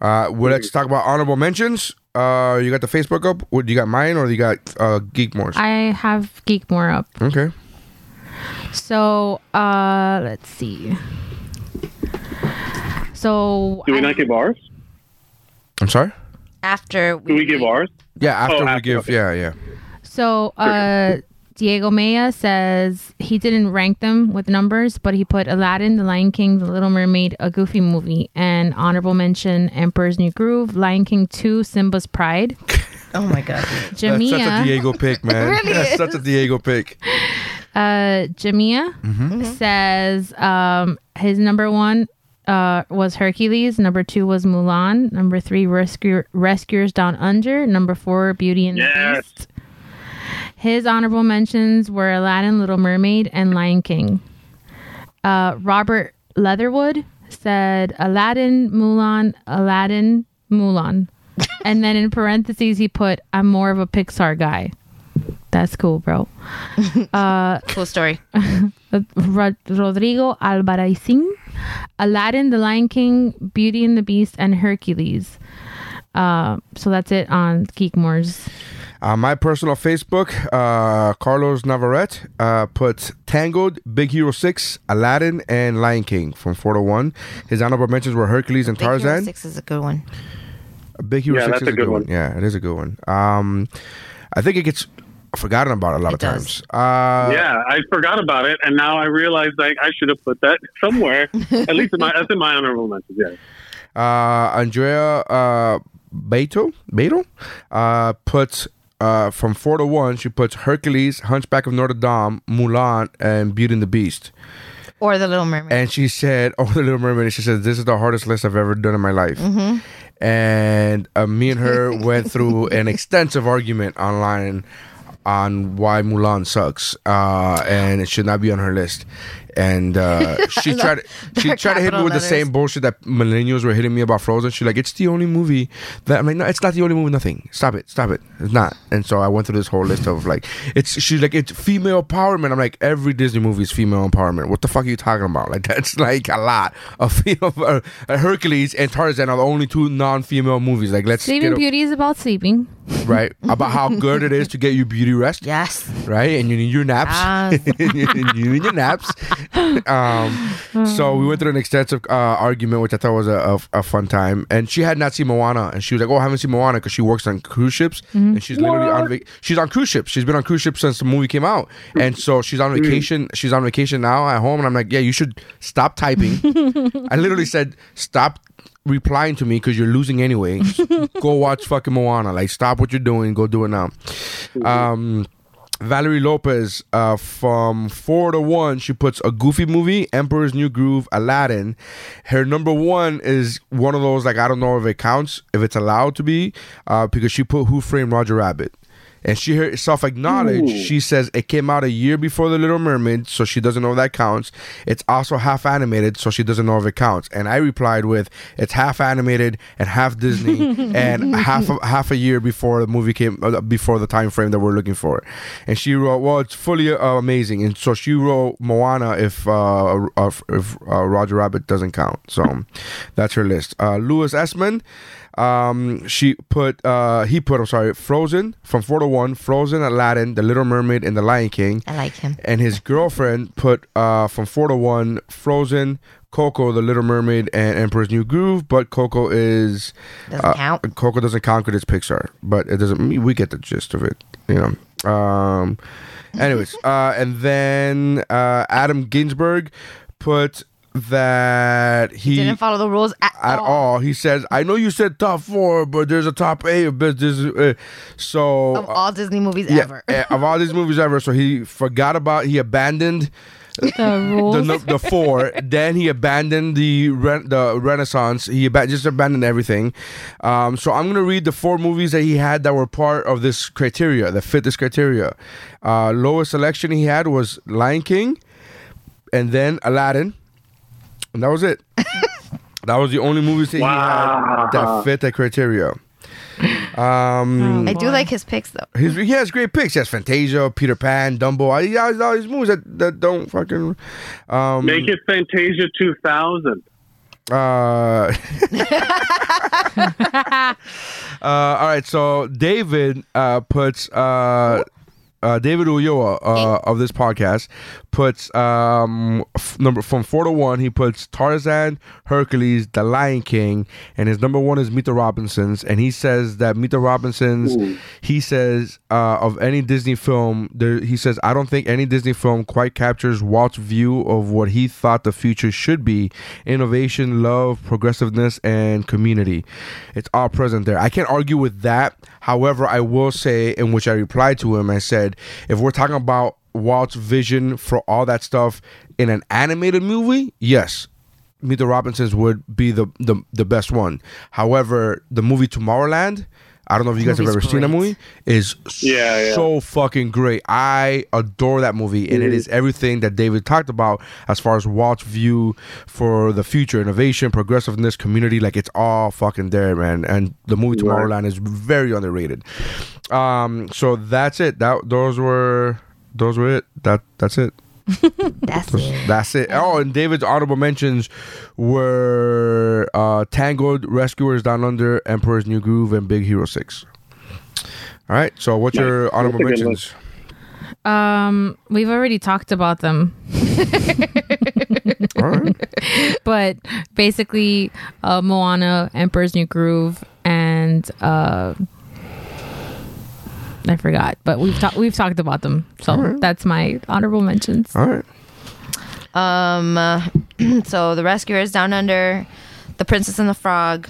D: Uh, well, let's talk about honorable mentions. Uh, you got the Facebook up. What you got mine or you got uh, Geekmore's?
F: I have Geek More up.
D: okay.
F: So uh let's see. So
C: Do we
F: I-
C: not give ours?
D: I'm sorry.
E: After
C: Do we give ours?
D: Yeah, after we
C: Oh, after,
D: give.
C: okay.
D: Yeah, yeah.
F: So uh Diego Maya says he didn't rank them with numbers, but he put Aladdin, The Lion King, The Little Mermaid, a goofy movie, and honorable mention Emperor's New Groove, Lion King 2, Simba's Pride.
H: Oh my god.
D: That's such a
F: Jamia,
D: Diego pick, man.
E: really
D: That's such a Diego pick.
F: uh, Jamia says um, his number one uh, was Hercules, number two was Mulan, number three Rescue- Rescuers Down Under, number four Beauty and the
C: Yes.
F: Beast. His honorable mentions were Aladdin, Little Mermaid, and Lion King. Uh, Robert Leatherwood said Aladdin, Mulan, Aladdin, Mulan. and then in parentheses, he put, I'm more of a Pixar guy. That's cool, bro.
E: cool story.
F: Rod- Rodrigo Alvarezin, Aladdin, The Lion King, Beauty and the Beast, and Hercules. Uh, so that's it on Geekmore's.
D: Uh, my personal Facebook, uh, Carlos Navarrete uh, put Tangled, Big Hero Six, Aladdin, and Lion King from four to one. His honorable mentions were Hercules and
E: Big Hero
D: Tarzan.
E: Six is a good one.
D: Big Hero
C: Yeah,
D: Six
C: that's
D: is a good, one. Yeah, it is a good one. Um, I think it gets forgotten about a lot of times.
E: does.
D: Uh,
C: yeah, I forgot about it, and now I realize like I should have put that somewhere. At least in my that's in my honorable mentions. Yeah.
D: uh, Andrea uh, Beto Beto uh, puts uh, from four to one. She puts Hercules, Hunchback of Notre Dame, Mulan, and Beauty and the Beast.
E: Or The Little Mermaid.
D: And she said, "Oh, the Little Mermaid." She said, "This is the hardest list I've ever done in my life."
E: Mm-hmm.
D: And uh, me and her went through an extensive argument online on why Mulan sucks uh, and it should not be on her list. And uh, she tried, she
E: their
D: tried to hit me
E: capital
D: with the
E: letters.
D: same bullshit that millennials were hitting me about Frozen. She's like, "It's the only movie that I'm like, no, it's not the only movie. Nothing. Stop it. Stop it. It's not." And so I went through this whole list of like, "It's." She's like, "It's female empowerment." I'm like, "Every Disney movie is female empowerment. What the fuck are you talking about? Like that's like a lot of female. Uh, Hercules and Tarzan are the only two non-female movies. Like let's
F: Sleeping
D: get a-
F: Beauty is about sleeping.
D: right about how good it is to get you beauty rest
E: yes.
D: right? And you need your naps.
E: Yes.
D: you need your naps. um, so we went through an extensive uh, argument, which I thought was a, a, a fun time. And she had not seen Moana, and she was like, "Oh, I haven't seen Moana because she works on cruise ships,
E: Mm-hmm.
D: and she's literally on vac- she's on cruise ships. She's been on cruise ships since the movie came out, and so she's on vacation. She's on vacation now at home, and I'm like, "Yeah, you should stop typing." I literally said, "Stop." Replying to me because you're losing anyway. go watch fucking Moana. Like, stop what you're doing. Go do it now. Um, Valerie Lopez uh, from four to one. She puts a goofy movie, Emperor's New Groove, Aladdin. Her number one is one of those like I don't know if it counts, if it's allowed to be, uh, because she put Who Framed Roger Rabbit. And she herself acknowledged, she says it came out a year before The Little Mermaid, so she doesn't know if that counts. It's also half animated, so she doesn't know if it counts. And I replied with, it's half animated and half Disney and half a, half a year before the movie came, uh, before the time frame that we're looking for. And she wrote, well, it's fully uh, amazing. And so she wrote Moana if uh, uh, if uh, Roger Rabbit doesn't count. So that's her list. Uh, Louis Essman um she put uh he put i'm sorry frozen from 401 frozen aladdin the little mermaid and the lion king
E: I like him.
D: and his girlfriend put uh from 401 frozen coco the little mermaid and emperor's new groove but coco is
E: Doesn't
D: uh,
E: count.
D: coco doesn't count 'cause it's pixar but it doesn't mean we get the gist of it you know um anyways uh and then uh adam ginsberg put that he
E: Didn't follow the rules at,
D: at
E: all.
D: all. He says, "I know you said top four, but there's a top eight of business." Uh, so
E: Of all Disney movies
D: yeah,
E: ever.
D: eh, of all these movies ever, so he forgot about he abandoned
F: The rules.
D: the, the four. Then he abandoned the re- the Renaissance. He aba- just abandoned everything. Um, so I'm gonna read the four movies that he had that were part of this criteria that fit this criteria. Uh, lowest selection he had was Lion King, and then Aladdin, and that was it. that was the only movies that he had that fit that criteria. Um,
E: I do like his picks though.
D: his, he has great picks. He has Fantasia, Peter Pan, Dumbo. I, he has all these movies that, that don't fucking. Um,
C: Make it Fantasia 2000.
D: Uh, uh, all right, so David uh, puts uh, uh, David Ulloa uh, of this podcast puts um, f- number from four to one. He puts Tarzan, Hercules, The Lion King, and his number one is Meet the Robinsons. And he says that Meet the Robinsons. He says uh, of any Disney film, there, he says I don't think any Disney film quite captures Walt's view of what he thought the future should be: innovation, love, progressiveness, and community. It's all present there. I can't argue with that. However, I will say, in which I replied to him, I said, if we're talking about Walt's vision for all that stuff in an animated movie, yes, Meet the Robinsons would be the the, the best one. However, the movie Tomorrowland. I don't know if you guys have ever
E: movie's
D: seen that
E: great.
D: movie. Is
C: Yeah, yeah. Mm-hmm.
D: so fucking great. I adore that movie, and it is everything that David talked about as far as Walt's view for the future, innovation, progressiveness, community. Like it's all fucking there, man. And the movie Tomorrowland is very underrated. Um, so that's it. That those were those were it. That that's it.
E: That's it.
D: That's it. Oh, and David's honorable mentions were uh, Tangled, Rescuers Down Under, Emperor's New Groove, and Big Hero Six. All right. So, what's your honorable
C: That's a good
D: mentions?
F: Um, we've already talked about them,
D: All right.
F: but basically, uh, Moana, Emperor's New Groove, and uh, I forgot, but we've talked we've talked about them. So that's my honorable mentions.
D: All right.
E: Um, uh, so the Rescuers, Down Under, The Princess and the Frog,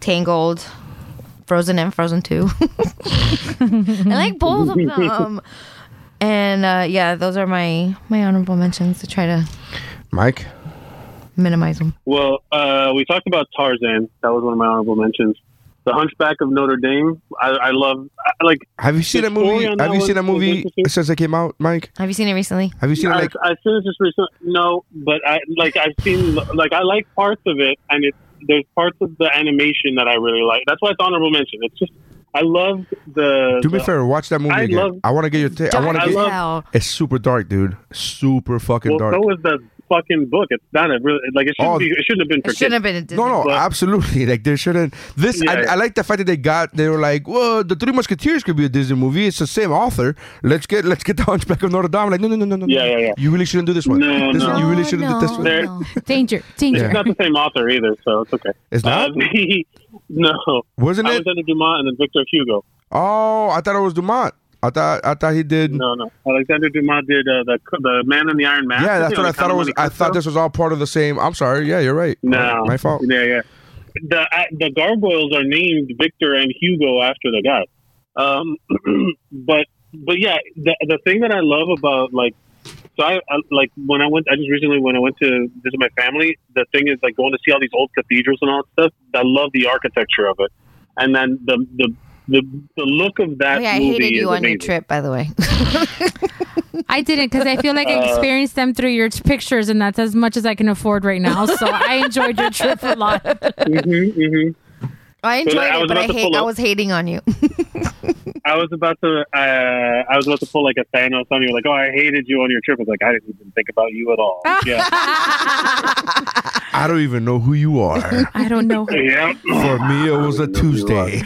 E: Tangled, Frozen and Frozen Two. I like both of them. And uh, yeah, those are my my honorable mentions to try to
D: Mike.
E: minimize them.
C: Well, uh, we talked about Tarzan. That was one of my honorable mentions. The Hunchback of Notre Dame. I, I love. I, like
D: Have you seen
C: The
D: that movie?
C: story on that
D: Have you
C: was-
D: seen that
C: was
D: movie
C: interesting.
D: since it came out, Mike?
E: Have you seen it recently?
D: Have you seen it? Like,
C: I, I finished this recent. No, but I like I've seen like I like parts of it, and it's there's parts of the animation that I really like. That's why it's honorable mention. It's just I love the.
D: do me a
C: the-
D: favor, watch that movie
C: I
D: again.
C: love-
D: I want to get your take. I want
E: Dark
D: to
C: I
D: get.
C: love-
E: as hell.
D: it's super dark, dude. Super fucking
C: Well,
D: dark.
C: so is the fucking book. It's not a really like it shouldn't
D: Oh.
C: be. It shouldn't have been for
E: It shouldn't
C: kids.
E: have been a Disney.
D: No, no,
C: But-
D: absolutely. Like there shouldn't. This I,
C: Yeah.
D: I like the fact that they got. They were like, "Well, the Three Musketeers could be a Disney movie. It's the same author. Let's get let's get the Hunchback of Notre Dame." Like, no, no, no, no, no.
C: Yeah, yeah, yeah.
D: You really shouldn't do this one.
C: No,
D: This one,
C: no.
D: You really shouldn't do this one.
C: There-
F: Danger, danger.
C: It's not the same author either, so it's okay.
D: It's not?
C: Uh, no.
D: Wasn't it?
C: Alexander Dumont and then Victor Hugo.
D: Oh, I thought it was Dumont. I thought I thought he did.
C: No, no. Alexander Dumont did uh, the the Man in the Iron Mask.
D: Yeah, that's
C: You know,
D: what I
C: the
D: thought it was.
C: Count
D: I
C: Monte Cristo.
D: thought this was all part of the same. I'm sorry. Yeah, you're right.
C: No,
D: my fault.
C: Yeah, yeah. The uh, the gargoyles are named Victor and Hugo after the guy. Um, but but yeah, the the thing that I love about like so I, I like when I went I just recently when I went to visit my family. The thing is like going to see all these old cathedrals and all that stuff. I love the architecture of it, and then the the the, the look of that
E: Oh, yeah, I
C: movie
E: hated
C: is
E: you on
C: amazing.
E: your trip, by the way.
F: I didn't because I feel like
C: Uh,
F: I experienced them through your t- pictures, and that's as much as I can afford right now. So I enjoyed your trip a lot.
C: Mhm, mhm.
E: I enjoyed
C: I was
E: it, but
C: about
E: I
C: to
E: hate.
C: pull
E: I
C: up.
E: was hating on you.
C: I was about to, uh, I was about to pull like a Thanos on you, like, oh, I hated you on your trip. I was like, I didn't even think about you at all. Yeah,
D: I don't even know who you are.
F: I don't know.
C: yeah,
D: For me, it was a Tuesday.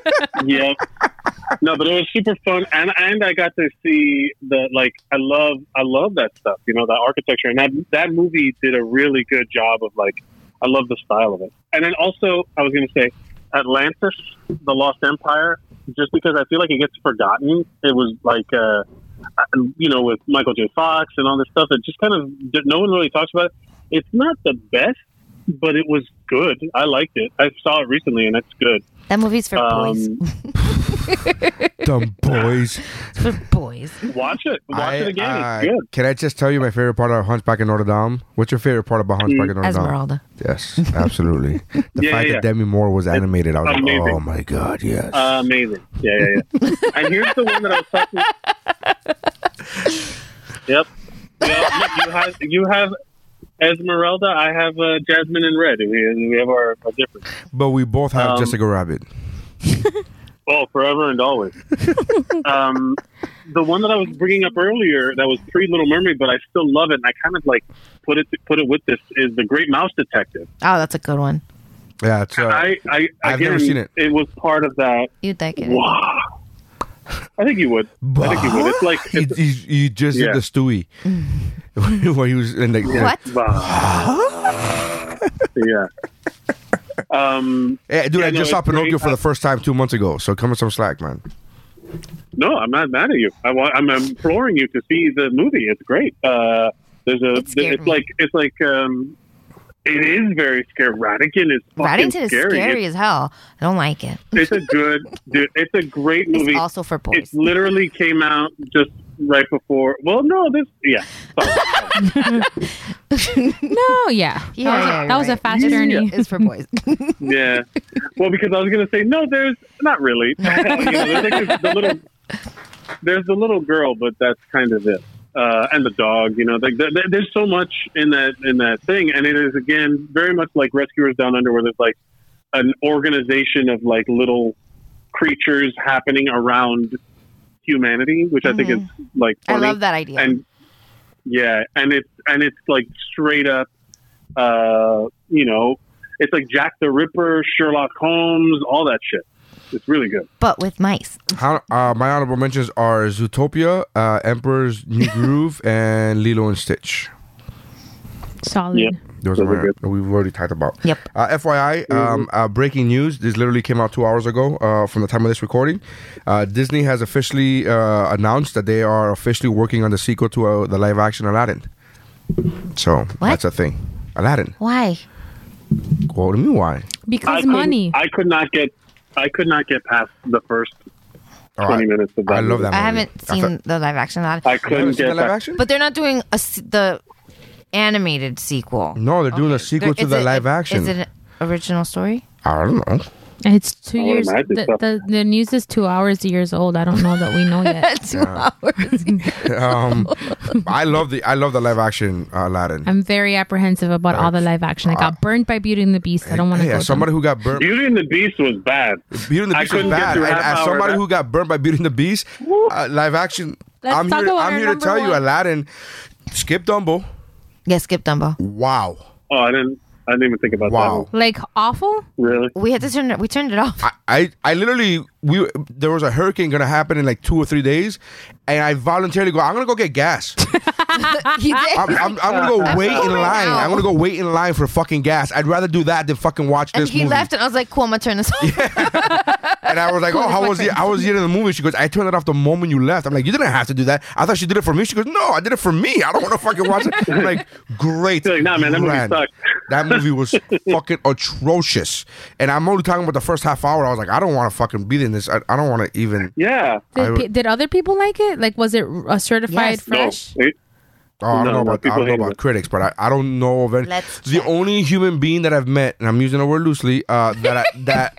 C: yeah. No, but it was super fun, and and I got to see the like, I love, I love that stuff. You know, that architecture, and that that movie did a really good job of like, I love the style of it. And then also, I was going to say, Atlantis, the Lost Empire, just because I feel like it gets forgotten. It was like. uh I- you know, with Michael J. Fox and all this stuff, it just kind of that no one really talks about. It. It's not the best, but it was good. I liked it. I saw it recently, and it's good.
E: that movie's for boys.
C: Um,
D: Dumb boys.
E: It's for boys.
C: watch it. Watch
D: I,
C: it again.
D: uh,
C: it's good.
D: Can I just tell you my favorite part of Hunchback of Notre Dame? What's your favorite part about Hunchback of Notre Dame?
C: um,
E: Esmeralda.
D: Yes, absolutely. The
C: Yeah,
D: fact
C: yeah, yeah.
D: that Demi Moore was animated, I was like,
C: amazing.
D: oh my god, yes.
C: Uh, amazing. Yeah, yeah, yeah. and here's the one that I was talking. yep. Yeah, you have you have Esmeralda. I have uh, Jasmine in red. We, we have our, our difference.
D: but we both have
C: um,
D: Jessica Rabbit.
C: Oh, forever and always. um, the one that I was bringing up earlier that was pre Little Mermaid, but I still love it, and I kind of like put it put it with this is the Great Mouse Detective.
E: Oh, that's a good one.
D: Yeah, it's, uh,
C: I, I again,
D: I've never seen it.
C: It was part of that.
E: You'd like it.
C: Wow. I think you would. I think you would. It's like
D: you,
C: it's,
D: you, you just
C: Yeah.
D: did the Stewie, where he was in the
E: What?
C: yeah. Um,
D: Hey, dude,
C: Yeah,
D: I
C: no,
D: just saw
C: it's great.
D: Pinocchio for the first time two months ago, so come with some slack, man.
C: no, I'm not mad at you. I want, I'm imploring you to see the movie. It's great. Uh, there's a.
E: It scared
C: it's
E: me.
C: like it's like um, it is very scary. Radigan is fucking
E: Reddington is
C: scary.
E: scary,
C: It's
E: as hell. I don't like it.
C: it's a good dude, it's a great movie
E: It's also for boys.
C: it literally came out just right before well no this yeah
F: No,
E: Yeah,
F: yeah, that was,
E: yeah,
F: a, that was a
E: right.
F: fast
E: Yeah.
F: journey.
E: It's for boys.
C: yeah well because i was gonna say no there's not really you know, there's, like this- the little, there's the little girl but that's kind of it uh, and the dog you know like there, there- there's so much in that in that thing and it is again very much like rescuers down under where there's like an organization of like little creatures happening around humanity which i think is like
E: Mm-hmm. I
C: funny.
E: love that idea.
C: and yeah, and it's and it's like straight up, uh, you know, it's like Jack the Ripper, Sherlock Holmes, all that shit. It's really good.
E: but with mice.
D: How, uh, my honorable mentions are Zootopia, uh, Emperor's New Groove, and Lilo and Stitch.
F: Solid.
C: Yeah.
D: Those are
C: Those are
D: my- we've already talked about.
E: Yep.
D: Uh, FYI, um, uh, breaking news. This literally came out two hours ago uh, from the time of this recording. Uh, Disney has officially uh, announced that they are officially working on the sequel to uh, the live action Aladdin. So that's a thing. Aladdin.
E: Why?
D: What do you mean why?
F: because
C: couldn't-
F: money.
C: I could not get. I could not get past the first
D: All
C: twenty
D: right.
C: minutes of that.
D: I love
C: movie.
D: that.
E: I
D: movie.
E: haven't
D: I
E: seen
D: fe-
E: the live action. Not,
C: I
D: You haven't
C: couldn't
D: seen
C: get
D: the live
C: past.
D: action.
E: but they're not doing a s the animated sequel.
D: No, they're doing a
E: They're-
D: sequel to
E: is
D: the
E: it-
D: live action.
E: Is it an original story?
D: I don't know.
F: it's two
C: Oh, I would
F: years.
C: imagine
F: The,
C: so.
F: the, the news is two hours years old. I don't know that we know yet.
E: Two hours.
D: Um, I love the I love the live action uh, Aladdin.
F: I'm very apprehensive about all the live action. I got burned by Beauty and the Beast. I don't want to
D: Hey,
F: go.
D: as somebody who got burnt,
C: Beauty and the Beast was bad.
D: Beauty and the
C: I
D: Beast was
C: couldn't get
D: bad.
C: through
D: And
C: half
D: as
C: hour
D: somebody
C: of
D: who got burnt by Beauty and the Beast, uh, live action.
F: Let's
D: I'm
F: talk
D: here.
F: about
D: I'm
F: our
D: here to
F: number
D: tell you,
F: one.
D: Aladdin. Skip Dumbo.
E: Yeah, skip Dumbo.
H: Wow.
C: Oh, I didn't. I didn't even think about
H: Wow.
C: that.
F: Like awful?
C: One. Really?
E: We had to turn it. We turned it off.
D: I, I, I literally we there was a hurricane gonna happen in like two or three days, and I voluntarily go. I'm gonna go get gas.
E: He did.
D: I'm, I'm, I'm gonna go wait in
E: going
D: line.
E: out.
D: I'm gonna go wait in line for fucking gas. I'd rather do that than fucking watch
E: And
D: this
E: he
D: movie.
E: left, and I was like, "Cool, I'm gonna turn this off."
D: And I was like, oh, how was the, how was the end of the movie? She goes, I turned it off the moment you left. I'm like, you didn't have to do that. I thought she did it for me. She goes, no, I did it for me. I don't want to fucking watch it. I'm like, great.
C: You're like, nah, man, that
D: you
C: movie
D: ran."
C: sucked.
D: That movie was fucking atrocious. And I'm only talking about the first half hour. I was like, I don't want to fucking be in this. I, I don't want to even.
C: Yeah.
D: I
F: Did,
D: would-
F: pe- did other people like it? Like, was it a certified
E: Yes.
C: No.
F: fresh?
C: It-
D: Oh, I
C: No,
D: don't know
C: no,
D: about, I
C: people
D: don't know
C: hate
D: about
C: it.
D: critics, but I, I don't know of any.
E: Let's
D: the only human being that I've met, and I'm using the word loosely, uh, that I, that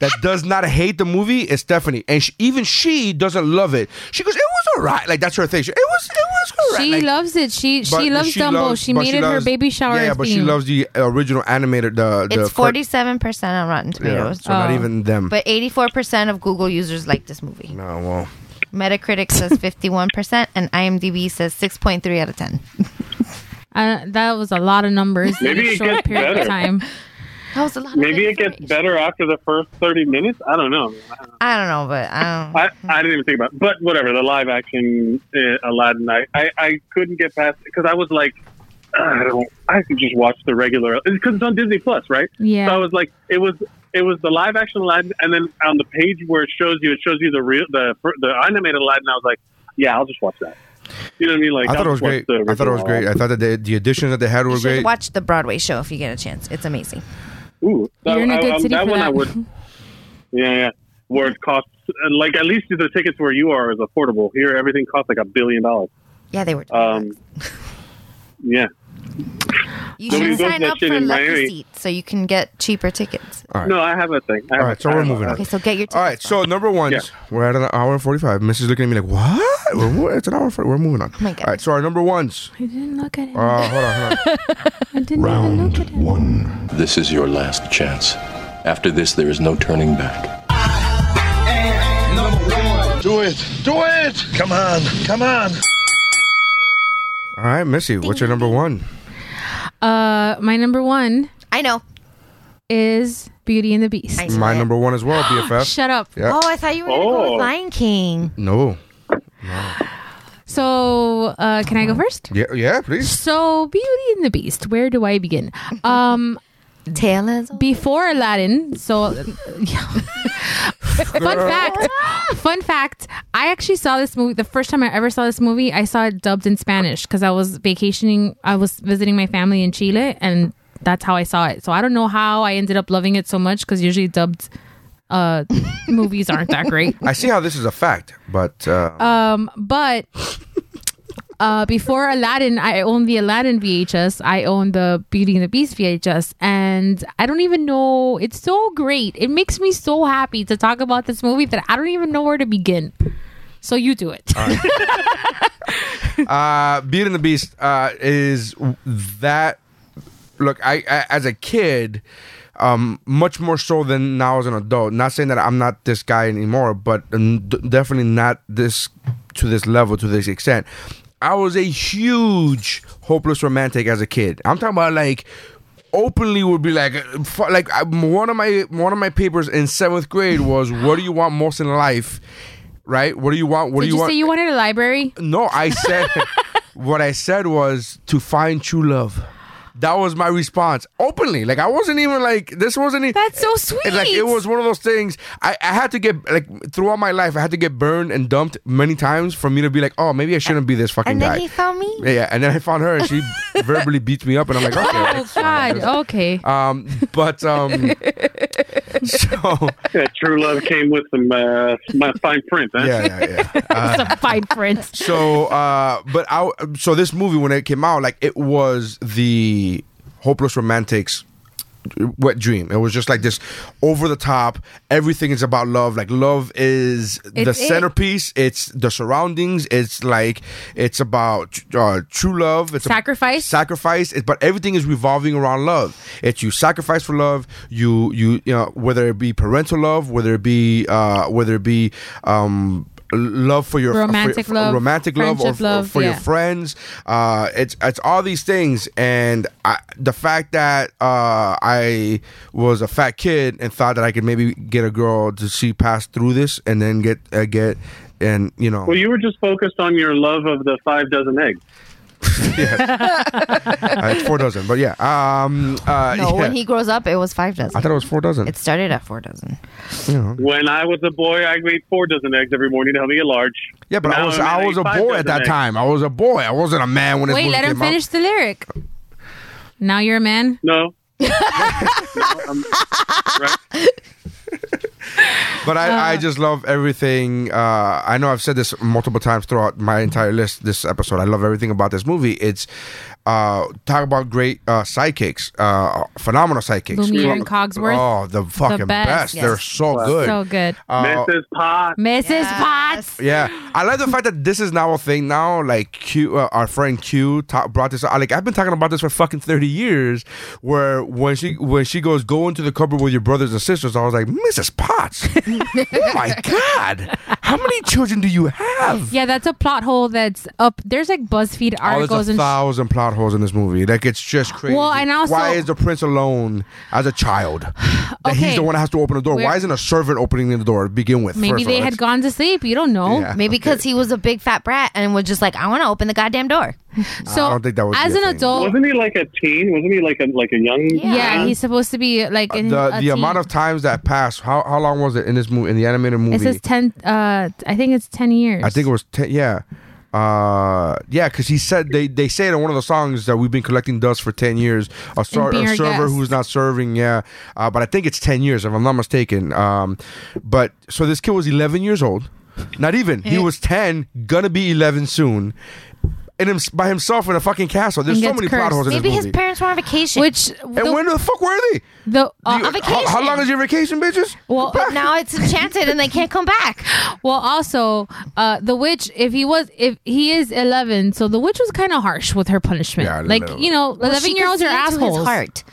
D: that does not hate the movie is Stephanie, and she, even she doesn't love it. She goes, "It was alright." Like that's her thing. She, it was, it was alright.
F: She
D: Like,
F: loves it. She
D: but
F: she loves Dumbo. she
D: but
F: made it her
D: loves-
F: baby shower.
D: Yeah, yeah, but she
F: theme.
D: loves the uh, original animated. The, the
E: It's
D: fir-
E: forty-seven percent on Rotten
D: Yeah,
E: Tomatoes,
D: so not
F: Oh.
D: even them.
E: but eighty-four percent of Google users like this movie.
D: no, well,
E: Metacritic says fifty-one percent, and IMDb says six point three out of ten.
F: Uh, that was a lot of numbers
C: Maybe
F: in a
C: it
F: short
C: gets
F: period of
C: better.
F: time.
E: That was a lot. of
C: Maybe it gets
E: information.
C: better after the first thirty minutes. I don't know.
E: I don't know, but um, I don't.
C: I, I didn't even think about. It. But whatever. The live action uh, Aladdin, I, I I couldn't get past because I was like, I don't. I could just watch the regular because it's on Disney Plus, right?
F: Yeah.
C: So I was like, it was it was the live action Aladdin, and then on the page where it shows you, it shows you the real the the animated Aladdin. I was like, yeah, I'll just watch that. You know what I mean? Like
D: I thought
C: I'll
D: it was
C: just watch
D: great.
C: the
D: I thought it was
C: original
D: great. I thought that the, the additions that they had were
E: You should
D: great.
E: watch the Broadway show if you get a chance. It's amazing.
C: Ooh, that,
F: You're in a
C: I-
F: good
C: I-
F: city
C: that
F: for
C: one I
F: that.
C: would. Yeah, yeah. Where it costs, and like at least the tickets where you are is affordable. Here, everything costs like a billion dollars.
E: Yeah, they were.
C: Um, yeah.
E: you
C: nobody
E: should
C: does
E: sign
C: that
E: up
C: shit
E: for
C: in
E: Lucky
C: Miami.
E: Seat so you can get cheaper tickets.
D: All right.
C: No, I have a thing. I have
D: All right,
C: a-
D: so
C: I
D: we're
C: have a-
D: moving on.
E: Okay, so get your. Tickets
D: All right, so number one,
C: Yeah.
D: we're at an hour and forty-five. Mrs. looking at me like, "What? We're- we're- it's an hour. 40, we're moving on."
E: Oh my God.
D: All right, so our number ones.
F: I didn't look at it.
D: Uh, hold on, hold on.
F: I didn't even look at it.
G: One.
I: This is your last chance. After this, there is no turning back.
G: Do it. Do it. Come on. Come on.
D: All right, Missy, what's your number one?
F: Uh, my number one
E: I know.
F: is Beauty and the Beast.
E: I
D: My
E: saw it.
D: number one as well, BFF.
F: Shut up.
D: Yeah.
E: Oh, I thought you were going to go
C: Oh.
E: with Lion King.
D: No.
F: So, uh, can I go first?
D: Yeah, yeah, please.
F: So, Beauty and the Beast. Where do I begin? Um,
D: Oh.
E: Taylor's.
F: before Aladdin. So, fun fact. Fun fact. I actually saw this movie the first time I ever saw this movie. I saw it dubbed in Spanish because I was vacationing. I was visiting my family in Chile, and that's how I saw it. So I don't know how I ended up loving it so much because usually dubbed uh, movies aren't that great.
D: I see how this is a fact, but uh,
F: But uh, before Aladdin, I owned the Aladdin VHS. I owned the Beauty and the Beast VHS, and I don't even know. It's so great. It makes me so happy to talk about this movie that I don't even know where to begin. So you do it.
D: uh, Beauty and the Beast uh, is that. Look, I, I as a kid, um, much more so than now as an adult. Not saying that I'm not this guy anymore, but um, d- definitely not this to this level to this extent. I was a huge hopeless romantic as a kid. I'm talking about like openly would be like uh, fu- like I- one of my one of my papers in seventh grade was what do you want most in life, right? What do you want? What
F: Did
D: do
F: you,
D: want?
F: say you wanted a library?
D: No, I said what I said was to find true love. That was my response openly. Like I wasn't even like this wasn't even
F: That's so sweet.
D: like it was one of those things. I, I had to get like throughout my life. I had to get burned and dumped many times for me to be like, oh, maybe I shouldn't be this fucking
E: And
D: guy.
E: then he found me.
D: yeah, yeah, and then I found her and she verbally beats me up, and I'm like, okay.
F: Oh
D: that's fine.
F: God. Okay.
D: Um, but um, so
C: Yeah, True Love came with some uh, my fine print. Huh?
D: yeah, yeah, yeah.
F: it's a fine print.
D: so uh but i so this movie when it came out like it was the hopeless romantics wet dream it was just like this over the top everything is about love like love is the
F: It's it.
D: centerpiece it's the surroundings it's like it's about uh, true love it's a-
F: Sacrifice?
D: sacrifice it- but everything is revolving around love it's you sacrifice for love you you you know whether it be parental love whether it be uh whether it be um love for your for
F: Romantic
D: your-
F: love,
D: romantic love, or,
F: friendship love,
D: or for your
F: yeah.
D: friends. Uh, it's it's all these things, and I, the fact that uh, I was a fat kid and thought that I could maybe get a girl to see pass through this, and then get uh, get and you know
C: Well, you were just focused on your love of the five dozen eggs.
D: uh, it's four dozen, but yeah, um, uh,
E: No,
D: yeah.
E: when he grows up, it was five dozen.
D: I thought it was four dozen.
E: it started at four dozen.
C: When I was a boy, I ate four dozen eggs every morning to help me get large.
D: yeah, but I
C: Now
D: was
C: I'm at
D: I was a
C: eight, five
D: boy
C: dozen
D: at that
C: eggs.
D: time. I was a boy. I wasn't a man when this
F: Wait,
D: movie
F: let him
D: came out.
F: finish the lyric. Now you're a man.
C: No. No, I'm- right.
D: But I, I just love everything. Uh, I know I've said this multiple times throughout my entire list this episode. I love everything about this movie. It's uh, talk about great uh, sidekicks, uh, phenomenal sidekicks.
F: Lumiere
D: Cla-
F: and Cogsworth.
D: Oh, the fucking best.
F: best.
D: They're
E: Yes.
D: so good.
F: So good,
D: Uh,
C: Mrs. Potts.
F: Mrs. Potts.
D: yeah, I like the fact that this is now a thing. Now, like Q, uh, our friend Q ta- brought this. Up. Like I've been talking about this for fucking thirty years. Where when she when she goes go into the cupboard with your brothers and sisters, I was like, Mrs. Potts, oh my god, how many children do you have?
F: Yeah, that's a plot hole that's up. There's like BuzzFeed
D: Oh,
F: articles
D: there's a
F: and sh-
D: thousand plot holes in this movie. Like it's just crazy.
F: Well, and also-
D: why is the prince alone as a child? That he's
F: Okay.
D: the one that has to open the door.
F: We're-
D: why isn't a servant opening the door to begin with?
F: maybe
D: first of all?
F: they
D: That's-
F: had gone to sleep. You don't know.
D: Yeah.
E: Maybe because he was a big fat brat and was just like, I want to open the goddamn door.
F: So
D: I don't think that would
F: as
D: be a
F: an
D: thing.
F: adult,
C: Wasn't he like a teen? Wasn't he like a like a young?
F: yeah. he's supposed to be like in
D: the
F: a
D: the amount
F: teen.
D: of times that passed. How how long was it in this movie in the animated movie?
F: It says ten. Uh, I think it's ten years.
D: I think it was ten. Yeah, uh, yeah, because he said they they say it in one of the songs that we've been collecting dust for ten years. A, ser-
F: being
D: a
F: our
D: server
F: guest.
D: who's not serving. Yeah, uh, but I think it's ten years if I'm not mistaken. Um, but so this kid was 11 years old. Not even he was ten, gonna be eleven soon. And him, by himself in a fucking castle. There's
F: And
D: so
F: gets
D: many plot
F: cursed.
D: holes in
E: Maybe
D: this
E: his
D: movie.
E: parents were on vacation.
F: Which
D: and
F: the,
D: where the fuck were they?
F: the uh,
D: You-
E: vacation.
D: how, how long is your vacation, bitches?
F: well,
E: but now it's enchanted and they can't come back.
F: well, also uh, the witch. If he was, if he is eleven, so the witch was kind of harsh with her punishment.
D: Yeah, a
F: like
D: little.
F: you know,
E: Well,
F: eleven
E: she
F: year
E: could
F: olds are
E: see into
F: assholes.
E: His heart.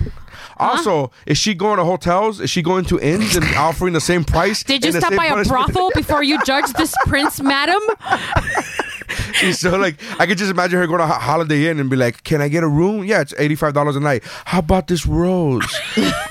D: Also, is she going to hotels? Is she going to inns and offering the same price?
F: Did you
D: and the
F: stop
D: same
F: by a
D: punishment?
F: brothel before you judge this prince, madam?
D: She's so like, I could just imagine her going to Ho- Holiday Inn and be like, "Can I get a room? Yeah, it's eighty five dollars a night. How about this rose?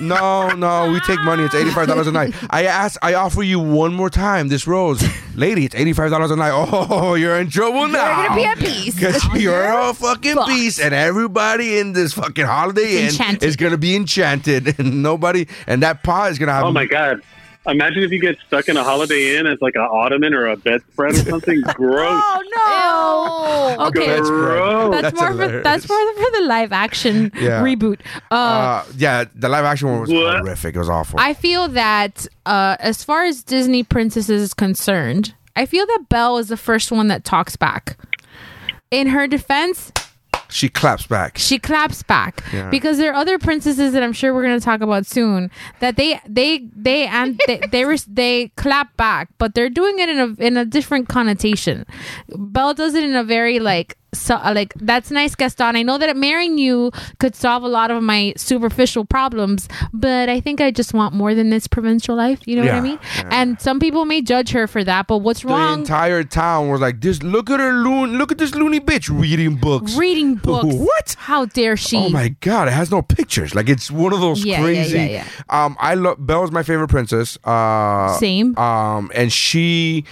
D: no, no, we take money. It's eighty five dollars a night. I ask, I offer you one more time this rose, lady. It's eighty five dollars a night. Oh, you're in trouble now.
E: We're gonna be at peace.
D: Because you're all fucking beast, and everybody in this fucking Holiday Inn
F: Enchanted.
D: is gonna be enchanted, and nobody, and that pie is gonna have.
C: Oh my god! Imagine if you get stuck in a Holiday Inn as like an ottoman or a bedspread or something. Gross.
E: Ew.
F: Oh, Okay,
D: That's
C: Gross.
F: that's,
D: That's
F: more for,
D: hilarious.
F: that's more for the live action
D: Yeah.
F: reboot. Uh,
D: Uh, yeah, the live action one was
C: What?
D: horrific. It was awful.
F: I feel that uh, as far as Disney princesses is concerned, I feel that Belle is the first one that talks back. In her defense,
D: she claps back.
F: she claps back because there are other princesses that I'm sure we're going to talk about soon that they they they and they they, were, they clap back, but they're doing it in a in a different connotation. Belle does it in a very like so uh, like that's nice, Gaston. I know that marrying you could solve a lot of my superficial problems, but I think I just want more than this provincial life. You know what
D: Yeah,
F: I mean? And some people may judge her for that, but what's
D: the
F: wrong?
D: entire town was like, "This look at her loon, look at this loony bitch reading books."
F: Reading books.
D: What?
F: How dare she?
D: Oh my god, it has no pictures. Like it's one of those
F: Yeah, yeah,
D: crazy.
F: yeah,
D: Um, I love Belle's my favorite princess. Uh,
F: Same.
D: Um, and she.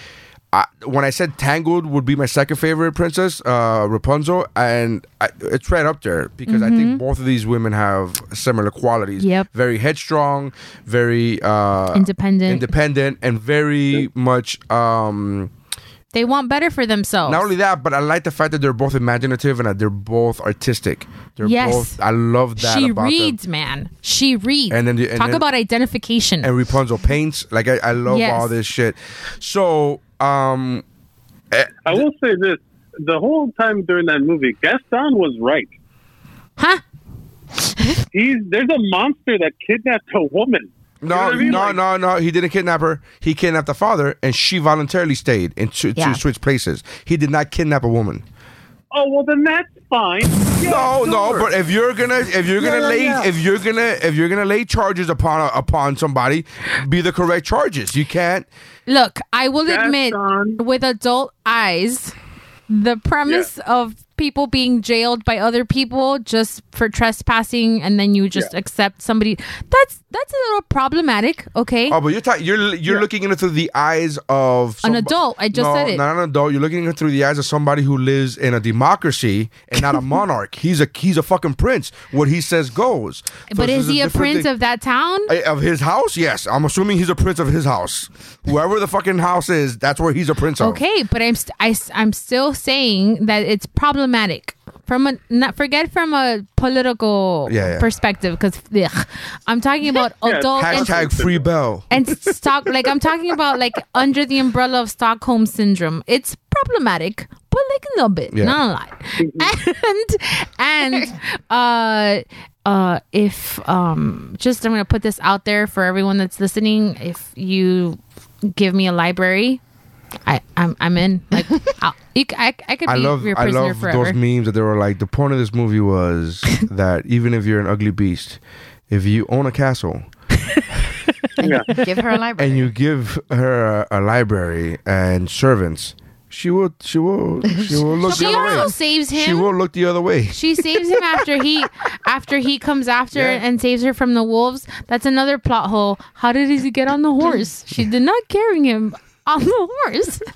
D: I, when I said Tangled would be my second favorite princess, uh, Rapunzel, and I, it's right up there because I think both of these women have similar qualities.
F: Mm-hmm. Yep.
D: Very headstrong, very uh,
F: Independent.
D: independent, and very much. Um,
F: They want better for themselves.
D: not only that, but I like the fact that they're both imaginative and that they're both artistic. They're
F: Yes.
D: both. I love that.
F: she
D: about them.
F: reads, man. She reads.
D: And then the- and
F: talk
D: then-
F: about identification.
D: and Rapunzel paints. Like I, I love
F: Yes.
D: all this shit. So um,
C: I will say this: the whole time during that movie, Gaston was right.
F: huh?
C: He's there's a monster that kidnapped a woman. You know
D: no,
C: what I mean?
D: no,
C: Like,
D: no, no. He didn't kidnap her. He kidnapped the father, and she voluntarily stayed and to,
E: Yeah.
D: to switch places. He did not kidnap a woman.
C: oh well, then that's fine.
D: no, no. But if you're gonna, if you're gonna lay, if you're gonna, if you're gonna lay charges upon upon somebody, be the correct charges. You can't.
F: Look, I will
C: That's
F: admit,
C: on-
F: with adult eyes, the premise of people being jailed by other people just for trespassing, and then you just accept somebody—that's that's a little problematic. Okay,
D: Oh, but you're ta- you're you're looking into the eyes of
F: An
D: somebo-
F: adult. I just
D: no,
F: said it.
D: Not an adult. You're looking into the eyes of somebody who lives in a democracy and not a monarch. He's a he's a fucking prince. What he says goes. So
F: but
D: this
F: is he a
D: different
F: prince
D: thing.
F: of that town?
D: Eh, of his house? Yes, I'm assuming he's a prince of his house. Whoever the fucking house is, that's where he's a prince of.
F: Okay, but I'm st- I, am i am still saying that it's problematic from a not forget from a political
D: Yeah, yeah.
F: perspective because I'm talking about adult and-
D: Hashtag free bell.
F: and stock like I'm talking about like under the umbrella of Stockholm syndrome. It's problematic, but like a little bit,
D: Yeah.
F: not a lot. And and uh uh if um just I'm gonna put this out there for everyone that's listening, if you give me a library, I I'm I'm in. Like I'll, you, c- I I could be
D: I love
F: your
D: I
F: prisoner
D: love
F: forever.
D: those memes that they were like the point of this movie was that even if you're an ugly beast, if you own a castle
E: Give her a library.
D: and you give her a, a library and servants, she will she will she will look
F: she
D: the other
F: also
D: way.
F: saves him.
D: She will look the other way.
F: She saves him after he after he comes after
D: Yeah.
F: and saves her from the wolves. That's another plot hole. How did he get on the horse? She did not carry him on the horse.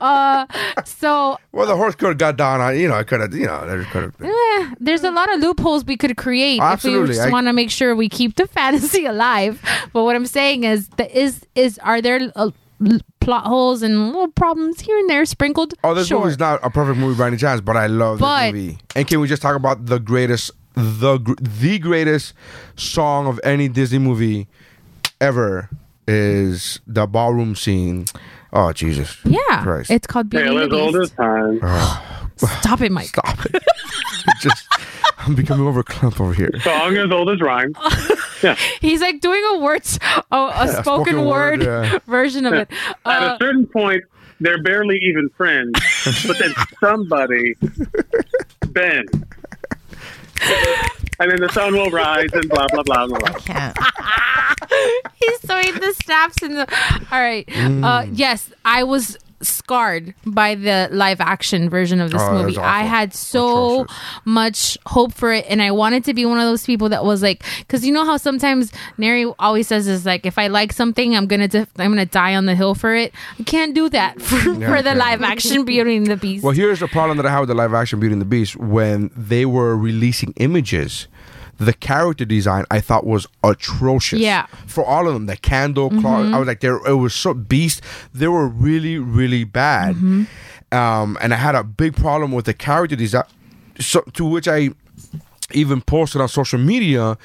F: Uh, so
D: Well, the horse could have got down on you know it could have you know there could have been.
F: eh, there's a lot of loopholes we could create if
D: Absolutely,
F: we
D: I-
F: just want to make sure we keep the fantasy alive. But what I'm saying is, the, is is are there uh, l- plot holes and little problems here and there sprinkled?
D: Oh, this
F: Sure.
D: movie's not a perfect movie by any chance, but I love this
F: But-
D: movie. And can we just talk about the greatest, the gr- the greatest song of any Disney movie ever is the ballroom scene. Oh Jesus!
F: Yeah,
D: Christ.
F: it's called Beauty and the
C: Taylor's all
F: Beast.
C: this time.
F: Stop it, Mike.
D: Stop it! It just I'm becoming over clump over here.
C: Song as old as rhyme.
F: He's like doing a words, a, a spoken,
D: spoken
F: word,
D: word, yeah.
F: version of it.
C: At
F: Uh,
C: a certain point, they're barely even friends. but then somebody, Ben, and then the sun will rise and blah blah blah blah. blah.
E: Can't.
F: he's doing the snaps and the. All right.
D: Mm.
F: Uh, yes, I was scarred by the live action version of this
D: Oh, that was
F: movie. I
D: awful.
F: had so
D: Atrocious.
F: much hope for it, and I wanted to be one of those people that was like, because you know how sometimes Neri always says is like, if I like something, I'm gonna def- I'm gonna die on the hill for it. I can't do that for, for the
D: okay.
F: live action Beauty and the Beast.
D: Well, here's the problem that I have with the live action Beauty and the Beast. When they were releasing images, the character design I thought was atrocious.
F: Yeah. Mm-hmm.
D: For all of them, the candle, Clark, I was like, there it was so beast. They were really, really bad.
F: Mm-hmm.
D: Um, and I had a big problem with the character design. So to which I even posted on social media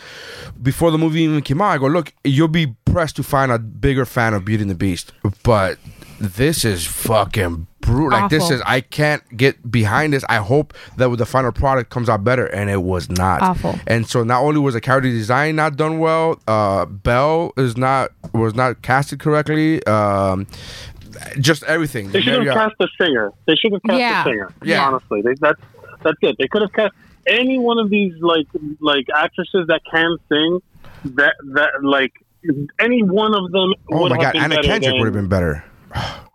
D: before the movie even came out. I go, look, you'll be pressed to find a bigger fan of Beauty and the Beast, but this is fucking brutal. Like this
F: Awful.
D: is, I can't get behind this. I hope that with the final product comes out better, and it was not
F: Awful.
D: And so not only was the character design not done well, uh, Belle is not was not casted correctly. Um, just everything.
C: They should have
D: Marriott-
C: cast a singer. They should have cast
F: Yeah.
C: a singer.
F: Yeah.
C: Honestly, they, that's that's it. They could have cast any one of these like like actresses that can sing. That that like any one of them.
D: oh
C: would
D: my
C: have
D: god,
C: been
D: Anna
C: better
D: Kendrick
C: than-
D: would have been better.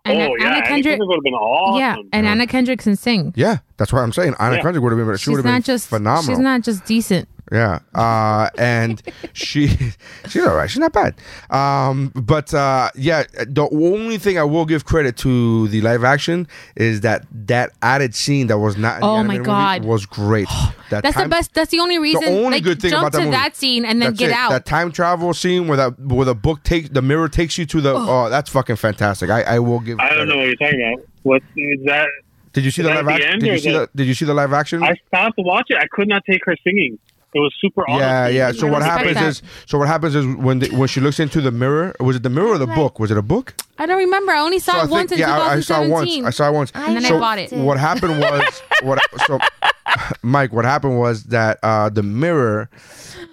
F: And
C: oh yeah, Anna Kendrick would have been awesome.
F: yeah, and Anna Kendrick can sing.
D: Yeah, that's what I'm saying. Anna Kendrick would have been better. She
F: she's
D: would have been
F: not just
D: phenomenal.
F: She's not just decent.
D: Yeah. Uh, and she she's all right. She's not bad. Um, but uh, yeah, the only thing I will give credit to the live action is that that added scene that was not in the
F: Oh my
D: animated movie
F: God.
D: was great. That
F: That's
D: time-
F: the best. That's the only reason.
D: only
F: like,
D: good thing
F: jump
D: about that
F: to
D: movie.
F: that scene and then
D: that's
F: get
D: it.
F: out.
D: That time travel scene where that where the book takes the mirror takes you to the oh, that's fucking fantastic. I, I will give.
C: I don't
D: credit.
C: know what you're talking about. What is that?
D: Did you see the
C: Is that
D: live
C: at the
D: action?
C: end
D: Did you
C: or
D: see
C: the-
D: the Did you see the live action?
C: I stopped watching. I could not take her singing. It was super awesome.
D: Yeah, yeah. So
F: I
D: what
F: respect
D: happens
F: that.
D: is, so what happens is when the, when she looks into the mirror, was it the mirror or the book? Was it a book?
F: I don't remember. I only saw
D: So
F: it once in
D: I, I saw it
F: 2017.
D: once. I saw it once.
E: And
F: then I
D: so
F: bought it.
D: What happened was what so Mike, what happened was that uh the mirror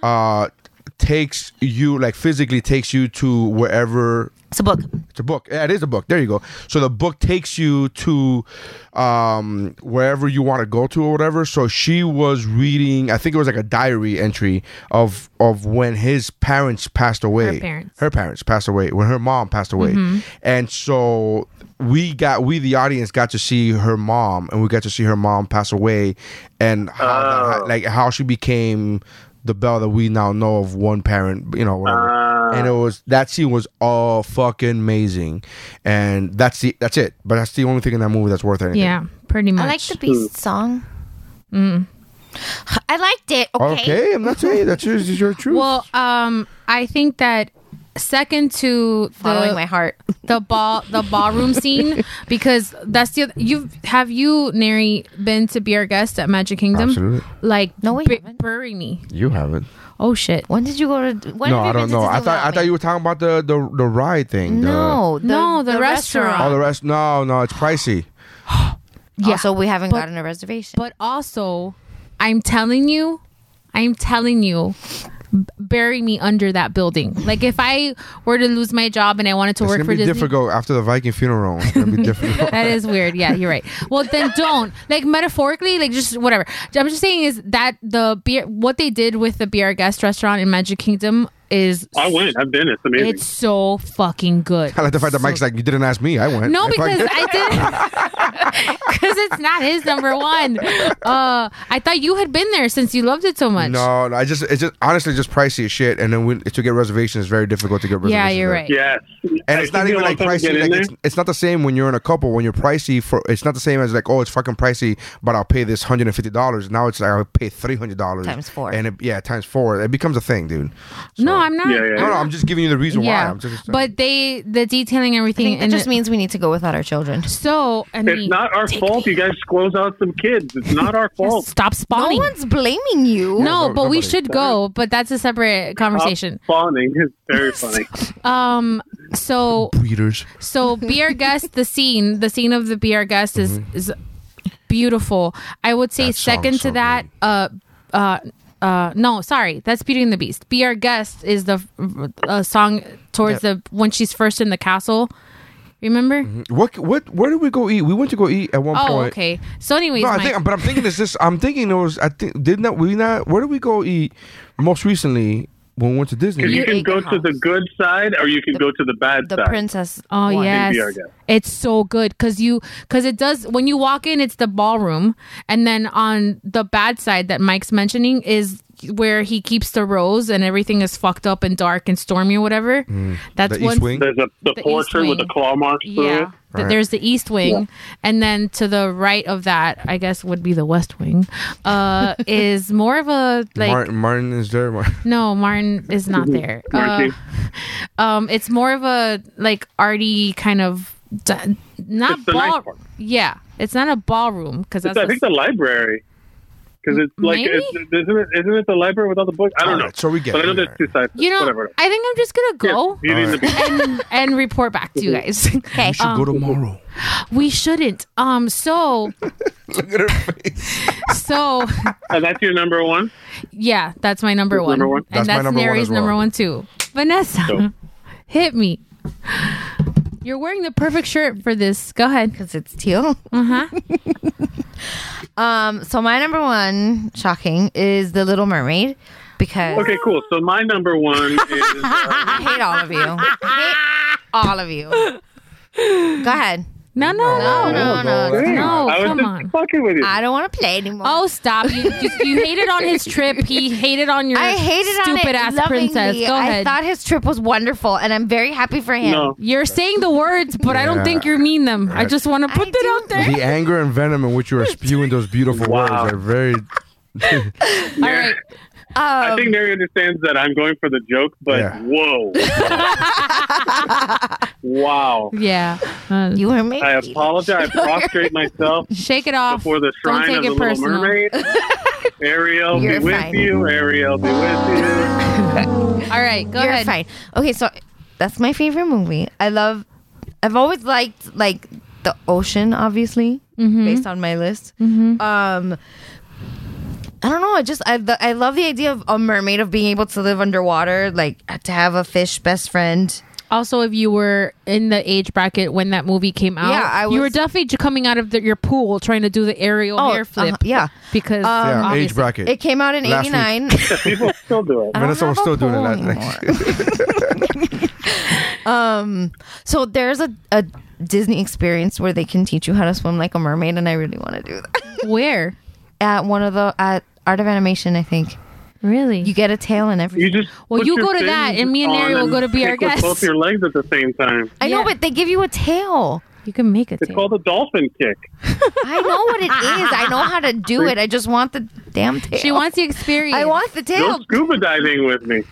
D: uh takes you like physically takes you to wherever
E: It's a book.
D: It's a book. Yeah, it is a book. There you go. So the book takes you to um, wherever you want to go to or whatever. So she was reading. I think it was like a diary entry of of when his parents passed away.
F: parents.
D: Her parents passed away. When her mom passed away. And so we got we the audience got to see her mom, and we got to see her mom pass away, and how that- how- like how she became the Belle that we now know of one parent. You know whatever and it was that scene was all fucking amazing, and that's the that's it. But that's the only thing in that movie that's worth anything.
F: Yeah, pretty much.
E: I like the Beast song.
F: Mm.
E: I liked it.
D: Oh.
E: Okay.
D: Okay, I'm not saying that's your, is your truth.
F: Well, um, I think that second to
E: Following
F: the
E: my heart.
F: the ball the ballroom scene because that's the you have you Neri been to be our guest at Magic Kingdom?
D: Absolutely.
F: Like
E: No, we
F: bu-
E: haven't.
F: bury me.
D: you haven't.
F: Oh shit.
E: When did you go to? When
D: No,
E: have
D: I
E: you
D: don't
E: been
D: know.
E: to
D: I thought I
E: Disneyland?
D: thought you were talking about the the, the ride thing. the-
E: No, the,
F: No, the restaurant.
D: all Oh, the rest. No, no, it's pricey.
F: Yeah.
E: Also, we haven't
F: But-
E: gotten a reservation.
F: But also, I'm telling you, I'm telling you, b- bury me under that building. Like if I were to lose my job and I wanted to
D: It's
F: work
D: gonna
F: for
D: be
F: Disney,
D: difficult after the Viking funeral. It's gonna be difficult.
F: that is weird. Yeah, you're right. Well, then don't like metaphorically, like just whatever. I'm just saying is that the beer, what they did with the beer guest restaurant in Magic Kingdom is
C: I went. I've been. It's amazing.
F: it's so fucking good.
D: I like the fact that Mike's like you didn't ask me. I went.
F: No,
D: If I-
F: because I did because it's not his number one. Uh, I thought you had been there since you loved it so much.
D: No, no, I just it's just honestly just pricey as shit, and then we, to get reservations is very difficult to get reservations.
F: Yeah, you're
D: there.
F: right.
C: yes.
D: and it's not even like pricey. Like it's, it's not the same when you're in a couple. When you're pricey for, it's not the same as like, oh, it's fucking pricey, but I'll pay this hundred and fifty dollars. Now it's like I'll pay three hundred dollars
E: Times four.
D: and it, yeah, times four. It becomes a thing, dude.
F: No, I'm not.
C: Yeah, yeah,
D: No, no, I'm just giving you the reason why.
F: Yeah,
D: I'm just, uh,
F: but they the detailing
E: I
F: everything
E: think that
F: and
E: just means we need to go without our children.
F: so and
C: It's not our fault. You guys close out some kids. It's not our fault.
F: stop
E: No
F: spawning.
E: one's blaming you.
F: No,
D: no-
F: but we
D: nobody.
F: should go. But that's a separate conversation.
C: Fawning is very funny.
F: Um, so
D: breeders.
F: so be our guest. The scene, the scene of the be our guest is is beautiful. I would say
D: Mm-hmm. That song
F: second
D: is
F: to
D: so
F: that. Uh, uh, uh, no, sorry, that's Beauty and the Beast. Be our guest is the uh, song towards the when she's first in the castle. Remember?
D: What? What? Where did we go eat? We went to go eat at one
F: Oh,
D: point.
F: okay. So, anyways,
D: No, I
F: my-
D: think, but I'm thinking it's this. I'm thinking it was. I think did not we not? Where did we go eat most recently when we went to Disney?
C: Because you
E: You
C: can
E: ate
C: go
E: the
C: to the
E: house.
C: good side or you can go to the bad
E: The
C: side.
E: princess.
F: Oh
E: one.
F: yes,
C: VR guest.
F: it's so good because you because it does when you walk in, it's the ballroom, and then on the bad side that Mike's mentioning is where he keeps the rose and everything is fucked up and dark and stormy or whatever. That's
D: Mm. the
F: one.
D: East Wing.
C: There's a the,
F: East
C: portrait with the
F: Wing.
C: claw marks through
F: Yeah,
C: it.
F: th- there's the East Wing, and then to the right of that, I guess would be the West Wing. Uh, is more of a like
D: Martin, Martin is there. Mar-
F: no, Martin is not there. Uh,
C: Martin.
F: um, it's more of a like arty kind of d- not
C: It's the nice
F: ball.
C: part.
F: yeah, it's not a ballroom because that's
C: It's, I think the library. Because it's like,
F: Maybe?
C: it's, isn't, it, isn't it the library with all the books? I don't
D: All
C: know.
D: right, so we get
C: But I
D: it,
C: know
D: all
C: there's
D: right.
C: two sides.
F: you know.
C: whatever.
F: I think I'm just gonna go
C: Yeah, Beauty and the Beast.
F: and and report back to you guys. Um,
E: Okay.
D: should go tomorrow.
F: we shouldn't. Um. So
D: Look at her face.
F: so
C: And that's your number one.
F: yeah, that's my number one.
C: number one?
F: and
D: That's my
F: that's,
D: number one
F: Nary's
D: as well.
F: number one too. Vanessa,
C: Dope.
F: hit me. You're wearing the perfect shirt for this. Go ahead.
E: Because it's teal.
F: Uh huh.
E: Um. So my number one, shocking, is the Little Mermaid, because
C: Okay, cool. So my number one is uh,
E: I hate all of you. I hate all of you. Go ahead.
F: No, no, no, no,
E: No, no,
D: no.
E: no.
F: no.
C: I was
F: come
C: just
F: on.
C: fucking with you.
E: I don't want to play anymore.
F: Oh, stop! You, you, you hated on his trip. He hated on your
E: I hated on it
F: stupid ass
E: lovingly.
F: princess. Go
E: I
F: ahead.
E: thought his trip was wonderful, and I'm very happy for him.
C: no.
F: You're saying the words, but I
D: Yeah.
F: don't think you mean them. I just want to put
E: I
F: that
E: do.
F: out there.
D: the anger and venom in which you are spewing those beautiful
C: Wow.
D: words are very.
F: All right.
C: I
F: Um,
C: think Neri understands that I'm going for the joke, but
D: Yeah.
C: whoa. wow.
F: Yeah. Uh,
E: You were made.
C: I apologize. I prostrate myself
F: shake it off.
C: before the shrine
F: don't take
C: of the
F: it
C: Little
F: personal.
C: Mermaid. Ariel,
E: You're
C: be with
E: fine.
C: you. Ariel, be with you.
F: All right. Go
E: You're
F: ahead.
E: fine. Okay, so that's my favorite movie. I love. I've always liked like the ocean, obviously, based on my list. Um, I don't know. I just I the, I love the idea of a mermaid of being able to live underwater, like to have a fish best friend.
F: also if you were in the age bracket when that movie came out.
E: Yeah, I
F: You were
E: was-
F: definitely j- coming out of the, your pool trying to do the aerial
E: Oh,
F: hair flip.
E: uh-huh, yeah.
F: because
D: yeah, age
F: obviously-
D: bracket.
E: Um, It came out in
D: Last week.
E: '89.
C: People still do it.
E: I don't
D: Vanessa
E: have
D: was
E: a
D: still doing it
E: pool
D: last night.
E: anymore. Um, So there's a, a Disney experience where they can teach you how to swim like a mermaid, and I really want to do that.
F: Where?
E: at one of the at Art of Animation, I think
F: Really?
E: you get a tail and everything.
C: You just
F: Well,
C: put
F: you
C: your
F: go to that,
C: fins
F: and me and
C: on
F: Larry will go to be our
C: kick with
F: guests.
C: Both your legs at the same time.
E: I know,
F: Yeah.
E: but they give you a tail.
F: You can make it.
C: It's called a dolphin kick.
E: I know what it is. I know how to do it. I just want the damn tail.
F: She wants the experience.
E: I want the
C: Go
E: tail.
C: scuba diving with me.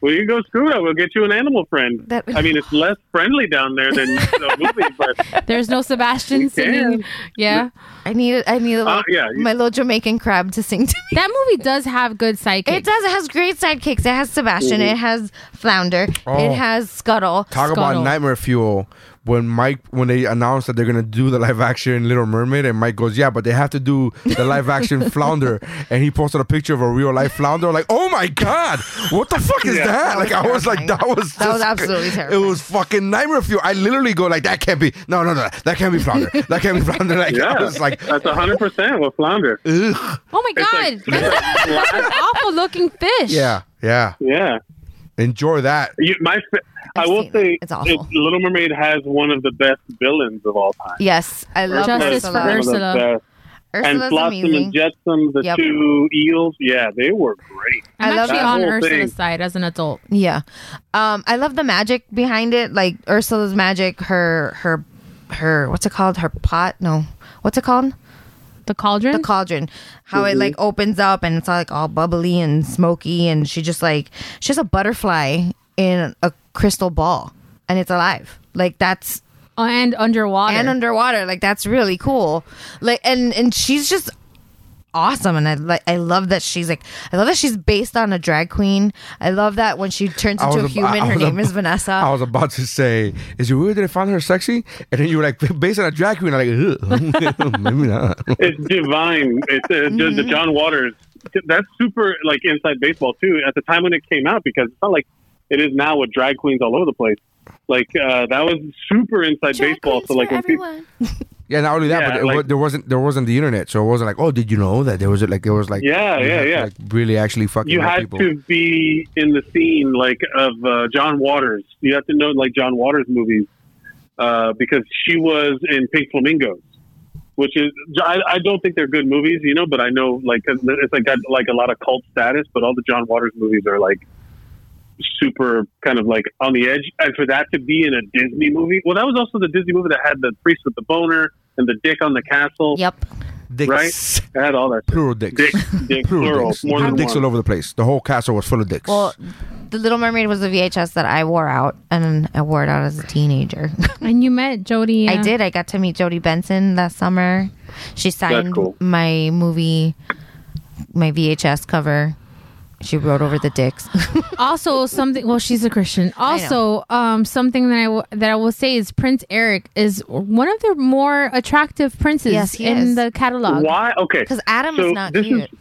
C: Well, you go scuba. We'll get you an animal friend.
E: That-
C: I mean, it's less friendly down there than the movie, but
F: There's no Sebastian singing. Yeah,
E: I need it. I need a little,
C: Uh, yeah, you-
E: my little Jamaican crab to sing to me.
F: that movie does have good psychic.
E: It does. It has great sidekicks. It has Sebastian. It has Flounder.
D: Oh.
E: It has Scuttle.
D: Talk
F: Scuttle.
D: about nightmare fuel. When Mike, when they announced that they're gonna do the live action Little Mermaid, and Mike goes, "Yeah, but they have to do the live action flounder," and he posted a picture of a real life flounder. Like, oh my god, what the fuck is
C: Yeah.
D: that? Like, I was like, that was
E: That was
D: just-
E: absolutely
D: It
E: terrifying.
D: was fucking nightmare fuel. I literally go like, that can't be. No, no, no, that can't be flounder. That can't be flounder. Like, I
C: yeah,
D: was like,
C: that's hundred percent with flounder.
F: Oh my god,
C: It's like-
F: that's an awful looking fish.
D: yeah, yeah,
C: yeah.
D: enjoy that.
C: You, my, fa- I
E: I've
C: will
E: seen
C: say,
E: it. It's awful.
C: it- Little Mermaid has one of the best villains of all time.
E: Yes, I love
F: Justice for
E: Ursula.
C: One of the
F: Ursula.
C: best. And
E: Ursula's
C: Flotsam
E: amazing.
C: and Jetsam, the
E: Yep.
C: two eels. Yeah, they were great.
F: I'm
E: I love
F: actually
E: that
F: on
C: whole
F: Ursula's
C: thing.
F: side as an adult.
E: Yeah, um, I love the magic behind it. Like Ursula's magic, her her her what's it called? Her pot? No, what's it called?
F: The cauldron.
E: The cauldron. How it
D: Mm-hmm.
E: like opens up and it's all, like all bubbly and smoky, and she just like she has a butterfly in a crystal ball, and it's alive. Like that's
F: Oh, and underwater.
E: and underwater. Like that's really cool. Like and and she's just awesome and I like I love that she's like I love that she's based on a drag queen. I love that when she turns into a
D: ab-
E: human her
D: was
E: name
D: ab-
E: is Vanessa.
D: I was about to say, is it weird that I found her sexy? And then you were like, based on a drag queen, I'm like, "Ugh, maybe not.
C: It's divine. It's uh, the-
E: Mm-hmm.
C: the John Waters. That's super like inside baseball too. At the time when it came out, because it's not like it is now with drag queens all over the place. Like uh, that was super inside baseball. So like when people,
D: Yeah, not only that,
C: Yeah,
D: but it,
C: like-
D: wa- there wasn't there wasn't the internet, so it wasn't like, oh, did you know that there was like there was like
C: Yeah,
D: you
C: yeah,
D: had to,
C: yeah.
D: like, really actually fucking
C: you
D: know
C: had
D: people.
C: to be in the scene like of uh, John Waters. You have to know like John Waters movies uh, because she was in Pink Flamingos, which is I, I don't think they're good movies, you know. But I know like 'cause it's like got like a lot of cult status, but all the John Waters movies are like super kind of like on the edge. And for that to be in a Disney movie, well, that was also the Disney movie that had the priest with the boner and the dick on the castle.
E: Yep.
D: dicks,
C: right? It had all that. shit.
D: Plural dicks,
C: Dick, dick,
D: plural
C: plural,
D: dicks,
C: more
D: Little
C: than
D: dicks
C: one.
D: all over the place. The whole castle was full of dicks.
E: Well, The Little Mermaid was the VHS that I wore out and I wore it out as a teenager.
F: And you met Jodie.
E: I
F: uh,
E: did. I got to meet Jodie Benson last summer. She signed
C: cool.
E: my movie my VHS cover. She wrote over the dicks.
F: also something well she's a christian also um something that i w- that i will say is prince eric is one of the more attractive princes
E: Yes, he
F: in
E: is.
F: the catalog
C: Why? Okay.
E: Because Adam
C: So
E: is not
C: this
E: cute.
C: is-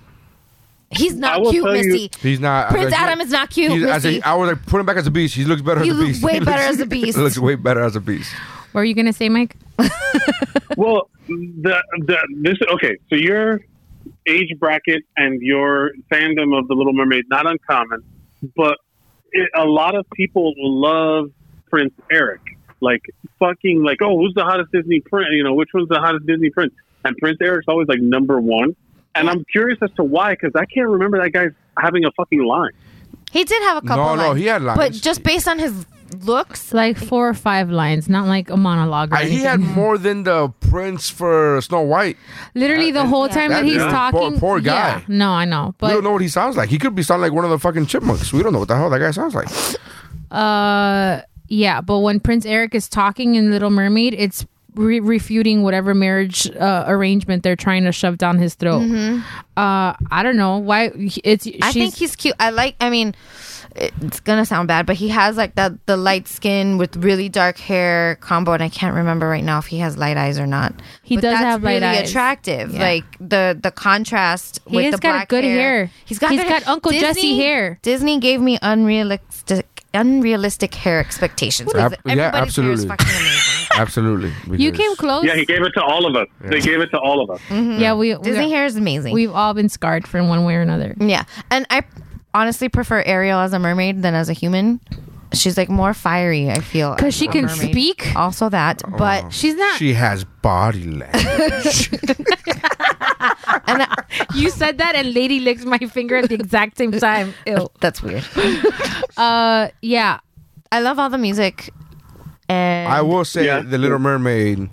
E: He's
C: I
E: not
C: will
E: cute,
C: tell you-
E: Misty.
D: he's not
E: Prince
D: I-
E: Adam is not cute,
D: he's- I, say,
E: Missy.
D: I was like, put him back as a beast. He looks better
E: He
D: as a
E: looks
D: beast.
E: way
D: He
E: better
D: looks-
E: as a beast.
D: he looks way better as a beast.
F: what were you gonna say mike
C: Well, the, the this okay. So your age bracket and your fandom of the Little Mermaid not uncommon, but it, a lot of people love Prince Eric. Like fucking like oh who's the hottest Disney prince? You know which one's the hottest Disney prince? And Prince Eric's always like number one. And I'm curious as to why because I can't remember that guy having a fucking line.
E: He did have a couple.
D: No,
E: lines,
D: no, he had lines.
E: But just based on his looks,
F: it's like four or five lines not like a monologue or
D: I, he had
F: anything.
D: more than the prince for Snow White.
F: literally the whole time that
D: That
F: he's
D: dude, poor-
F: talking
D: poor
F: yeah,
D: guy.
F: no i know
D: we don't
F: but
D: know what he sounds like. He could be sounding like one of the fucking chipmunks. We don't know what the hell that guy sounds like.
F: uh yeah but when prince eric is talking in little mermaid it's re- refuting whatever marriage uh, arrangement they're trying to shove down his throat uh i don't know why it's
E: Mm-hmm. I
F: she's-
E: think he's cute. I like. I mean, it's gonna sound bad, but he has like that the light skin with really dark hair combo, and I can't remember right now if he has light eyes or not.
F: He
E: But
F: does
E: that's
F: have light
E: really
F: eyes.
E: attractive. Like the the contrast.
F: He
E: with
F: has
E: the
F: got
E: black
F: good
E: hair.
F: hair.
E: He's got
F: He's
E: good
F: got Uncle Jesse hair.
E: Disney gave me unrealistic unrealistic hair expectations.
D: Ab-
E: Because
D: yeah,
E: everybody's hair is
D: absolutely.
E: fucking amazing.
D: Absolutely.
F: You
D: because-
F: came close.
C: Yeah, he gave it to all of us. They gave it to all of us.
F: Yeah, we, we
E: Disney hair is amazing.
F: we've all been scarred from one way or another.
E: yeah, and I honestly prefer Ariel as a mermaid than as a human. She's like more fiery. I feel
F: Because she
E: as a
F: can
E: mermaid.
F: speak.
E: Also that,
D: Oh.
E: but
F: She's not.
D: She has body language.
E: and I-
F: you said that, and Lady licked my finger at the exact same time. Ew.
E: that's weird.
F: Uh, yeah.
E: I love all the music. And
D: I will say
C: Yeah.
D: the Little Mermaid,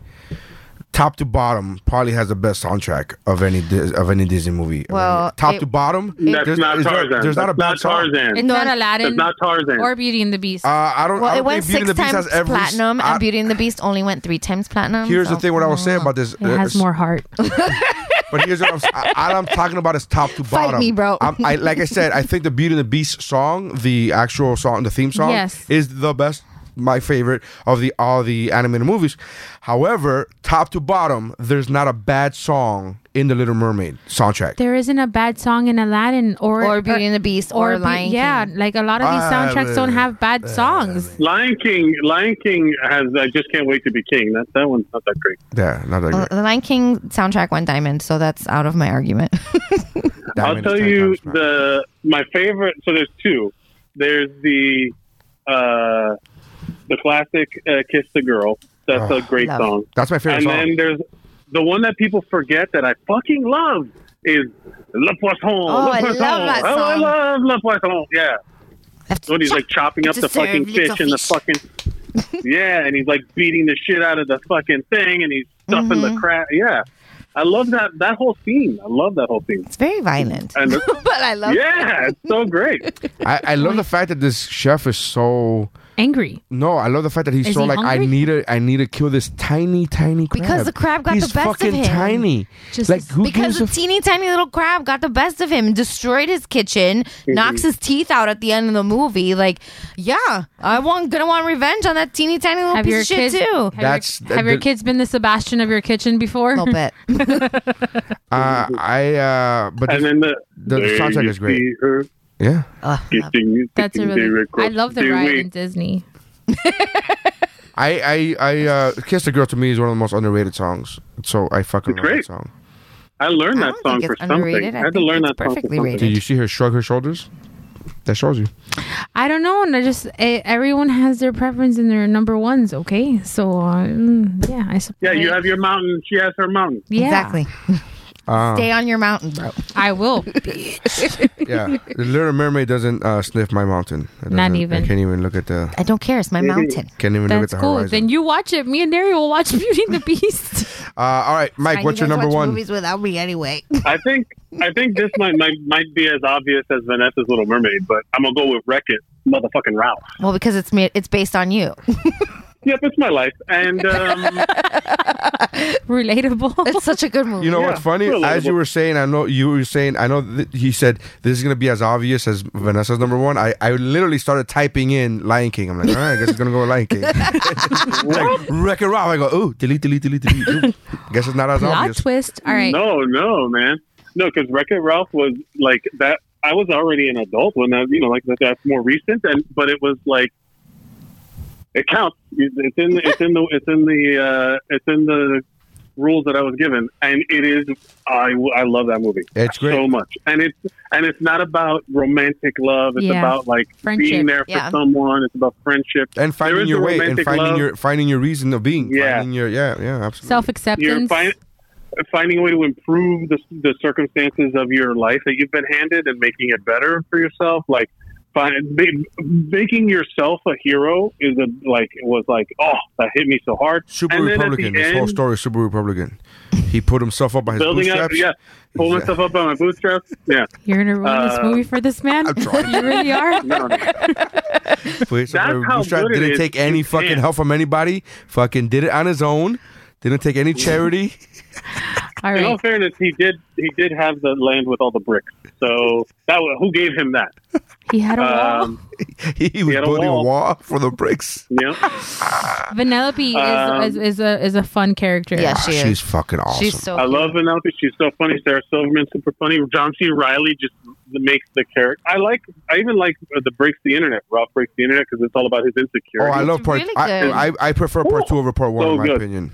D: top to bottom, probably has the best soundtrack of any Dis- of any Disney movie. I mean,
E: Well,
D: top
E: it-
D: to bottom,
C: That's not
D: is there-
C: Tarzan.
D: there's not a
C: That's
D: bad song.
C: Tarzan.
F: It's not
C: That's
F: Aladdin
C: not Tarzan.
F: or Beauty and the Beast.
D: Uh, I don't. I
E: well,
D: don't
E: it went
D: think Beauty and
E: six
D: the Beast
E: times
D: has every s-
E: platinum,
D: I-
E: and Beauty and the Beast only went three times platinum.
D: Here's the
E: so-
D: thing. What I was saying about this.
F: it has
D: uh,
F: more heart.
D: But here's what I'm, I, all I'm talking about is top to
E: Fight
D: bottom.
E: me, bro.
D: I'm, I, like I said, I think the Beauty and the Beast song, the actual song, the theme song,
F: Yes.
D: is the best, my favorite of the all the animated movies. However, top to bottom, there's not a bad song in the Little Mermaid soundtrack.
F: there isn't a bad song in Aladdin or
E: Or Beauty and the Beast or,
F: Be-
E: Lion
F: Yeah,
E: King.
F: like a lot of these
D: Ah,
F: soundtracks don't have bad songs.
C: Lion King. Lion King has. I just can't wait to be king. That that one's not that great.
D: yeah, not that
E: Well,
D: great.
E: the Lion King soundtrack went diamond, so that's out of my argument.
D: Diamond
C: I'll
D: is
C: tell
D: ten
C: you
D: times better.
C: the my favorite. So there's two. There's the uh, the classic uh, "Kiss the Girl." That's
D: Oh.
C: a great
E: love
C: song.
D: That's my favorite
C: And
D: song.
C: then there's the one that people forget that I fucking love is Le Poisson.
E: Oh, I
C: Le Poisson.
E: love that
C: Oh, I
E: song.
C: love Le Poisson. Yeah. When he's like chopping up the
E: Deserve
C: fucking
E: little
C: fish in the
E: fish.
C: fucking. yeah, and he's like beating the shit out of the fucking thing and he's stuffing
E: Mm-hmm.
C: the crap. Yeah. I love that that whole scene. I love that whole scene.
E: It's very violent,
C: And
E: but I love.
C: yeah, it's so great.
D: I, I love the fact that this chef is so.
F: Angry.
D: No, I love the fact that he's
F: Is
D: so
F: he
D: like I
F: hungry?
D: need to I need to kill this tiny tiny crab
E: Because the crab got
D: he's
E: the best of
D: fucking
E: him.
D: tiny.
F: Just-
D: like who
E: Because
D: gives
E: a
D: a f-
E: teeny tiny little crab got the best of him, destroyed his kitchen, knocks his teeth out at the end of the movie. Like, yeah, I want gonna want revenge on that teeny tiny little
F: Have
E: piece
F: your
E: of shit
F: kids
E: too.
F: Have,
D: That's- uh,
F: your, have your
D: the-
F: kids been the Sebastian of your kitchen before?
E: A little bit.
D: uh, I uh but this-
C: And then the
D: The- the soundtrack
C: There
D: is
C: you
D: great.
C: see her
D: yeah.
E: Ugh, love it.
C: kissing,
F: That's a
C: kissing
F: really.
C: Derek
F: I
C: Cross.
F: love the
C: Do
F: ride
C: we-
F: in Disney.
D: I I I uh Kiss the Girl to me is one of the most underrated songs. So I fucking
C: It's
D: love
C: great.
D: that song.
C: I learned
E: I
C: that
E: don't
C: song
E: think
C: for
E: it's underrated.
C: something.
E: I
C: I, had to
E: think
C: learn
E: it's
C: that song for
E: perfectly
C: something.
E: rated.
D: Did you see her shrug her shoulders? That shows you.
F: I don't know. And I just eh, everyone has their preference and their number ones. Okay, so um, yeah, I suppose.
C: Yeah, you have your mountain. She has her mountain.
F: Yeah,
E: Exactly.
D: Uh,
E: Stay on your mountain, bro.
F: I will.
D: yeah. The Little Mermaid doesn't uh, sniff my mountain. It
F: Not
D: doesn't-
F: even.
D: I can't even look at the
E: I don't care. It's my mountain.
D: can't even look at
F: That's
D: the
F: cool.
D: horizon.
F: Then you watch it. Me and Neri will watch Beauty and the Beast.
D: uh, all right, Mike,
E: Fine,
D: what's
E: you
D: your
E: guys
D: number one?
E: watch Movies without me anyway.
C: I think I think this might, might might be as obvious as Vanessa's Little Mermaid, but I'm gonna go with Wreck It, motherfucking Ralph.
E: well, because it's me. It's based on you.
C: Yep, it's my life, and um,
F: Relatable.
E: It's such a good movie.
D: You know what's
C: Yeah,
D: funny?
C: relatable.
D: As you were saying, I know you were saying, I know th- he said this is going to be as obvious as Vanessa's number one. I, I literally started typing in Lion King. I'm like, all right, I guess it's going to go with Lion King. like, Wreck It Ralph. I go, ooh, delete, delete, delete, delete. Ooh. guess it's not as
F: Plot
D: obvious.
F: twist. All right.
C: no, no, man, no, because Wreck It Ralph was like that. I was already an adult when that, you know, like that, that's more recent, and but it was like it counts. It's in it's in the it's in the uh, it's in the rules that I was given, and it is. I I love that movie.
D: It's great.
C: so much, and it's and it's not about romantic love. It's
F: Yeah.
C: about like
F: Friendship,
C: being there for
E: yeah.
C: someone. It's about friendship
D: and
C: There
D: finding
C: is
D: your
C: the
D: way and
C: romantic
D: finding
C: love.
D: your finding your reason of being.
C: Yeah.
D: Finding your, yeah, yeah, absolutely.
F: Self
C: You're
F: acceptance.
C: fi- finding a way to improve the, the circumstances of your life that you've been handed and making it better for yourself. Like, find, ma- making yourself a hero is a like was like oh that hit me so hard.
D: Super
C: And then at the
D: Republican. This whole
C: end,
D: story is super Republican. He put himself up by his
C: building up,
D: bootstraps.
C: yeah, pull
D: Yeah.
C: myself up by my bootstraps. Yeah,
F: You're gonna ruin this
C: Uh,
F: movie for this man.
D: I'm trying.
F: You really are.
C: no, no.
D: Put himself up by
C: That's
D: his
C: how
D: bootstraps.
C: good it
D: Didn't
C: is.
D: take any
C: You
D: fucking
C: can't.
D: help from anybody. Fucking did it on his own. Didn't take any charity.
F: All
C: In all
F: right.
C: fairness, he did he did have the land with all the bricks. So that wa- who gave him that?
F: He had a wall.
C: Um,
D: he, he was
C: had a
D: building
C: wall.
D: a wall for the bricks.
C: you know?
F: Vanellope
C: um,
F: is, is, is a is a fun character.
E: Yeah, she is.
D: She's Ah, fucking awesome.
E: She's so.
C: I love Vanellope. She's so funny. Sarah Silverman, super funny. John C. Riley, just that makes the character. I like. I even like uh, the breaks the internet. Ralph breaks the internet because it's all about his
D: Oh,
C: insecurity.
D: I love part.
E: really good.
D: I, I I prefer part two over part one,
C: So
D: in my
C: good.
D: opinion.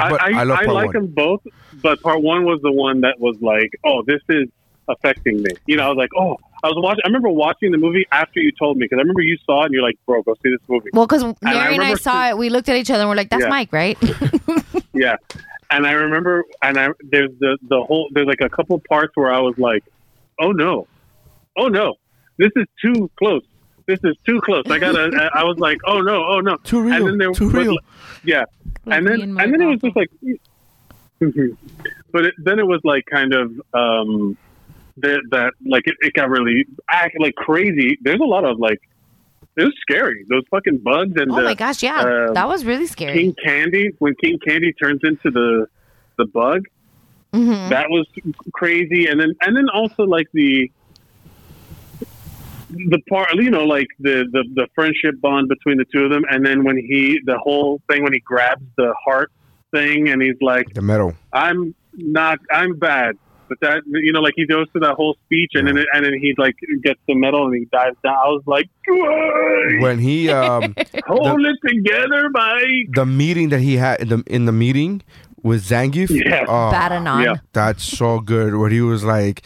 C: I,
D: But
C: I,
D: I
C: I,
D: love part
C: like
D: one.
C: them both, but part one was the one that was like, oh, this is affecting me. You know, I was like, oh, I was watching. I remember watching the movie after you told me because I remember you saw it and you're like, bro, go see this movie.
E: Well, because Mary
C: I
E: and I
C: remember
E: saw it, we looked at each other and we're like, "That's
C: Yeah.
E: Mike, right?"
C: Yeah, and I remember, and I there's the the whole there's like a couple parts where I was like, oh no, oh no, this is too close. This is too close. I gotta. I I was like, oh no, oh no.
D: Too real, too
C: was,
D: real.
C: Yeah,
F: Like
C: and
F: me
C: then
F: and
C: and,
F: my
C: then it was just
F: papa.
C: like, mm-hmm. but it, then it was like kind of um, the, that like it, it got really act like crazy. There's a lot of like it was scary. Those fucking bugs and
E: oh
C: the,
E: my gosh, yeah,
C: um,
E: that was really scary.
C: King Candy when King Candy turns into the the bug.
E: Mhm.
C: That was crazy, and then and then also like the the part you know like the, the the friendship bond between the two of them, and then when he the whole thing when he grabs the heart thing and he's like
D: The metal.
C: I'm not I'm bad, but that you know like he goes through that whole speech and then and then he like gets the medal and he dives down. I was like, "Good.
D: When he um
C: hold it together, Mike.
D: the meeting that he had in the in the meeting with Zangief.
C: Yeah.
D: oh,
E: Badanon.
C: yeah.
D: That's so good. Where he was like,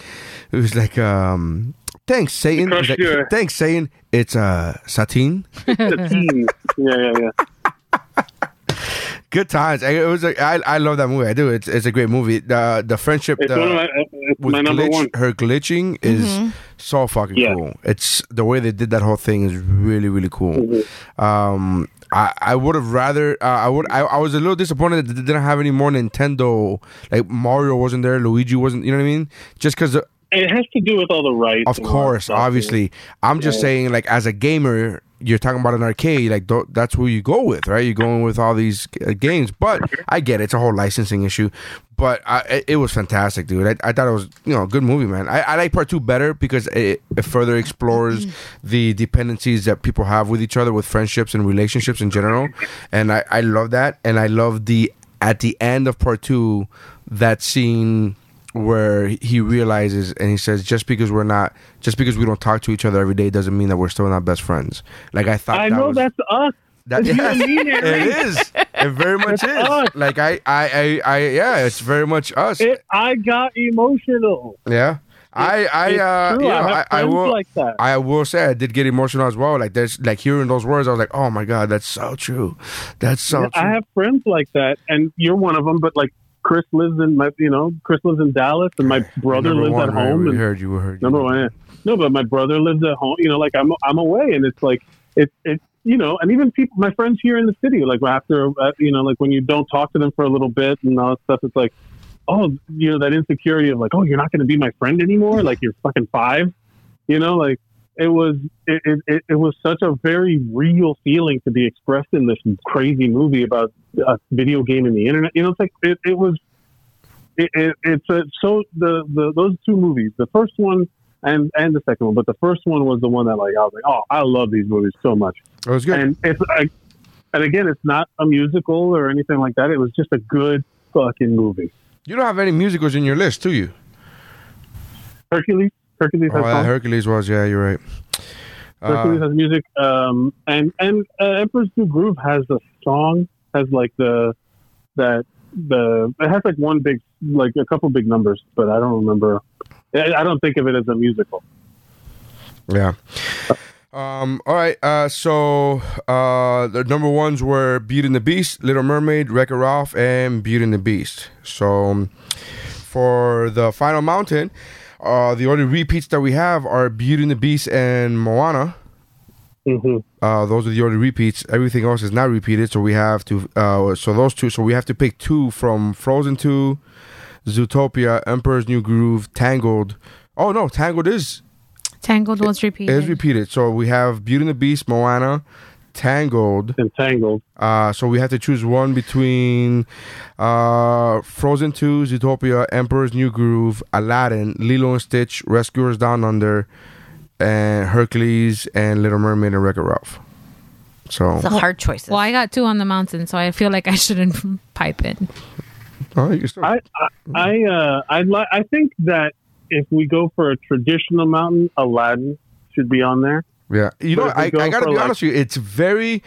D: it was like, um, thanks Satan. He's
C: Because
D: like,
C: you're-
D: thanks Satan. It's uh satin.
C: The team. Yeah, yeah, yeah.
D: Good times. I- It was. Like, I I love that movie. I do. It's it's a great movie. The the friendship.
C: It's
D: the,
C: one of my, it's
D: with
C: my number
D: glitch,
C: one.
D: her glitching is so fucking
C: Yeah.
D: cool. It's the way they did that whole thing is really really cool.
C: Mm-hmm.
D: Um, I I would have rather uh, I would I, I was a little disappointed that they didn't have any more Nintendo like Mario wasn't there, Luigi wasn't. You know what I mean? Just because
C: It has to do with all the rights.
D: of
C: and all that
D: course,
C: stuff.
D: obviously. I'm just saying, like, as a gamer, you're talking about an arcade. Like, tho- that's who you go with, right? You're going with all these uh, games. But I get it. It's a whole licensing issue. But I, it- it was fantastic, dude. I, I thought it was, you know, a good movie, man. I, I like part two better because it, it further explores the dependencies that people have with each other, with friendships and relationships in general. And I, I love that. And I love the, at the end of part two, that scene where he realizes and he says just because we're not just because we don't talk to each other every day doesn't mean that we're still not best friends like i thought
C: I
D: that
C: know
D: was,
C: that's us.
D: that yes, it is it very much
C: us.
D: is like I, I i i yeah it's very much us
C: It, I got emotional.
D: yeah I I
C: it's
D: uh
C: true.
D: you
C: I
D: know, I,
C: have
D: I
C: friends
D: will
C: like that.
D: I will say I did get emotional as well like there's like hearing those words I was like oh my god that's so true that's so true
C: I have friends like that, and you're one of them. But like Chris lives in my, you know, Chris lives in Dallas, and my brother
D: Number
C: lives
D: one,
C: at
D: right?
C: home.
D: we
C: and
D: heard you we heard you.
C: number one, yeah. no, but my brother lives at home. You know, like I'm, I'm away, and it's like it's, it's, you know, and even people, my friends here in the city, like after, uh, you know, like when you don't talk to them for a little bit and all that stuff, it's like, oh, you know, that insecurity of like, oh, you're not going to be my friend anymore. Like you're fucking five. you know like it was it, it- it, it was such a very real feeling to be expressed in this crazy movie about a video game and the internet you know it's like it, it was it, it, it's a, so the, the those two movies the first one and and the second one but the first one was the one that like i was like oh i love these movies so much
D: it was good
C: and it's I, and again it's not a musical or anything like that it was just a good fucking movie
D: you don't have any musicals in your list do you
C: hercules hercules
D: oh uh,
C: has
D: that
C: songs.
D: Hercules was yeah you're right
C: Hercules has music, um, and and uh, Emperor's New Groove has a song, has like the that the it has like one big like a couple big numbers, but I don't remember. I I don't think of it as a musical.
D: Yeah. Um, all right. Uh, so uh, the number ones were Beauty and the Beast, Little Mermaid, Wreck It Ralph, and Beauty and the Beast. So um, for the final mountain, uh, the only repeats that we have are Beauty and the Beast and Moana.
C: hmm
D: Uh, those are the only repeats. Everything else is not repeated. So we have to. Uh, so those two. So we have to pick two from Frozen Two, Zootopia, Emperor's New Groove, Tangled. Oh no, Tangled is
F: Tangled was repeated.
D: is repeated. So we have Beauty and the Beast, Moana, Tangled.
C: Entangled.
D: Uh, so we have to choose one between uh, Frozen 2, Zootopia, Emperor's New Groove, Aladdin, Lilo and Stitch, Rescuers Down Under, and Hercules, and Little Mermaid, and Wreck-It Ralph. So,
E: It's a hard choice.
F: well, I got two on the mountain, so I feel like I shouldn't pipe it.
D: Oh, you can still-
C: I I I, uh, I, li- I think that if we go for a traditional mountain, Aladdin should be on there.
D: Yeah, you know,
C: But if we
D: I, I
C: go
D: gotta
C: for,
D: be
C: like-
D: honest with you. It's very,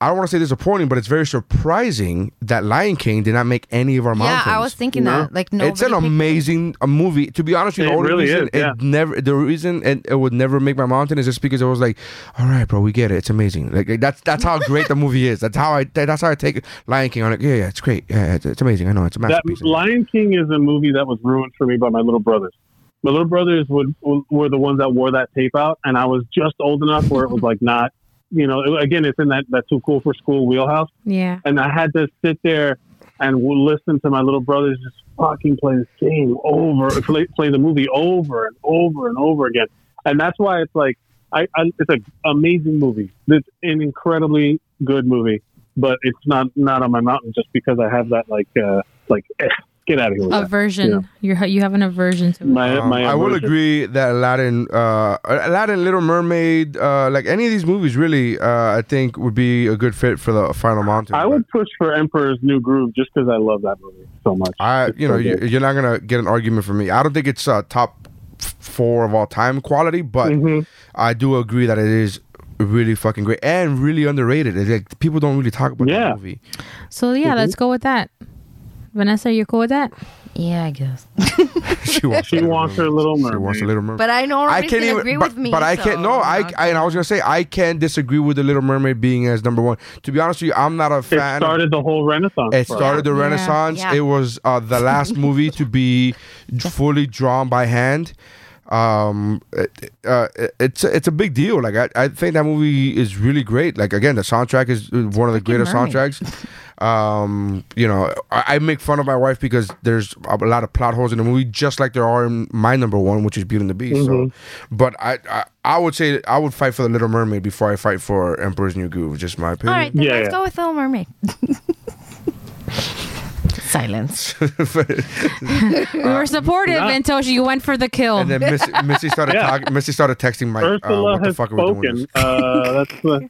D: I don't want to say disappointing, but it's very surprising that Lion King did not make any of our
E: yeah,
D: mountains.
E: I was thinking that. Like, no.
D: it's an amazing uh movie. To be honest, with you,
C: It
D: the only
C: really
D: reason
C: is, yeah.
D: it never, the reason it, it would never make my mountain is just because it was like, all right, bro, we get it. It's amazing. Like like, that's that's how great the movie is. That's how I that's how I take Lion King. I'm like, yeah, yeah, it's great. Yeah, it's, it's amazing. I know it's a
C: That
D: masterpiece.
C: Lion King is a movie that was ruined for me by my little brothers. My little brothers would were the ones that wore that tape out, and I was just old enough where it was like not, you know. it- Again, it's in that that too cool for school wheelhouse,
F: Yeah.
C: and I had to sit there and w- listen to my little brothers just fucking play this game over, play, play the movie over and over and over again, and that's why it's like I, I it's an amazing movie. It's an incredibly good movie, but it's not not on my mountain just because I have that like uh like eh, get out of here. With that.
F: Aversion. You're you have an aversion to it.
C: My,
D: Um,
C: my
D: I will
C: aversion.
D: agree that Aladdin, uh, Aladdin, Little Mermaid, uh, like any of these movies, really, uh, I think would be a good fit for the final mountain.
C: I would push for Emperor's New Groove just because I love that movie so much.
D: I,
C: It's
D: you
C: so
D: know, you,
C: good.
D: you're not gonna get an argument from me. I don't think it's uh, top f- four of all time quality, but
C: Mm-hmm.
D: I do agree that it is really fucking great and really underrated. It's like people don't really talk about
C: Yeah.
D: that movie.
F: So yeah,
D: Mm-hmm.
F: let's go with that. Vanessa, you cool with that?
E: Yeah, I guess.
D: she wants,
C: She
D: Little
C: wants her
D: Mermaid.
C: Little
D: She wants a
C: Mermaid.
D: Little Mermaid.
E: But I know
D: I
E: everybody's
D: can't
E: gonna
D: even.
E: agree
D: but,
E: with me.
D: but I can't.
E: so-
D: No, I. I, and I was gonna say I can't disagree with the Little Mermaid being as number one. To be honest with you, I'm not a fan.
C: It
D: of-
C: started the whole Renaissance.
D: It
C: for us.
D: started the
F: Yeah.
D: Renaissance.
E: Yeah.
D: It was uh, the last movie to be fully drawn by hand. Um, it, uh, it- it's a- it's a big deal. Like I, I think that movie is really great. Like again, the soundtrack is one of the greatest
E: Mermaid.
D: soundtracks. Um, you know, I, I make fun of my wife because there's a lot of plot holes in the movie, just like there are in my number one, which is Beauty and the Beast. So, but I, I I would say I would fight for the Little Mermaid before I fight for Emperor's New Groove. Just my
E: All
D: opinion.
E: right, then
C: Yeah,
E: let's
C: yeah.
E: go with Little Mermaid. Silence.
F: We were supportive
C: not-
F: until you went for the kill.
D: And then Missy, Missy started
C: Oh, Yeah.
D: talk, Missy started texting Mike. uh,
C: Ursula
D: what the
C: has
D: fuck are we doing?
C: spoken. Uh, that's the,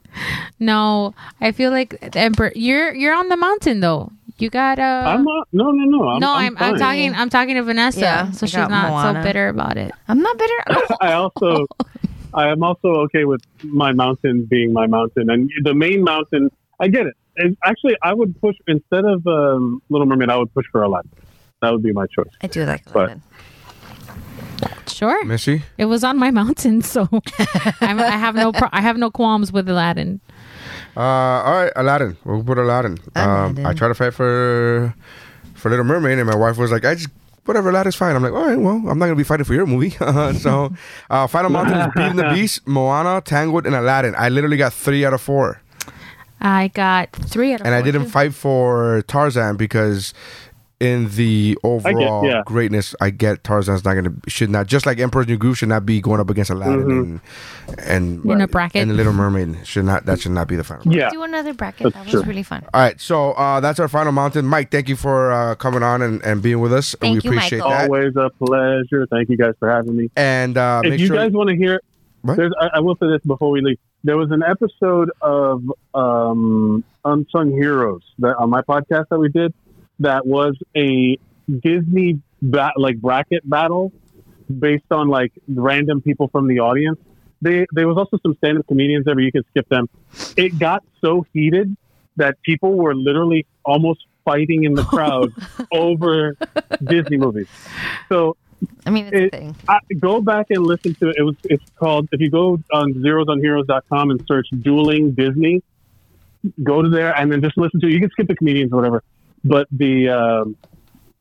F: no, I feel like the emperor. You're you're on the mountain though. You uh, gotta.
C: I'm not. No, no, no. I'm,
F: no,
C: I'm,
F: I'm, I'm,
C: fine.
F: talking. I'm talking to Vanessa,
E: Yeah,
F: so
E: I
F: she's
E: got
F: not
E: Moana.
F: so bitter about it.
E: I'm not bitter.
C: I also, I am also okay with my mountain being my mountain, and the main mountain. I get it. And actually, I would push instead of um, Little Mermaid. I would push for Aladdin. That would be my choice.
E: I do like
C: But-
E: Aladdin.
F: Sure,
D: Missy,
F: it was on my mountain, so I'm, I have no pro- I have no qualms with Aladdin.
D: uh, all right, Aladdin. We'll put Aladdin. Um,
E: Aladdin.
D: I tried to fight for for Little Mermaid, and my wife was like, "I just whatever, Aladdin's fine." I'm like, "All right, well, I'm not gonna be fighting for your movie." so, uh, Final Mountain is Beauty and the Beast, Moana, Tangled, and Aladdin. I literally got three out of four,
F: I got three out of
D: and
C: Oh,
D: I
F: four,
D: didn't
F: too.
D: fight for Tarzan because. In the overall
C: yeah.
D: greatness, I get Tarzan's not gonna should not just like Emperor's New Groove should not be going up against Aladdin
C: Mm-hmm.
D: and and
F: In a bracket.
D: and the Little Mermaid should not that should not be the final. round.
C: Yeah.
E: Do another bracket. That
C: That's
E: was
C: true.
E: really fun.
D: All right, so uh, that's our final mountain. Mike, thank you for uh, coming on and, and being with us.
E: Thank
D: we
E: you,
D: appreciate
E: Michael.
D: that.
C: Always a pleasure. Thank you guys for having me.
D: And uh,
C: if
D: make
C: you
D: sure
C: guys want to hear,
D: What?
C: there's, I, I will say this before we leave. There was an episode of um, Unsung Heroes that on my podcast that we did that was a Disney ba- like bracket battle based on like random people from the audience. They, there was also some stand-up comedians there, but you can skip them. It got so heated that people were literally almost fighting in the crowd over Disney movies. So
E: I mean, it's
C: It-
E: a thing.
C: I, go back and listen to it. It was it's called if you go on zerosonheroes.com and search dueling Disney, go to there and then just listen to it. You can skip the comedians or whatever, but the um,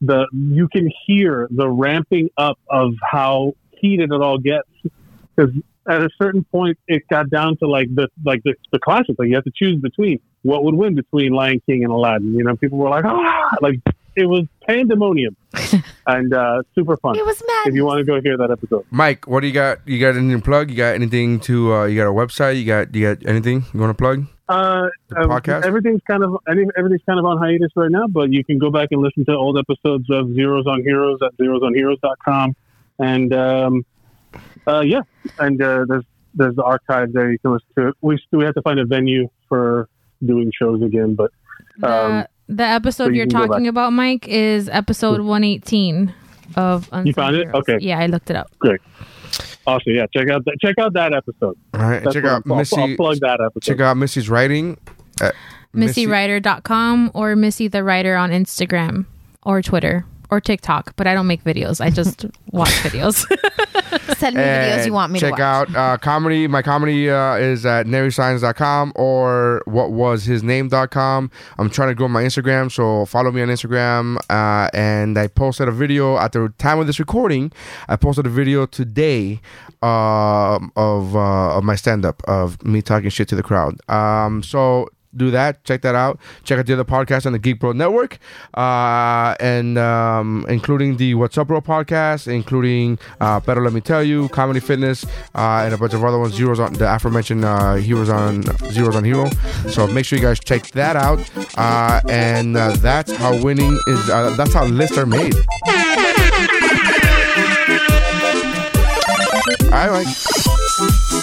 C: the you can hear the ramping up of how heated it all gets because at a certain point it got down to like the like the, the classics like you have to choose between what would win between Lion King and Aladdin. You know, people were like ah like it was pandemonium and uh, super fun
E: It was mad.
C: if you want to go hear that episode.
D: Mike, what do you got? You got anything to plug? You got anything to? Uh, you got a website? You got you got anything you want to plug?
C: Uh,
D: The
C: um,
D: podcast?
C: Everything's kind of any- everything's kind of on hiatus right now, but you can go back and listen to old episodes of Zeros on Heroes at zerosonheroes.com. and um, uh, yeah, and uh, there's there's the archive there you can listen to. It. We we have to find a venue for doing shows again, but um,
F: the, the episode
C: so you
F: you're
C: can go
F: talking about, Mike, is episode 118. of Unsung
C: found it?
F: Heroes.
C: Okay.
F: Yeah, I looked it up.
C: Great. Awesome. Yeah, check out that check out that episode.
D: All right,
C: That's
D: check
C: what
D: out
C: I'm called.
D: Missy.
C: I'll plug that episode.
D: Check out Missy's writing. At
F: MissyWriter.com or Missy the Writer on Instagram or Twitter or TikTok, but I don't make videos. I just watch videos.
E: Send me videos you
D: And
E: want me to
D: check
E: watch.
D: out uh, comedy. My comedy uh, is at narysigns.com or what was his name.com. I'm trying to grow my Instagram, so follow me on Instagram. Uh, and I posted a video at the time of this recording. I posted a video today um of uh, of my stand up of me talking shit to the crowd. Um, so do that. Check that out. Check out the other podcasts on the Geek Bro Network, uh, and um, including the What's Up Bro podcast, including uh, Better Let Me Tell You, Comedy Fitness, uh, and a bunch of other ones. Zeros on the aforementioned uh, Heroes on Zeros on Hero. So make sure you guys check that out. Uh, and uh, that's how winning is. Uh, that's how lists are made. All right, Mike.